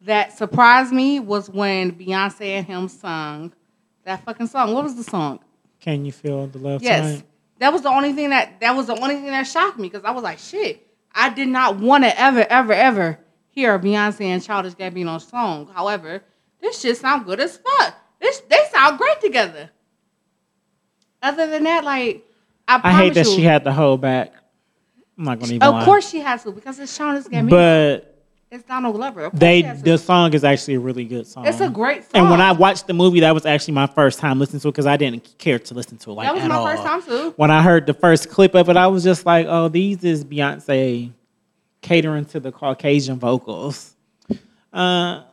A: that surprised me was when Beyonce and him sung that fucking song. What was the song?
B: Can you feel the love?
A: Yes.
B: tonight?
A: That was the only thing that that was the only thing that shocked me because I was like, shit, I did not want to ever, ever, ever hear a Beyonce and Childish Gambino song. However, this shit sound good as fuck. This they sound great together. Other than that, like I,
B: I
A: promise
B: hate that
A: you,
B: she had to hold back. I'm not gonna even.
A: Of
B: lie.
A: course she has to because it's Childish Gambino.
B: but
A: it's Donald Glover. Of course
B: they
A: she has to.
B: the song is actually a really good song.
A: It's a great song.
B: And when I watched the movie, that was actually my first time listening to it because I didn't care to listen to it like
A: that was
B: at
A: my
B: all.
A: first time too.
B: When I heard the first clip of it, I was just like, "Oh, these is Beyonce catering to the Caucasian vocals." Uh,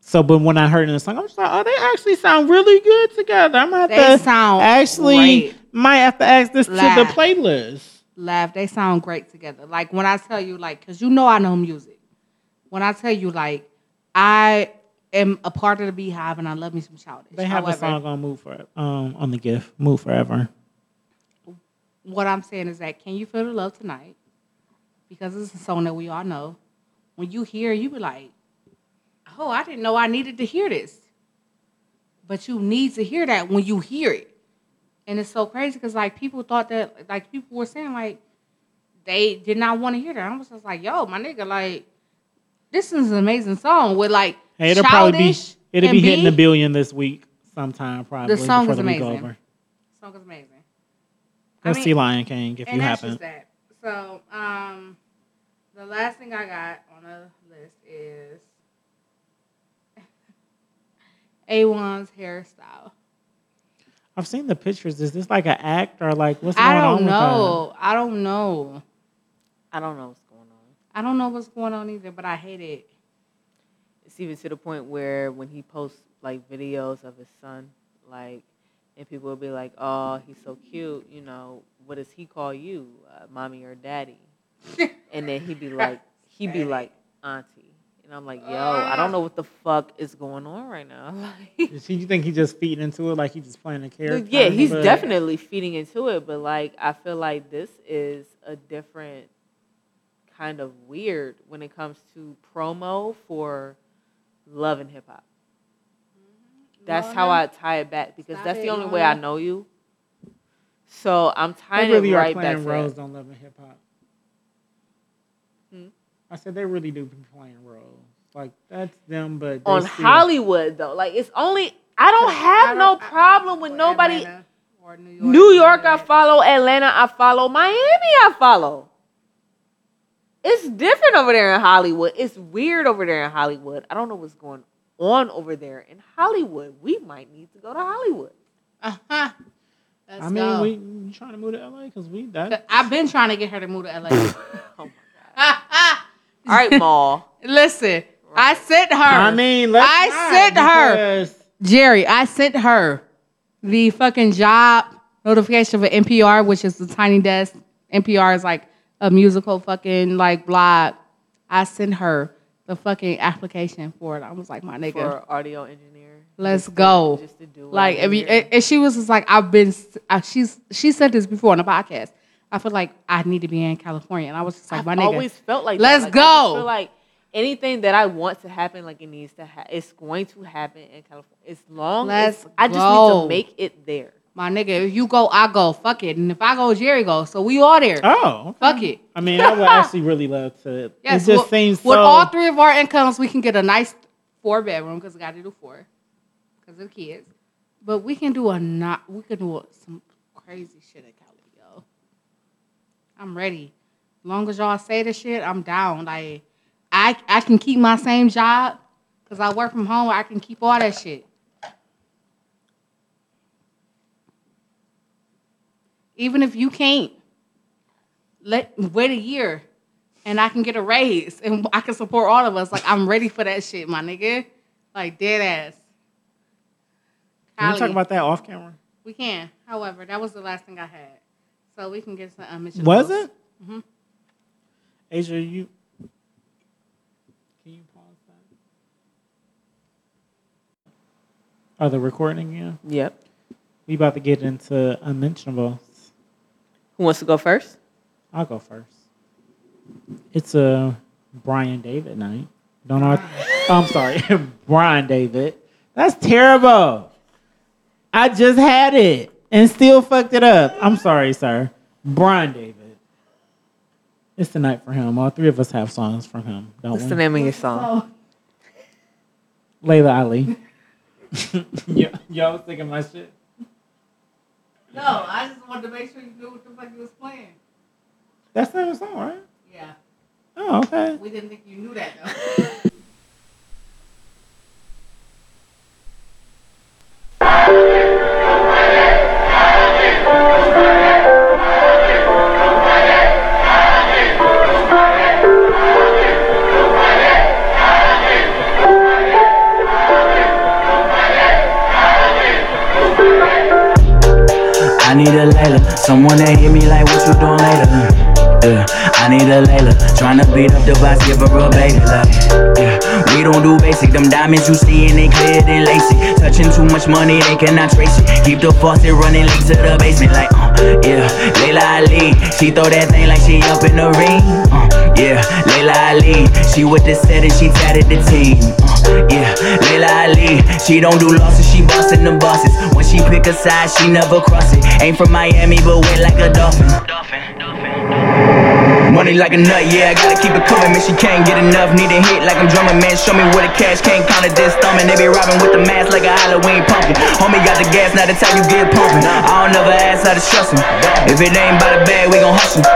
B: so, but when I heard it in the song, I was like, "Oh, they actually sound really good together." I'm gonna have
A: They
B: to
A: sound
B: actually
A: great.
B: might have to add this to
A: Live.
B: the playlist.
A: laugh. They sound great together. Like when I tell you, like, cause you know I know music. When I tell you, like, I am a part of the Beehive and I love me some childish.
B: They have
A: However,
B: a song on "Move" for, um, on the gift "Move Forever."
A: what I'm saying is that can you feel the love tonight? Because it's a song that we all know. When you hear, it, you be like, oh, I didn't know I needed to hear this. But you need to hear that when you hear it. And it's so crazy because like people thought that like people were saying like they did not want to hear that. I was just like, yo, my nigga, like this is an amazing song with like
B: Hey, it'll probably be
A: Childish
B: it'll
A: and
B: be hitting
A: B.
B: a billion this week sometime probably.
A: song
B: before
A: is
B: the week
A: amazing.
B: Over.
A: Song is amazing.
B: Go
A: I
B: see
A: mean-
B: Lion King if you
A: and that's
B: haven't.
A: just that. So, um, the last thing I got on the list is <laughs> A1's hairstyle.
B: I've seen the pictures. Is this like an act or like what's going
A: I
B: on
A: don't
B: with her?
A: know. I don't know.
C: I don't know what's going on.
A: I don't know what's going on either, but I hate it.
C: It's even to the point where when he posts like videos of his son, like, and people will be like, "Oh, he's so cute," you know. What does he call you, uh, mommy or daddy? and then he'd be like, he'd be like, auntie. And And I'm like, yo, I don't know what the fuck is going on right now. <laughs> Like,
B: Does he, you think he just feeding into it like he just playing a character?
C: yeah, he's
B: But-
C: definitely feeding into it, but like, I feel like this is a different kind of weird when it comes to promo for love and hip hop. That's how I tie it back because
A: Stop
C: that's the
A: it,
C: only way I
A: Lana.
C: know you. So I'm tying
B: They really
C: it
B: are
C: right back to
B: playing roles
C: that.
B: on Love and Hip Hop.
C: Hmm?
B: I said they really do be playing roles. Like that's them, but they
C: on
B: still-
C: Hollywood though. Like it's only I don't have
A: I don't-
C: no
A: I-
C: problem with
A: Or
C: nobody.
A: Atlanta or New York.
C: New York, I follow. Atlanta, I follow. Miami, I follow. It's different over there in Hollywood. It's weird over there in Hollywood. I don't know what's going on over there in Hollywood. We might need to go to Hollywood.
A: <laughs> Uh-huh. Let's
B: I mean,
A: go.
B: we you trying to move to LA because we that.
A: I've been trying to get her to move to
C: Oh my
A: LA.
C: All right, Maul.
A: <laughs> Listen, I sent her.
B: I mean, let's
A: I
B: not,
A: sent her.
B: because
A: Jerry, I sent her the fucking job notification for NPR, which is the tiny desk. NPR is like a musical fucking like blog. I sent her the fucking application for it. I was like, my nigga,
C: For audio engineer.
A: let's
C: Just to-
A: go.
C: Just to do it
A: Like,
C: over
A: if you,
C: here.
A: and and she was just like, I've been, s- I, she's, she said this before on the podcast. I feel like I need to be in California. And I was just like,
C: I've
A: my nigga.
C: always felt like
A: Let's
C: that. Like, I just
A: go.
C: feel like anything that I want to happen, like it needs to happen. It's going to happen in California. As long
A: Let's
C: as I just need
A: go.
C: to make it there.
A: My nigga, if you go, I go. Fuck it. And if I go, Jerry go. So we all there.
B: Oh, okay.
A: Fuck it.
B: I
A: <laughs>
B: mean, I would actually really love to.
A: Yes,
B: it just
A: with,
B: seems
A: with
B: so.
A: all three of our incomes, we can get a nice four bedroom because we got to do four because of the kids. But we can do a not. We can do some crazy shit in Cali, yo. I'm ready. Long as y'all say the shit, I'm down. Like I, I can keep my same job because I work from home. I can keep all that shit. Even if you can't, let wait a year and I can get a raise and I can support all of us. Like I'm ready for that shit, my nigga. Like dead ass.
B: Can we talk
A: Cali,
B: about that off camera?
A: we can. However, that was the last thing I had. So we can get to um, Mitchell.
B: Was it?
A: Mhm.
B: Asia, you can you pause that? Are the recording again?
C: Yep.
B: We about to get into unmentionables.
C: Who wants to go first?
B: I'll go first. It's a Brian David night. Don't
C: <laughs>
B: I? I'm sorry, <laughs> Brian David. That's terrible. I just had it and still fucked it up. I'm sorry, sir. Brian David. It's the night for him. All three of us have songs from him, don't
C: What's
B: we?
C: the name of your song?
A: Oh,
B: Layla
C: <laughs>
B: Ali. Yo, y'all was thinking my shit.
A: no, I just wanted to make sure you knew what the fuck you was playing.
B: That's not a song, right?
A: Yeah,
B: Oh, okay.
A: we didn't think you knew that <laughs> though.
D: I need a Layla, someone to hit me like what you doing later. Yeah, I need a Layla, tryna beat up the boss, give her a baby love. Yeah, we don't do basic, them diamonds you see and they clear, they lacy. Touching too much money, they cannot trace it. Keep the faucet running, leak to the basement like, uh, yeah. Layla Ali, she throw that thing like she up in the ring. Uh, yeah, Layla Ali, she with the set and she tatted the team. Uh, yeah, Layla Ali, she don't do losses, she bustin' the bosses. When she pick a side, she never cross it. Ain't from Miami, but wet like a dolphin. Money like a nut, yeah, I gotta keep it coming, man. She can't get enough, need a hit like I'm drumming, man. Show me where the cash can't count it, this thumbing. They be robbing with the mask like a Halloween pumpkin. Homie got the gas, now that's how you get pumping. I don't never ask how to trust him. If it ain't by the bag, we gon' hustle.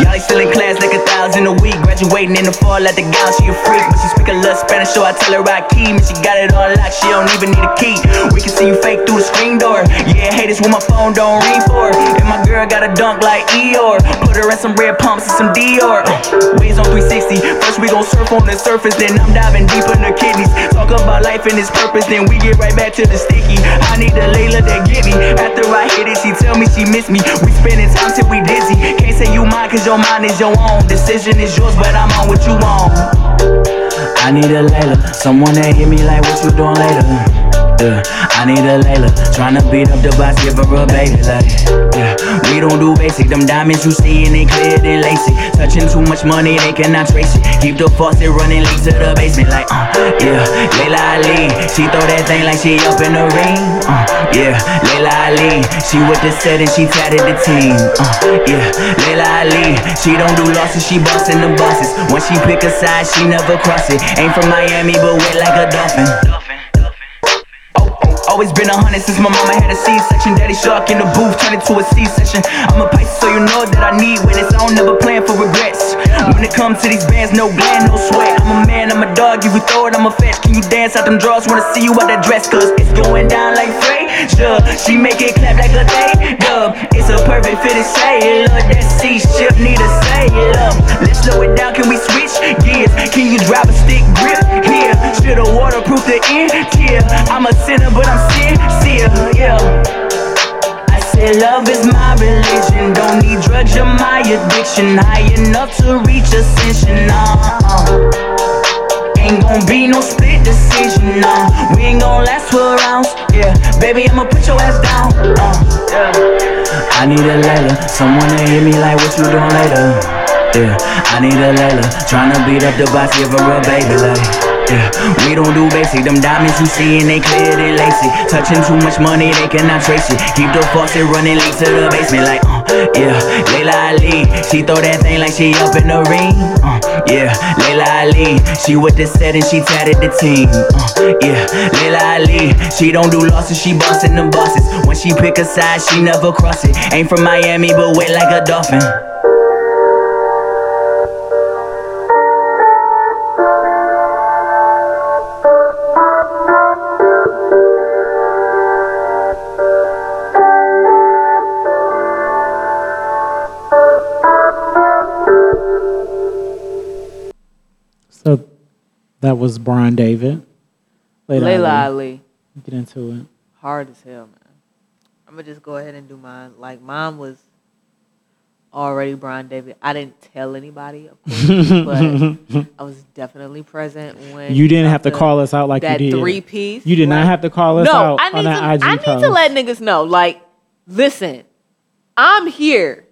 D: Y'all ain't still in class like a thousand a week. Graduating in the fall at the gal, she a freak. When she speak a little Spanish, so I tell her I key. Man, she got it all locked, she don't even need a key. We can see you fake through the screen door. Yeah, haters when my phone don't read for it. And my girl got a dunk like Eeyore. Put her in some red pumps and some Dior. Uh, Waves on 360. First we gon' surf on the surface, then I'm diving deep in the kidneys. Talk about life and its purpose, then we get right back to the sticky. I need a Layla that get me. After I hit it, she tell me she miss me. We spending time till we dizzy. Can't say you mine, cause your mind is your own. Decision is yours, but I'm on what you want. I need a Layla, someone to hit me like what you doing later. Yeah, I need a Layla, tryna beat up the boss, give her a baby like. Yeah, we don't do basic, them diamonds you see and they clear than lacy. Touching too much money, they cannot trace it. Keep the faucet running leak to the basement like. Uh, yeah, Layla Ali, she throw that thing like she up in the ring. Uh, yeah, Layla Ali, she with the set and she tatted the team. Uh, yeah, Layla Ali, she don't do losses, she bossing the bosses. When she pick a side, she never cross it. Ain't from Miami, but wet like a dolphin. Oh, oh, Always been a hundred since my mama had a C-section. Daddy shark in the booth turned it to a C-section. I'm a Pisces, so you know that I need witness. I don't never plan for regrets. When it comes to these bands, no gland, no sweat. I'm a man, I'm a dog. If you throw it, I'm a fetch. Can you dance out them drawers? Wanna see you out that dress? Cause it's going down like Frazier. She make it clap like a day dub. It's a perfect fit and sailor. That sea ship need a sailor. Let's slow it down. Can we switch gears? Can you drive a stick grip here? Should've waterproof the interior. I'm a sinner, but I'm sincere. Yeah. I said love is my religion. Don't need drugs or my addiction. High enough to reach ascension. Uh-uh. Ain't gon' be no split decision. Nah. We ain't gon' last for rounds. Yeah, baby, I'ma put your ass down. Uh, yeah. I need a Layla, someone to hit me like what you doing later. Yeah, I need a Layla, tryna beat up the boss, give her a baby like. Yeah, we don't do basic. Them diamonds you see and they clear they lacy. Touching too much money, they cannot trace it. Keep the faucet running leak to the basement, like uh, yeah. Layla Ali, she throw that thing like she up in the ring. Uh, yeah, Layla Ali, she with the set and she tatted the team. Uh, yeah, Layla Ali, she don't do losses, she bossing the bosses. When she pick a side, she never cross it. Ain't from Miami, but wet like a dolphin.
B: So that was Brian David. Later Ali.
C: Layla Ali.
B: Get into it.
C: hard as hell, man. I'm gonna just go ahead and do mine. Like mine was already Brian David. I didn't tell anybody,
B: <laughs>
C: of course, but I was definitely present when
B: You didn't have to
C: the-
B: call us out like you
C: that
B: did.
C: three piece.
B: You did not have to call us
C: no,
B: out
C: I need
B: on
C: to.
B: that IG
C: I need
B: post.
C: to let niggas know. Like, listen,
B: <laughs>
C: I'm here.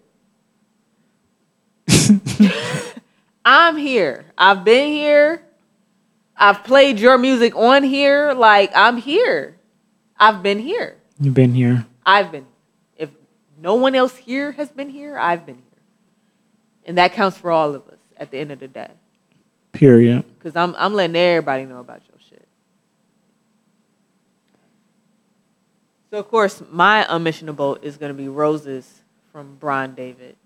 C: I'm here. I've been here. I've played your music on here. Like, I'm here. I've been here.
B: You've been here.
C: I've been. If no one else here has been here, I've been here. And that counts for all of us at the end of the day.
B: Period.
C: Because I'm, I'm letting everybody know about your shit. So, of course, my unmissionable is going to be Roses from Bron David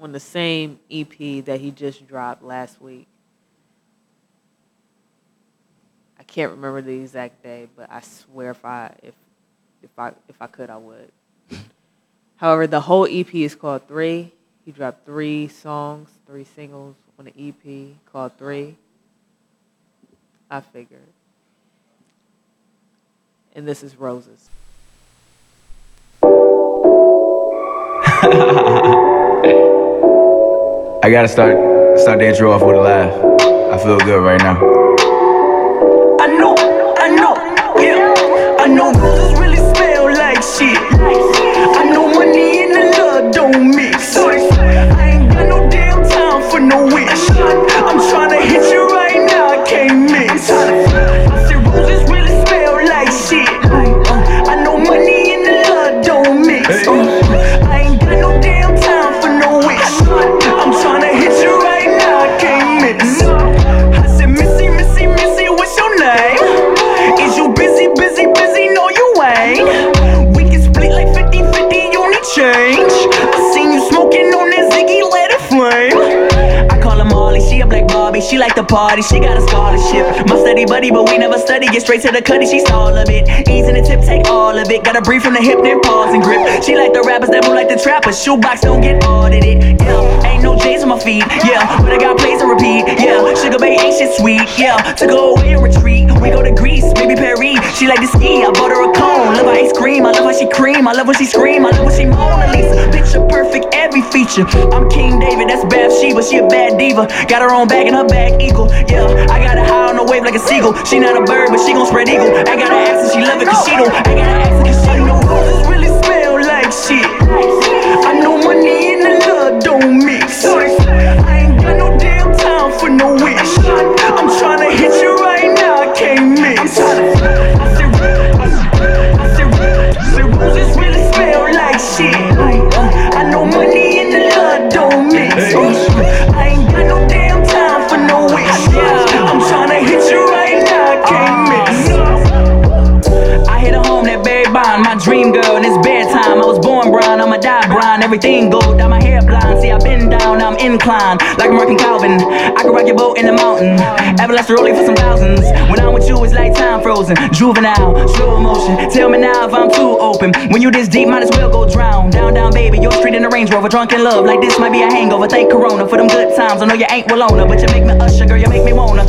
C: on the same EP that he just dropped last week. I can't remember the exact day, but I swear if I if if I if I could I would. However, the whole EP is called Three. He dropped three songs, three singles on the EP called Three. I figured. And this is Roses.
E: I gotta start start the intro off with a laugh. I feel good right now.
D: I know, I know, yeah. I know roses really smell like shit. I know money and the love don't mix. I ain't got no damn time for no wish. I'm tryna hit you right now, I can't miss. I said roses really smell like shit. Uh, I know money and the love don't mix. Uh, I ain't got no damn time for no wish. I'm tryna hit you right now, I can't miss. I said missy, missy. She like to party, she got a scholarship. My study buddy, but we never study. Get straight to the cutty, she's all of it. Easy the tip, take all of it. Gotta breathe from the hip, then pause and grip. She like the rappers that move like the trappers. Shoebox don't get audited. Yeah, ain't no J's on my feet. Yeah, but I got plays on repeat. Yeah, sugar bae ain't shit sweet. Yeah, to go away and retreat. We go to Greece, maybe Paris. She like to ski, I bought her a cone. Love her ice cream, I love how she cream. I love when she scream, I love when she Mona Lisa. Picture perfect, every feature. I'm King David, that's Bathsheba. She a bad diva. Got her own bag and her bag equal. Yeah, I got her high on the wave like a seagull. She not a bird, but she gon' spread eagle. I got her accent, she love it cause she don't. I got her accent cause she don't. Roses really smell like shit. I know money and the love don't mix. I ain't got no damn time for no wish. I'm tryna hit you right now, I can't miss. I said, I said, I said, roses really smell like shit. I know money and the love don't mix. I ain't got no damn time for no wish. I'm tryna hit you right now, I can't miss. I hit a home that Barry Bond, my dream girl, and it's bedtime. I was born brown, I'ma die brown. Everything gold, dye my hair blind. See, I've been down, now I'm inclined. Like I'm rocking Calvin, I can rock your boat in the mountain. Everlasting rolling for some thousands. When I'm with you, it's like time frozen. Juvenile, slow motion. Tell me now if I'm too open. When you this deep, might as well go drown. Down, down, baby, your street in the Range Rover. Drunk in love, like this might be a hangover. Thank Corona for them good times. I know you ain't Willona, but you make me usher, girl, you make me wanna.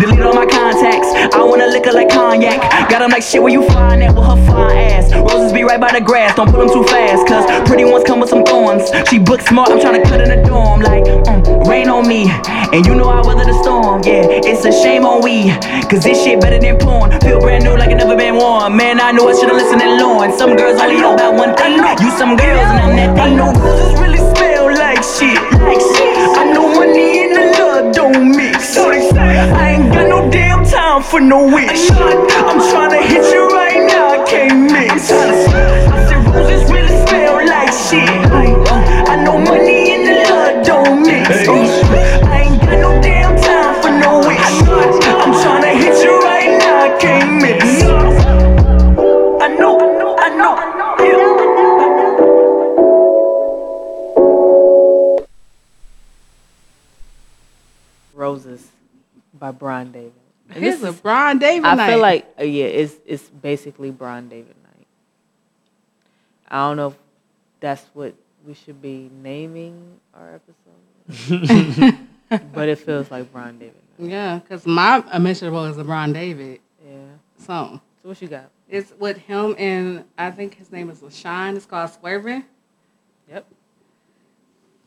D: Delete all my contacts. I wanna lick her like cognac. Got 'em like shit where you find that with her fine ass. Roses be right by the grass, don't put 'em too fast. Cause pretty ones come with some thorns. She book smart, I'm tryna cut in the dorm. Like, mm, rain on me. And you know I weather the storm. Yeah, it's a shame on we. Cause this shit better than porn. Feel brand new like it never been worn. Man, I knew I should've listened and learned. Some girls only know about one thing. You some girls and I'm that thing. I know roses really smell like shit. Like shit. I know money and the love don't mix. I ain't got no damn time for no wish. I'm tryna hit you right now, I can't miss. I said roses really smell like shit. I know money and the love don't mix. I ain't got no damn time for no wish. I'm tryna hit you right now, I can't miss. I know, I know, I know. Yeah.
C: Roses by Bron David. And
A: Here's
C: this
A: a
C: is-
A: Brian David
C: I
A: night.
C: feel like uh, yeah, it's it's basically Bron David night. I don't know if that's what we should be naming our episode,
A: <laughs>
C: but it feels like Bron David night.
A: yeah, because my immeasurable is a Brian David
C: Yeah.
A: song.
C: So what you got?
A: It's with him and I think his name is LaShawn. It's called Swerving.
C: Yep.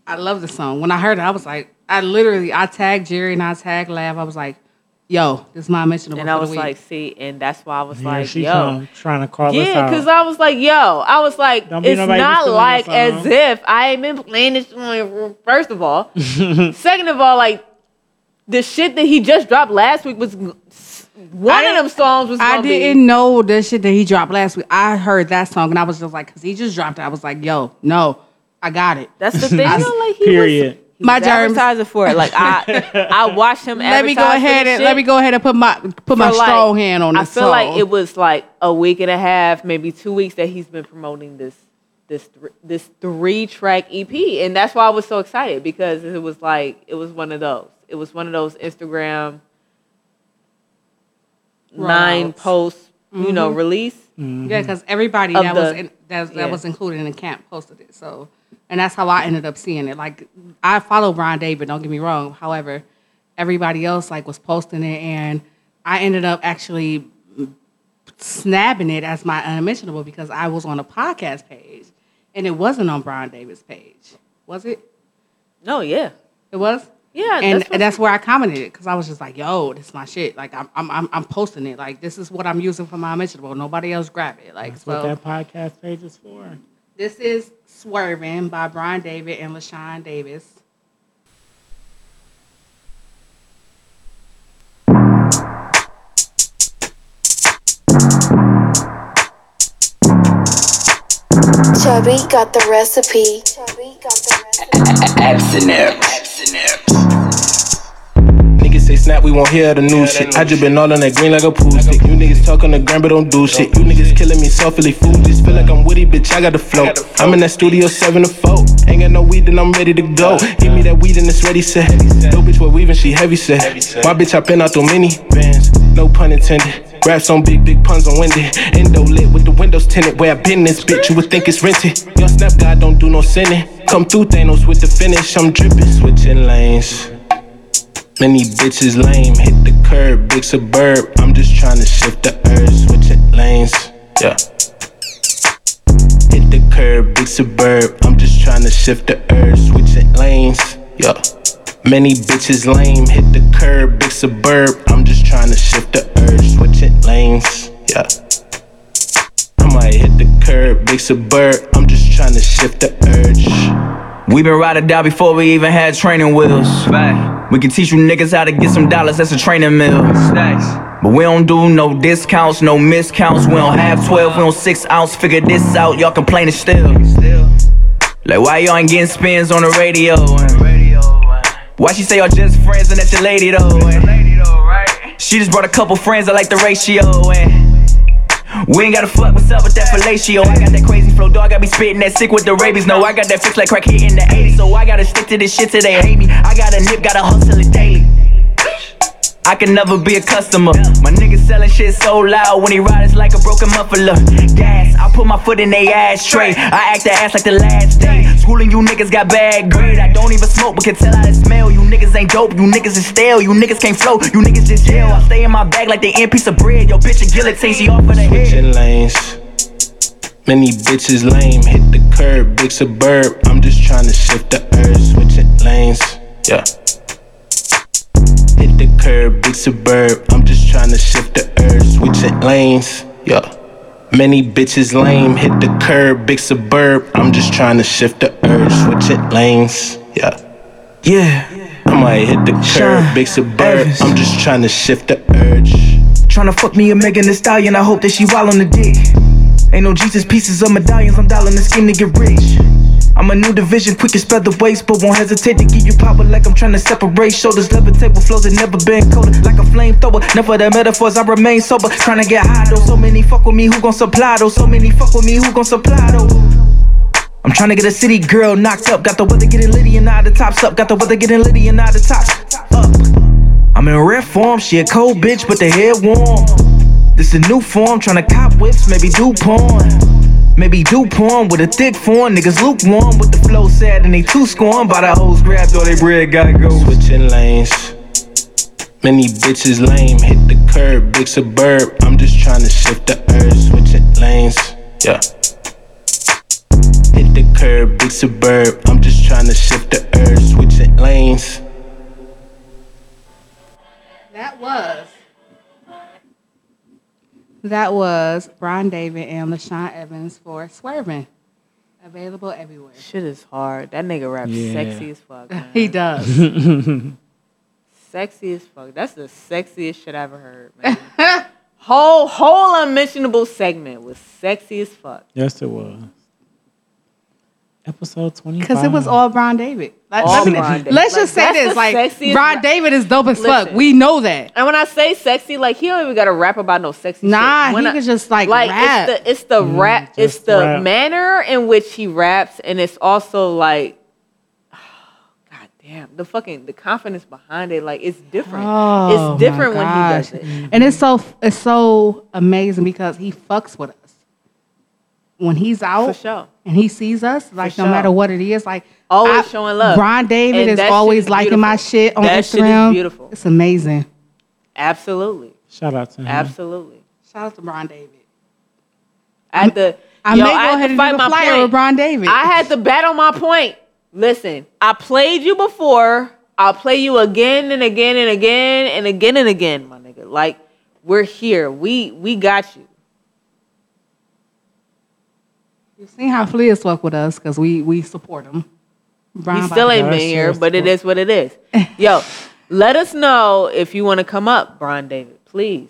A: I love the song. When I heard it, I was like, I literally, I tagged Jerry and I tagged Lav. I was like, yo, this is my mentionable
C: And
A: for
C: I
A: the
C: was
A: week.
C: like, see, and that's why I was
B: Here
C: like,
B: she
C: yo.
B: come, trying to call us
C: Yeah,
B: out.
C: because I was like, yo, I was like,
B: Don't be
C: it's
B: nobody
C: not
B: stealing
C: like
B: my phone.
C: as if I ain't been playing this on first
B: <laughs>
C: of all. Second of all, like the shit that he just dropped last week was one of them songs was
A: I
C: gonna
A: didn't know the shit that he dropped last week. I heard that song and I was just like, because he just dropped it. I was like, yo, no, I got it.
C: Be, that's the thing.
A: <laughs> I-
C: you know, like he
B: Period.
C: Was, he
A: My
C: was
A: germs.
C: advertising for it. Like I, I watched
A: <laughs>
C: him.
A: Let me go
C: advertise for
A: ahead
C: this
A: and
C: shit
A: let me go ahead and put my put my
C: for, like-
A: strong hand on
C: I
A: this
C: feel
A: song.
C: like it was like a week and a half, maybe two weeks that he's been promoting this this thr- this three track EP, and that's why I was so excited because it was like it was one of those. It was one of those Instagram
A: Rollouts.
C: nine
A: Mm-hmm.
C: post, you know, release.
A: Yeah, because everybody
C: Mm-hmm. Of
A: that was
C: the-
A: in, that, that
C: yeah.
A: was included in the camp posted it. So, and that's how I ended up seeing it. Like, I follow Brian David. Don't get me wrong. However, everybody else like was posting it, and I ended up actually snabbing it as my unmentionable because I was on a podcast page, and it wasn't on Brian David's page, was it?
C: No, yeah,
A: It was.
C: yeah,
A: and
C: what-
A: and that's where I commented it because I was just like, "Yo, this is my shit. Like, I'm I'm I'm- I'm posting it. Like, this is what I'm using for my unmentionable. Nobody else grab it. Like,
B: That's
A: so
B: what that podcast page is for.
A: this is Swerving by Brian David and LaShawn Davis.
F: Chubby got the recipe. Chubby got the recipe.
G: Niggas say snap, we won't hear the new shit. I just been all on that green like a pool stick. You niggas talk on the gram but don't do shit. You niggas killing me softly, foolish. Feel like I'm witty, bitch. I got the flow. I'm in that studio seven to four. Ain't got no weed, then I'm ready to go. Give me that weed and it's Uh, ready set. No bitch, what weaving, she heavy set. My bitch, I been out through many bands. No pun intended. Raps on big, big puns on windy. Endo lit with the windows tinted. Where I been this bitch, you would think it's rented. Your snap guy don't do no sinning. Come through Thanos with the finish. I'm dripping, switching lanes. Many bitches lame, hit the curb, big suburb. I'm just tryna shift the earth, switching lanes. Yeah. Hit the curb, big suburb. I'm just tryna shift the earth, switching lanes. Yeah. Many bitches lame, hit the curb, big suburb. I'm just tryna shift the earth, switching lanes. Yeah. I might hit the curb, big suburb. I'm just tryna shift the urge.
D: We been ride or die before we even had training wheels. We can teach you niggas how to get some dollars, that's a training mill. But we don't do no discounts, no miscounts. We don't have 12, we don't 6 ounce. Figure this out, y'all complaining still. Like, why y'all ain't getting spins on the radio? Why she say y'all just friends and that's your lady though? She just brought a couple friends, I like the ratio. eh? And we ain't gotta fuck what's up with that fellatio. I got that crazy flow, dog. I be spitting that sick with the rabies. No, I got that fix like crack hit in the 80s. So I gotta stick to this shit till they hate me. I gotta nip, gotta hustle it daily. I can never be a customer. My niggas selling shit so loud when he ride, it's like a broken muffler. Gas, I put my foot in they ashtray. I act the ass like the last day. Schooling you niggas got bad grade. I don't even smoke, but can tell how they smell. You niggas ain't dope, you niggas is stale. You niggas can't flow, you niggas just jail. I stay in my bag like they end piece of bread. Yo, bitch, a guillotine, she off of the head.
G: switching lanes. Many bitches lame, hit the curb, big suburb. I'm just tryna shift the earth, switching lanes. Yeah. Hit the curb, big suburb. I'm just tryna shift the earth, switching lanes. Yeah. Many bitches lame, hit the curb, big suburb. I'm just tryna shift the earth, switching lanes. Yeah.
D: Yeah,
G: I might hit the curb,
D: Sean
G: big suburb.
D: Evans.
G: I'm just tryna shift the urge.
D: tryna fuck me and Megan Thee Stallion. I hope that she wild on the dick. Ain't no Jesus pieces or medallions. I'm dialing the scheme to get rich. I'm a new division, quick to spread the waste, but won't hesitate to give you power like I'm tryna separate shoulders. Levitate with flows that never been colder, like a flamethrower. Never the metaphors, I remain sober. Tryna get high though, so many fuck with me, who gon' supply though? So many fuck with me, who gon' supply though? I'm tryna get a city girl knocked up. Got the weather getting litty and out the tops up. Got the weather getting litty and out the tops up. I'm in rare form, she a cold bitch, but the head warm. This a new form, tryna cop whips, maybe do porn. Maybe do porn with a thick form, niggas lukewarm with the flow sad and they too scorn. By the hoes grabbed all they bread, gotta go.
G: switching lanes. Many bitches lame, hit the curb, big suburb. I'm just tryna shift the earth, switching lanes. Yeah. Hit the curb, big suburb. I'm just tryna shift the earth, switching lanes.
A: That was. That was Brian David and LaShawn Evans for Swerving. Available everywhere.
C: Shit is hard. That nigga raps
B: Yeah.
C: sexy as
A: <laughs>
C: fuck. man.
A: He
C: <laughs>
A: does.
C: Sexy as fuck. That's the sexiest shit I
A: <laughs>
C: ever heard, man. whole whole unmentionable segment was sexy as fuck.
B: Yes, it was. Episode 25.
A: Because it was all Brian David. Like,
C: All
A: let's,
C: Brian David.
A: let's just
C: Like,
A: say
C: that's
A: this.
C: the
A: Like,
C: sexiest
A: Brian
C: ra-
A: David is dope as fuck.
C: Listen.
A: We know that.
C: And when I say sexy, like he don't even gotta rap about no sexy
A: Nah,
C: shit. When
A: he
C: I-
A: could just, like, rap.
C: it's the it's the rap, it's
B: Mm, just
C: the
B: rap.
C: manner in which he raps, and it's also like, <sighs> god damn, the fucking the confidence behind it, like it's different.
A: Oh,
C: it's different
A: my
C: when he does
A: gosh.
C: it.
A: And it's so it's so amazing because he fucks with us. When he's out
C: For sure.
A: and he sees us, like no
C: sure.
A: matter what it is, like
C: Always showing love.
A: Brian David
C: And
A: is
C: that shit
A: always
C: is
A: liking my
C: beautiful.
A: shit on
C: That shit is
A: Instagram.
C: beautiful.
A: It's amazing.
C: Absolutely.
B: Shout out to him.
C: Absolutely.
A: Shout out to Brian David.
C: I had to
A: I
C: yo,
A: may go
C: had to
A: ahead and
C: fight
A: do the
C: my
A: flyer
C: point.
A: with Brian David.
C: I had to battle my point. Listen, I played you before. I'll play you again and again and again and again and again, my nigga. Like we're here. We we got you.
A: You've seen how Flias fuck with us because we we support him. Brian
C: We still ain't
B: That's
C: been here,
B: just
C: but it
B: what-
C: is what it is.
B: <laughs>
C: Yo, let us know if you want to come up, Brian David. Please,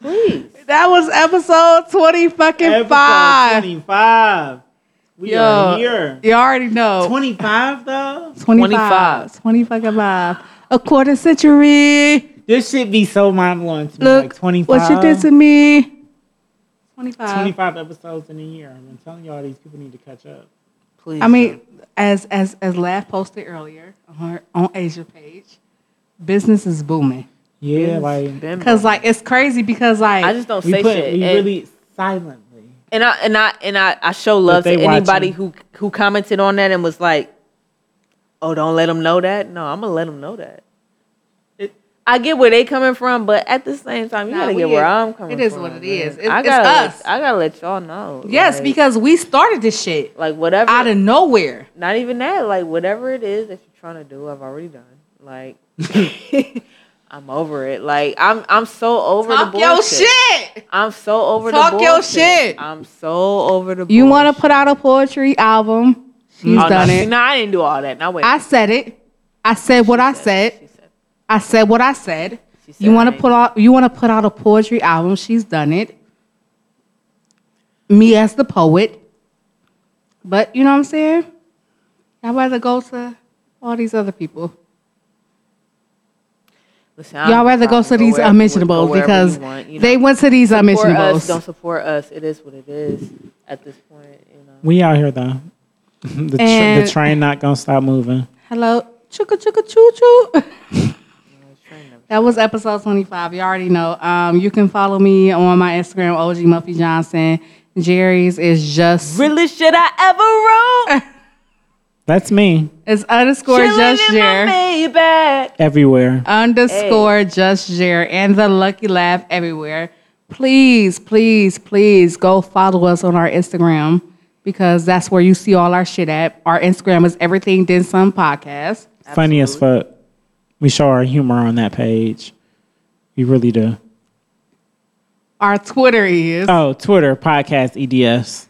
C: please.
A: That was episode twenty fucking
B: Episode
A: five.
B: 25. We are here.
A: you already know.
B: 25, though?
A: 25. 20 fucking five. A quarter century.
B: This should be so mind blowing to me.
A: Look,
B: like 25.
A: what you did to me. 25.
B: 25 episodes in a year. I've been telling y'all these people need to catch up.
H: Please.
A: I mean, as as as Laugh posted earlier on her on Asia page, business is booming.
B: Yeah, like
H: been
A: Cause like it's crazy because like
C: I just don't
B: we
C: say
B: put
C: shit.
B: we
C: And-
B: really silently.
C: and I and I and I, I show love to
B: they
C: anybody
B: watching.
C: who who commented on that and was like, "Oh, don't let them know that." No, I'm gonna let them know that.
B: It-
C: I get where they coming from, but at the same time, you
A: Nah,
C: gotta
A: we
C: get where
A: is-
C: I'm coming from.
A: it is what it is.
C: man.
A: It's-
C: I
A: it's
C: gotta let-
A: us.
C: I gotta let y'all know.
A: yes
C: like-
A: because we started this shit
C: like whatever.
A: out of nowhere.
C: not even that. Like whatever it is that you're trying to do, I've already done.
A: <laughs>
C: Like I'm over it. Like I'm I'm so over
A: Talk
C: the
A: your
C: bullshit.
A: shit.
C: I'm so over the
A: Talk your
C: bullshit.
A: shit.
C: I'm so over the.
A: You want
C: bullshit.
A: to put out a poetry album? She's
C: Oh,
A: done
C: no,
A: it.
C: No, I didn't do all that. Now wait.
A: I said it. I said what I
C: She
A: said.
C: said,
A: I said what I said.
C: she said
A: You want to
C: it.
A: put out you want to put out a poetry album. She's done it. Me as the poet. But you know what I'm saying? I'd rather go to all these other people.
C: Listen, I don't
A: Y'all
C: have a
A: rather go
C: problem.
A: to these
C: wherever-
A: unmentionables
C: go wherever you
A: because
C: want, you know.
A: they went to these
C: support us. Don't
A: unmentionables.
C: support us. It is what it is at this point. You know.
B: We out here though. the, tr- the
A: And-
B: train not gonna stop moving.
A: Hello, chuka chuka choo choo.
C: <laughs>
A: That was episode 25. You already know. Um, you can follow me on my Instagram, OG Muffy Johnson. Jerry's is just
C: Really, should I ever roam?
B: That's me
A: it's underscore
C: Chilling
A: just
C: in my
A: Jer.
C: Maybach.
B: everywhere.
A: underscore just share and the lucky laugh everywhere please please please go follow us on our instagram because that's where you see all our shit at our instagram is everything then some podcast
B: Funny as fuck. We show our humor on that page. We really do.
A: our twitter is
B: Oh, Twitter podcast E EDS.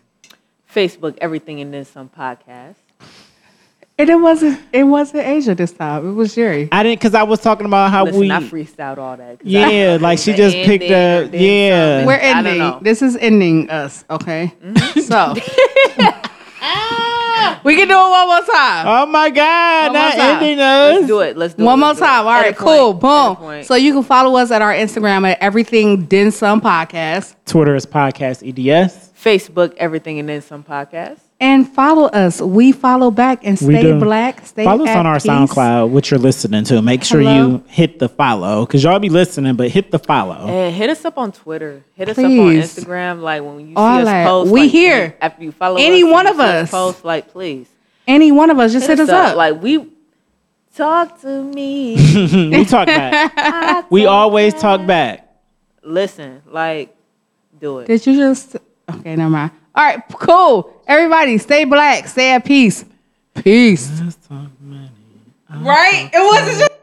C: Facebook, everything, and then some podcast.
A: and it wasn't it wasn't asia this time it was jerry
B: I didn't because I was talking about how
C: Listen,
B: we.
C: I freestyled all that. 'cause I- <laughs>
B: yeah, like she
C: the
B: just picked
C: ending,
B: up.
C: then
B: Yeah,
C: something.
A: we're
C: I don't
A: ending
C: know.
A: this is ending us okay
C: Mm-hmm. <laughs>
A: so
C: Ah.
A: we can do it one more time
B: Oh my
A: One
B: God,
A: more
B: not
A: time.
B: ending
C: Let's
B: us.
C: do it. Let's do
A: One
C: it.
A: more
C: Let's do it.
A: time. All
C: At a
A: right,
C: point.
A: cool.
C: At a
A: Boom.
C: point.
A: So you can follow us at our Instagram at everything Din Some Podcast.
B: Twitter is podcast E EDS.
C: Facebook, everything, and then some podcast.
A: And follow us. We follow back and
B: We
A: stay
B: do.
A: black. Stay
B: follow us
A: at
B: on our
A: peace.
B: SoundCloud, what you're listening to. Make sure
A: Hello?
B: you hit the follow because y'all be listening, but hit the follow.
C: And hit us up on Twitter. Hit us
A: Please.
C: up on Instagram. Like when you
A: All
C: see us
A: that.
C: post,
A: We
C: like,
A: here.
C: After you follow
A: Any
C: us, when
A: one
C: you
A: of
C: see
A: us.
C: Post like please.
A: Any one of us, just hit, us up.
C: Like we talk to
A: <laughs>
C: me.
B: we talk back.
C: <laughs> I
B: We
C: talk-
B: always talk back.
C: listen. Like do it.
A: Did you just? Okay, never mind. All right, cool. Everybody, stay black. Stay at peace. Peace. Right? It wasn't just.